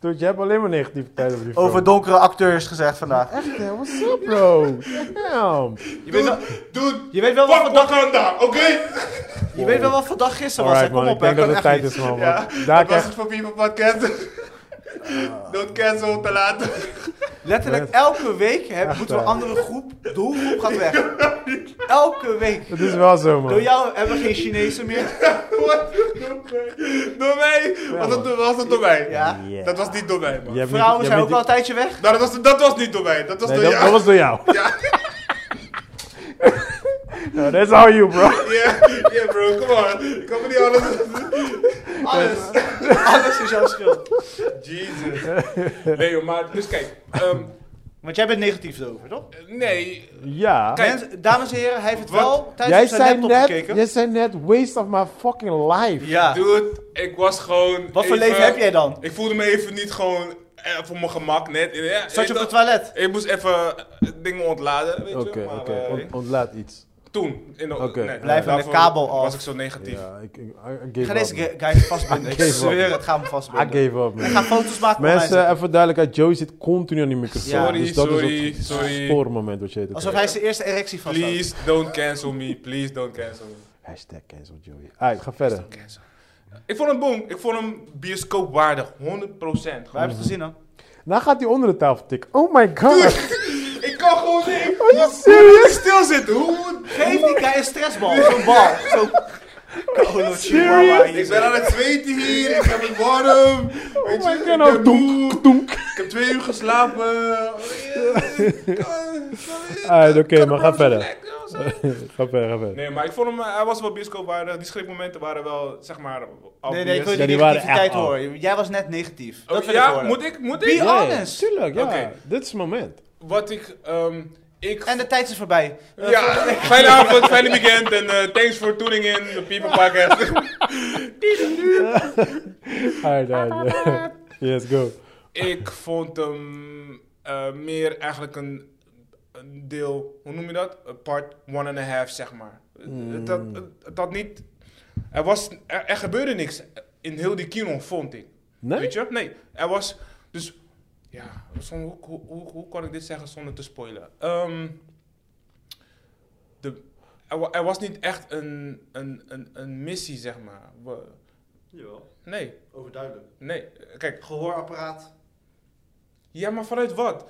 Dude, je hebt alleen maar negativiteit over die film. Over donkere acteurs gezegd vandaag. Echt, hè? What's up, bro? Damn. Je weet wel, Dude, dude, je weet wel wat fuck voor dag, Wakanda, oké? [laughs] je weet wel wat voor dag gisteren was. Alright, hè? Kom man. op, Ik hè. denk dat Kan het echt tijd niet. is, man. Ja, want Daar dat was krijg het voor People Podcast. Don't cancel, te laat. Letterlijk elke week hè, moeten we een waar. andere groep. De hoegroep gaat [laughs] weg. Elke week. Het is wel zo, Door man. jou hebben we geen Chinezen meer. Door mij? was, het, was het door mij? Ja. Yeah. Dat was niet door mij, man. Je hebt niet- Vrouwen je zijn hebt ook al een niet- tijdje weg. Nou, dat, was, dat was niet door mij. Dat was Nee, door dat, dat jou. [laughs] was door jou. [laughs] Ja. No, that's all you, bro. Yeah, yeah, bro, come on. Ik kan me niet alles... [laughs] Alles. Alles is jouw schuld. Jesus. Nee, joh, maar... Dus kijk. ehm, Want jij bent negatief erover, toch? nee. Ja. Kijk. Mensen- dames en heren, hij heeft het Wat? wel tijdens Jij op zijn zei, laptop net, gekeken. jij zei net, waste of my fucking life. Ja. Dude, ik was gewoon... Wat voor even- leven heb jij dan? Ik voelde me even niet gewoon eh, voor mijn gemak net. Ja, Zat je op dat- het toilet? Ik moest even eh, dingen ontladen, weet Oké, je. oké. maar, eh, Ont- ontlaat iets. toen. In de, Oké. nee, Blijf aan de daarvoor kabel af. Was ik zo negatief. Ja, ik, ik, I- I Ik gave ga up, deze man. ge- guy vastbinden. Ik I gave zweer up. het, ga hem I vastbinden. gave up, Ik ga man. foto's maken van mij. Mensen, even duidelijkheid. Joey zit continu aan die microfoon. Ja. Sorry, dus dat sorry, is het sorry. spoormoment wat je het Alsof hij zijn eerste erectie vast had. Please don't cancel me. Please don't cancel me. Hashtag cancel Joey. Alright, ga verder. Ik vond hem boom. Ik vond hem bioscoopwaardig. 100%. Waar heb je het gezien dan? Nou gaat hij onder de tafel tikken. Oh my god. Ik kan gewoon niet. Are you serious? stilzitten. Hoe? Geef die guy een stressbal. Zo'n bal. Zo'n... Kolo Chihuahua. Ik ben aan het zweten hier. Ik heb het warm. Weet Oh my je, god. ik Nou, ben moe. doenk, doenk. Ik heb twee uur geslapen. Oh, [laughs] Alright, Ah, oké, maar ga verder. verder. [laughs] Ga verder, ga verder. Nee, maar ik vond hem, eh, hij was wel bioscoopwaardig. Die schrikmomenten waren wel, zeg maar, Nee, nee, ik wil obvious. Ja, die die waren echt negativiteit af. horen. Jij was net negatief. Oh, Dat wil ik ja, horen. moet ik, moet Wie ik? anders? tuurlijk, ja. Oké. Dit is het moment. Wat ik, ehm, Ik En de tijd is voorbij. Eh, ja, [laughs] fijne avond, fijne weekend en eh, thanks voor tuning in de People Podcast. Alright, alright. [laughs] Yes, go. ik vond hem eh, meer eigenlijk een, een deel, hoe noem je dat? Een Part one and a half, zeg maar. Het, had, het had niet, er, was, er, er gebeurde niks in heel die kino, vond ik. Nee? Weet je? Nee, er was, dus ja, zonder- hoe, hoe, hoe, hoe kan ik dit zeggen zonder te spoilen? Ehm, de, er, wa- er was niet echt een, een, een, een missie, zeg maar. We- Jawel, Nee, overduidelijk. nee. Kijk, Gehoorapparaat. ja, maar vanuit wat?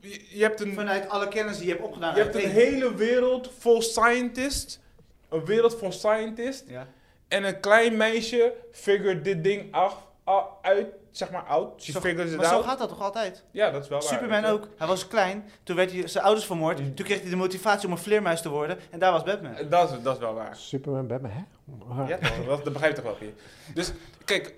Je, je hebt een, Vanuit alle kennis die je hebt opgedaan. je hebt een uiteen. hele wereld vol scientists. Een wereld vol scientists. Ja. En een klein meisje figured dit ding af, a- uit, zeg maar, out. She Zo- figures it maar zo out. gaat dat toch altijd? Ja, dat is wel waar. Superman weet je. ook. Hij was klein, toen werd hij zijn ouders vermoord. Mm. Toen kreeg hij de motivatie om een vleermuis te worden. En daar was Batman. Dat is, dat is wel waar. Superman, Batman, hè? Ja, toch, dat, dat begrijp ik toch wel. Pieter? Dus kijk,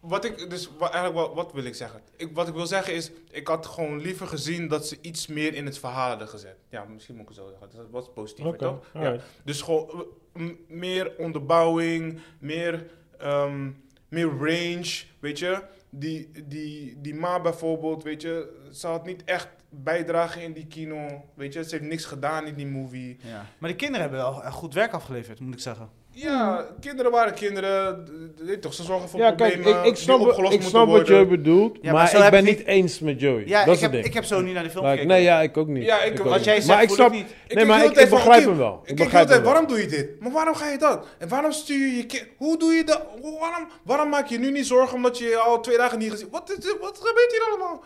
wat ik, dus wa- eigenlijk wat, wat wil ik zeggen? Ik, wat ik wil zeggen is, ik had gewoon liever gezien dat ze iets meer in het verhaal hadden gezet. Ja, misschien moet ik het zo zeggen. Dat was positiever, Oké, toch? Ja. alright. Dus gewoon eh, m- meer onderbouwing, meer, ehm, meer range, weet je. Die, die, die Ma bijvoorbeeld, weet je, ze had niet echt bijdrage in die kino, weet je. Ze heeft niks gedaan in die movie. Ja. Maar de kinderen hebben wel echt goed werk afgeleverd, moet ik zeggen. Ja, kinderen waren kinderen. d- d- weet toch, ze zorgen voor Hmm. Ja, kijk, problemen ik, ik die snap, opgelost ik moeten snap wat worden. jij bedoelt, maar maar zo ik heb ben ik niet eens met Joey. Ja, ik, dat is het heb, ding. ik heb zo niet naar de film Like, gekeken. nee, ja, ik ook niet. Ja, ik- ook wat niet. jij zegt, maar ik voel ik snap, niet. Ik Ik nee, keek maar heel ik, de tijd ik van, begrijp Kim, hem wel. Ik keek Ik heel de begrijp tijd, hem wel. waarom doe je dit? Maar waarom ga je dat? En waarom stuur je je kind... Hoe doe je dat? Hoe- Waarom, waarom maak je nu niet zorgen omdat je je al twee dagen niet gezien... Wat, is, dit? wat gebeurt hier allemaal?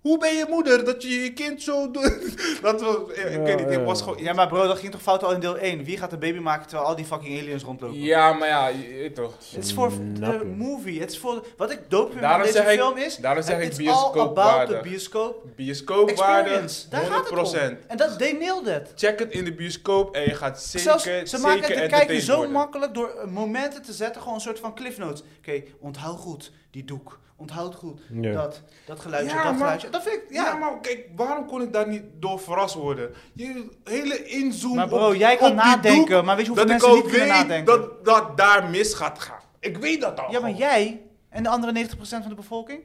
Hoe ben je moeder dat je je kind zo doet? [laughs] Dat was... Ik Ja, weet niet, Oh, ja. het was gewoon... Ja, maar bro, dat ging toch fout al in deel 1? Wie gaat een baby maken terwijl al die fucking aliens rondlopen? Ja, maar ja, je weet toch. Het is voor Snap je. de movie. Het is voor... Wat ik dope vind aan Daarom deze zeg ik- film is... daarom zeg ik it's all about bioscoopwaardig. the bioscoop Bioscoopwaarde, 100%. experience. Daar gaat het om. En dat, they nailed it. Check het in de bioscoop en je gaat zeker, Zelfs, zeker ze maken het de kijker entertained zo worden. makkelijk door eh, momenten te zetten, gewoon een soort van cliff notes. Oké, onthoud goed die doek. Onthoud goed Ja. dat, dat Ja, geluidje, dat maar- geluidje. Dat vind ik, Ja, ja. maar kijk, waarom kon ik daar niet door verrast worden? Je hele inzoom Maar bro, op- jij kan op die nadenken, doek, maar weet je hoeveel dat mensen ik niet al kunnen weet nadenken? Dat, dat daar mis gaat gaan. Ik weet dat al. ja, maar gewoon. jij en de andere 90% van de bevolking?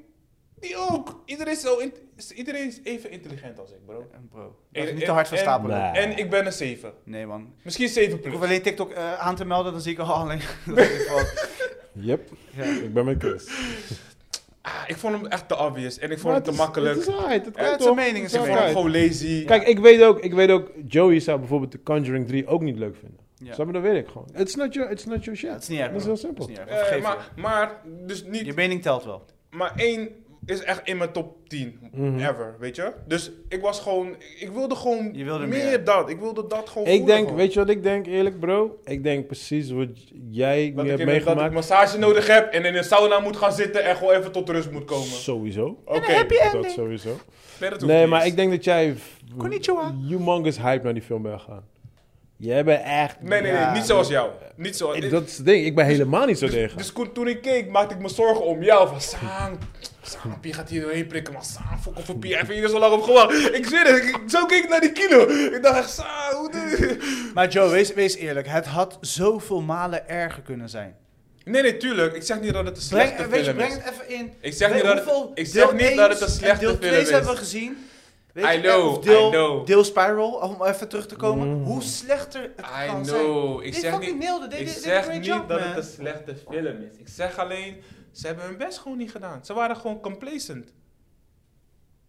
Die ook. Iedereen is, zo in- is- iedereen is even intelligent als ik, bro. Eh, Bro, En- dat is niet en- te hard en- verstapelen. Nee. Ah. En ik ben een 7. Nee man. Misschien 7 Ik plus. hoef alleen TikTok eh, aan te melden, dan zie ik al alleen. [laughs] dat ik valt. Yep, ja. ik ben met Chris. Ah, ik vond hem echt te obvious en ik vond Maar hem te het is- makkelijk. Het is alright, het Ja, kan het is toch? een mening, Het het is ik een vond hem alright. gewoon lazy. Kijk, ik weet, ook, ik weet ook, Joey zou bijvoorbeeld de Conjuring 3 ook niet leuk vinden. Ja. Snap je, dat weet ik gewoon. It's not your, it's not your shit. Dat is niet erg. Dat is bro. heel simpel. Dat is niet erg. Eh, Vergeef maar, maar, dus je. niet Je mening telt wel. Maar één is echt in mijn top 10 Mhm. ever, weet je? Dus ik was gewoon, ik wilde gewoon Je wilde meer, meer. dat. Ik wilde dat gewoon Ik denk, je weet je wat ik denk, eerlijk bro? Ik denk precies wat jij dat nu ik, hebt in, dat ik meegemaakt. massage nodig heb en in een sauna moet gaan zitten en gewoon even tot rust moet komen. Sowieso. Oké, Dat sowieso. Nee, dat hoeft Nee, niet maar eens. ik denk dat jij Konnichiwa. humongous hype naar die film bent gegaan. Jij bent echt... Nee, nee, nee, Ja. niet zoals jou. Niet zoals... Ik- Dat is het ding, ik ben helemaal niet zo dus, [laughs] tegen. dus toen- toen ik keek, maakte ik me zorgen om jou. Van, Saan, Saan, Pie gaat hier doorheen prikken, maar Saan, fok of Pie, even hier zo lang op gewacht. Ik zweer het, ik- zo keek ik naar die kilo. Ik dacht echt, Saan, hoe doe je- Maar Joe, wees, wees eerlijk. Het had zoveel malen erger kunnen zijn. Nee, nee, tuurlijk. Ik zeg niet dat het een Breng, slechte weet je, film is. breng het even in. Ik zeg Weet niet dat het- hoeveel ik zeg deel niet 1 dat het een en slechte deel film 2 is. hebben we gezien. Weet I je, en- know, of deel, I know. deel Spiral, om even terug te komen. Mm. Hoe slechter het I kan know. zijn. Ik Dit zeg fucking niet, nailed it. ik Dit is zeg een niet job, dat man. het een slechte film is. Ik zeg alleen, ze hebben hun best gewoon niet gedaan. Ze waren gewoon complacent.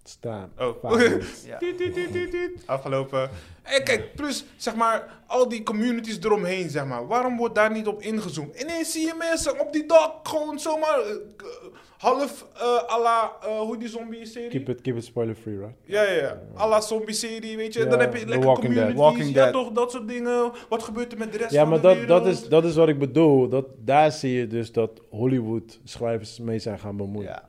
Staan. Oh. Fabulous. Ja. Tiet, tiet, tiet, tiet, tiet. Afgelopen. En kijk, plus zeg maar, al die communities eromheen, zeg maar. Waarom wordt daar niet op ingezoomd? Ineens zie je mensen op die dak gewoon zomaar eh, k- half eh à la, eh, hoe die zombie-serie? Keep it, keep it spoiler free, right? Ja, ja, ja. À la zombie-serie, weet je. Ja, Dan heb je The lekker Walking Dead. communities. Walking ja, Dead. toch, dat soort dingen. Wat gebeurt er met de rest Ja, van maar de dat, dat, wereld? is, dat is wat ik bedoel. Dat, daar zie je dus dat Hollywood-schrijvers mee zijn gaan bemoeien. Ja.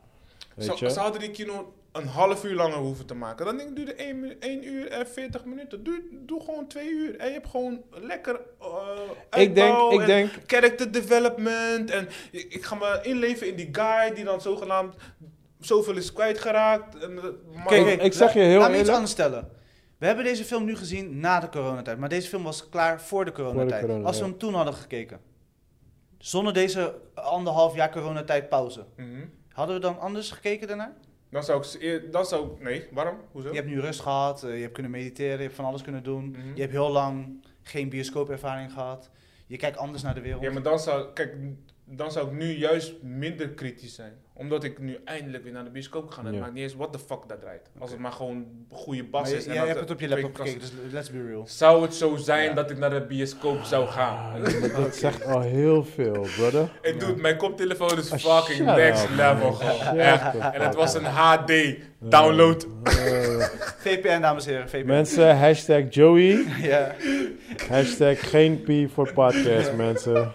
Weet Ze, ze je? hadden die kino een half uur langer hoeven te maken. Dan denk ik, duurde 1, uur en 40 minuten. Doe, doe gewoon 2 uur. En je hebt gewoon lekker eh Ik denk, uitbouw ik en denk... character development. En ik, ik ga me inleven in die guy die dan zogenaamd zoveel is kwijtgeraakt. En, eh, maar- Kijk, ik zeg je Laat heel me iets eerlijk. anders stellen. We hebben deze film nu gezien na de coronatijd, maar deze film was klaar voor de coronatijd. corona, Als we ja. hem toen hadden gekeken, zonder deze anderhalf jaar coronatijd pauze, Mhm. hadden we dan anders gekeken daarna? Dan zou ik... ze- eer- Dan zou ik nee, waarom? Hoezo? Je hebt nu rust gehad, eh, je hebt kunnen mediteren, je hebt van alles kunnen doen. Mhm. Je hebt heel lang geen bioscoopervaring gehad. Je kijkt anders naar de wereld. Ja, maar dan zou, kijk, dan zou ik nu juist minder kritisch zijn. Omdat ik nu eindelijk weer naar de bioscoop ga. En het Ja. maakt niet eens wat de fuck dat draait. Als het maar gewoon goede Maar bas je, is. en jij dat hebt er het op je twee laptop kassen- gekeken, dus let's be real. Zou het zo zijn Ja. Ah, dat ik naar de bioscoop zou gaan? Ah, Dat zegt al heel veel, brother. Hey, dude, mijn koptelefoon is Ah, [laughs] fucking shut next up, man. level. Gewoon. Shut Echt. the En het fuck was up. een HD. Download. Eh, VPN, dames en heren, VPN. mensen, hashtag Joey. [laughs] Ja. Hashtag geen P voor podcast, mensen.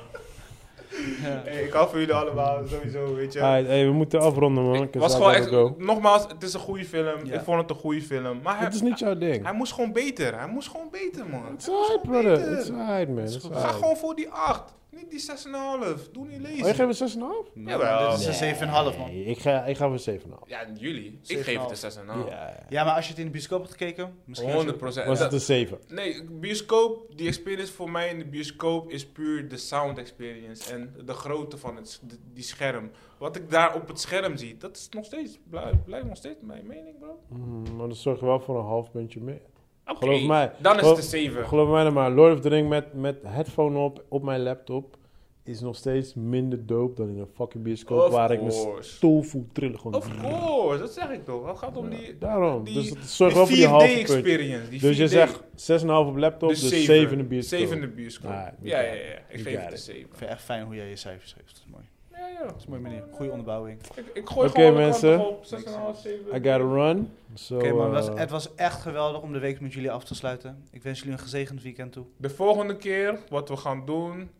Ja. Hey, ik hou van jullie allemaal, sowieso, weet je. Alright, hey, we moeten afronden, man. Ik 'cause was I gewoon gotta echt, go. nogmaals, het is een goede film. Ja. Ik vond het een goede film. Maar hij, Het is niet jouw ding. hij moest gewoon beter. Hij moest gewoon beter, man. It's alright, brother. It's alright, man. It's Ga alright. gewoon voor die 8. Niet die 6,5. Doe niet Oh, je lezen. geeft het 6,5? Jawel. Dit is een 7,5 man. Nee, ik ga, ik ga voor 7,5. ja, jullie. Ik 7,5. geef het een 6,5. Ja. Ja, maar als je het in de bioscoop had gekeken, misschien... had je- 100 procent. Was het een 7? Nee, bioscoop, die experience voor mij in de bioscoop is puur de sound experience en de grootte van het, de- die scherm. Wat ik daar op het scherm zie, dat is nog steeds, blijft blijft nog steeds mijn mening, bro. Mm, maar dat zorgt wel voor een half puntje meer. Oké, Geloof mij. Dan is het Geloof- een 7. Geloof mij nou maar, Lord of the Ring met, met headphone op, op mijn laptop, is nog steeds minder dope dan in een fucking bioscoop Of waar ik mijn course. stoel voel trillen. Gewoon. Of course, dat zeg ik toch. Het gaat om die, Daarom. die, dus het die zorgt wel voor die halve puntje. 4D-experience. die Dus je 4D zegt 6,5 op laptop, dus, dus 7 zeven. in de bioscoop. Zeven in de bioscoop. Ah, we ja, got ja, ja. it. Ik We geef got het een it. 7. Ik vind het echt fijn hoe jij je cijfers geeft. Dat is mooi. Ja, ja. Dat is mooi, meneer. Goede onderbouwing. Ik, ik gooi Oké, gewoon alle mensen. kanten op 6,5, 7. I gotta run. So, Oké man, het eh, was, het was echt geweldig om de week met jullie af te sluiten. Ik wens jullie een gezegend weekend toe. De volgende keer, wat we gaan doen,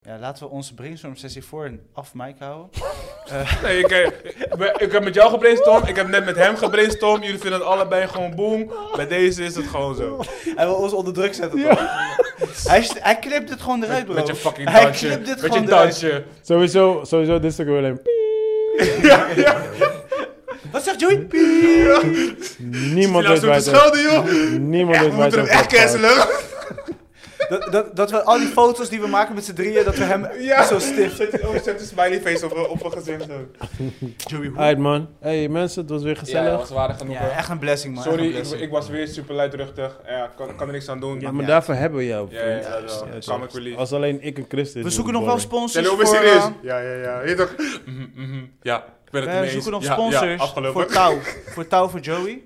Ja, laten we onze brainstorm sessie voor en af mic houden. Nee, ik, eh, [laughs] we- ik heb met jou gebrainstormd, ik heb net met hem gebrainstormd. Jullie vinden het allebei gewoon boom. Bij deze is het gewoon [laughs] zo. Hij wil ons onder druk zetten. Ja. toch? Hij, st- hij knipt het gewoon eruit, Met, bro. met je fucking Hij dansje. knipt dit Met je gewoon eruit. dansje. Sowieso, sowieso, dit is ook weer alleen. Wat zegt Joey? Niemand Niemand nou weet zo waar te het over- schelden, joh. Niemand Echt, weet we waar het moeten hem over echt gaat. cancelen. Dat, dat, dat we al die foto's die we maken met z'n drieën, dat we hem Ja. zo stift. Zet, [laughs] oh, zet een smiley face op, op mijn gezin. Zo. Joey, hoe? Alright man. Hey mensen, het was weer gezellig. waardig genoeg. Ja, echt een blessing, man. Sorry, Echt een ik, blessing. ik was weer super luidruchtig. Ja, kan, kan er niks aan doen. Ja, Ja, maar Ja. daarvoor hebben we jou. ja, ja, vriend. dat wel. Ja, Comic toch. relief. Als alleen ik een christen. we zoeken nog wel Zijn sponsors jullie voor... serieus? eh, Ja, ja, ja. Heet toch? Mhm, mhm. Ja, ik ben het ermee we eens. zoeken nog Ja, Ja, sponsors afgelopen. voor touw. Voor touw voor Joey.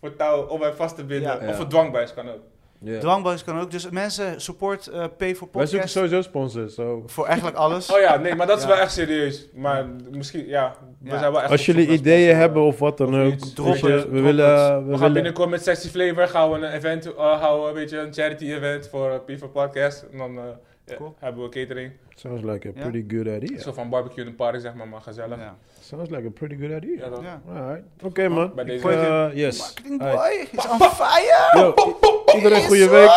Voor touw, om mij vast te binden. Ja. Of voor dwangbuis kan ook. Dwangbuis kan ook. Dus mensen, support eh P voor Wij zoeken Podcast. sowieso sponsors. zo. Voor eigenlijk alles. Oh ja, nee, maar dat is Ja. wel echt serieus. Maar misschien, ja, we Ja. zijn wel echt... Als op jullie zoek naar ideeën sponsoren. hebben of wat dan ook. iets, weet je, drop het, We drop willen. We We gaan willen. binnenkort met Sexy Flavor gaan we een event eh, houden, weet je, een charity event voor eh, P4 Podcast. En dan eh, ja, Cool. hebben we catering. Sounds like a Ja. pretty good idea. Zo van barbecue en party, zeg maar, maar gezellig. Ja. Ja. Sounds like a pretty good idea. dan. Ja. Alright. Oké man. Bij Ik, deze. eh, Yes. Marketing Alright. boy is on fire. Yo, iedereen goede week.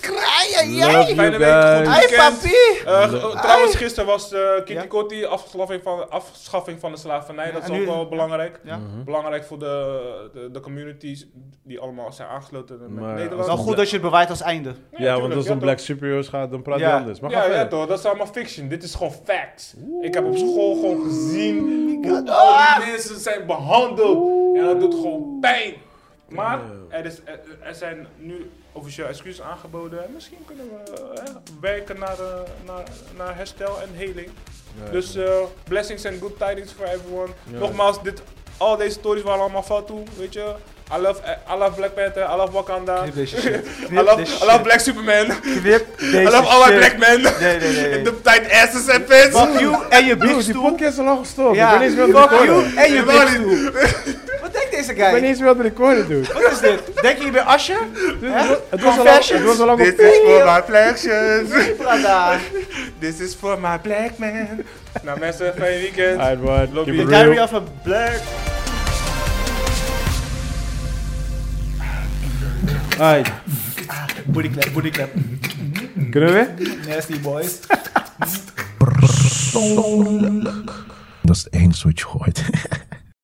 Kraaien, Love jij. Fijne you week, goed guys. Hi weekend. papi. Eh, Leuk. eh, trouwens, gisteren was eh Kitty Ja. Kotti, afschaffing van, afschaffing van de slavernij. Ja, dat is en ook nu- wel belangrijk. Ja. Mhm. Belangrijk voor de, de, de communities die allemaal zijn aangesloten met Maar- Het Nederland. is wel goed dat je het bewaart als einde. Ja, want tuurlijk, als het om toch. Black Superheroes gaat, dan praat je Ja. anders. Maar ga ja, ja verder. toch, dat is allemaal fiction. Dit is gewoon facts. Ik heb op school gewoon gezien Oh hoe al die mensen zijn behandeld. En dat doet gewoon pijn. Maar Damn. er, is, er, er zijn nu officieel excuses aangeboden. En misschien kunnen we eh, werken naar, eh, naar, naar herstel en heling. Ja, Dus eh, blessings and good tidings for everyone. Ja. Nogmaals, dit, al deze stories waren allemaal fout weet je. I love, eh, I love Black Panther, I love Wakanda. Knip [laughs] deze shit. I love, I love Black Superman. Knip [laughs] deze I love all my shit. black men. Nee, nee, nee, nee. [laughs] De tijd asses en pits. Fuck you en je Bro, big die stoel. podcast is al lang gestopt. Ja, Ik ben niet eens meer aan fuck het recorden. you en je Helemaal big stoel. Wat denkt deze Ik ben niet guy? eens meer aan het recorden, dude. Wat is dit? Denk je je bij Asje? Het was al lang- het was al lang op- This is [laughs] for my black shirts. Prada. This is for my black man. nou mensen, fijn weekend. Alright, man. Lobby. Keep The it Diary real. of a Black Alright. Booty clap, booty clap. Kunnen we? Nasty boys. persoonlijk. Dat is het enige wat je gooit.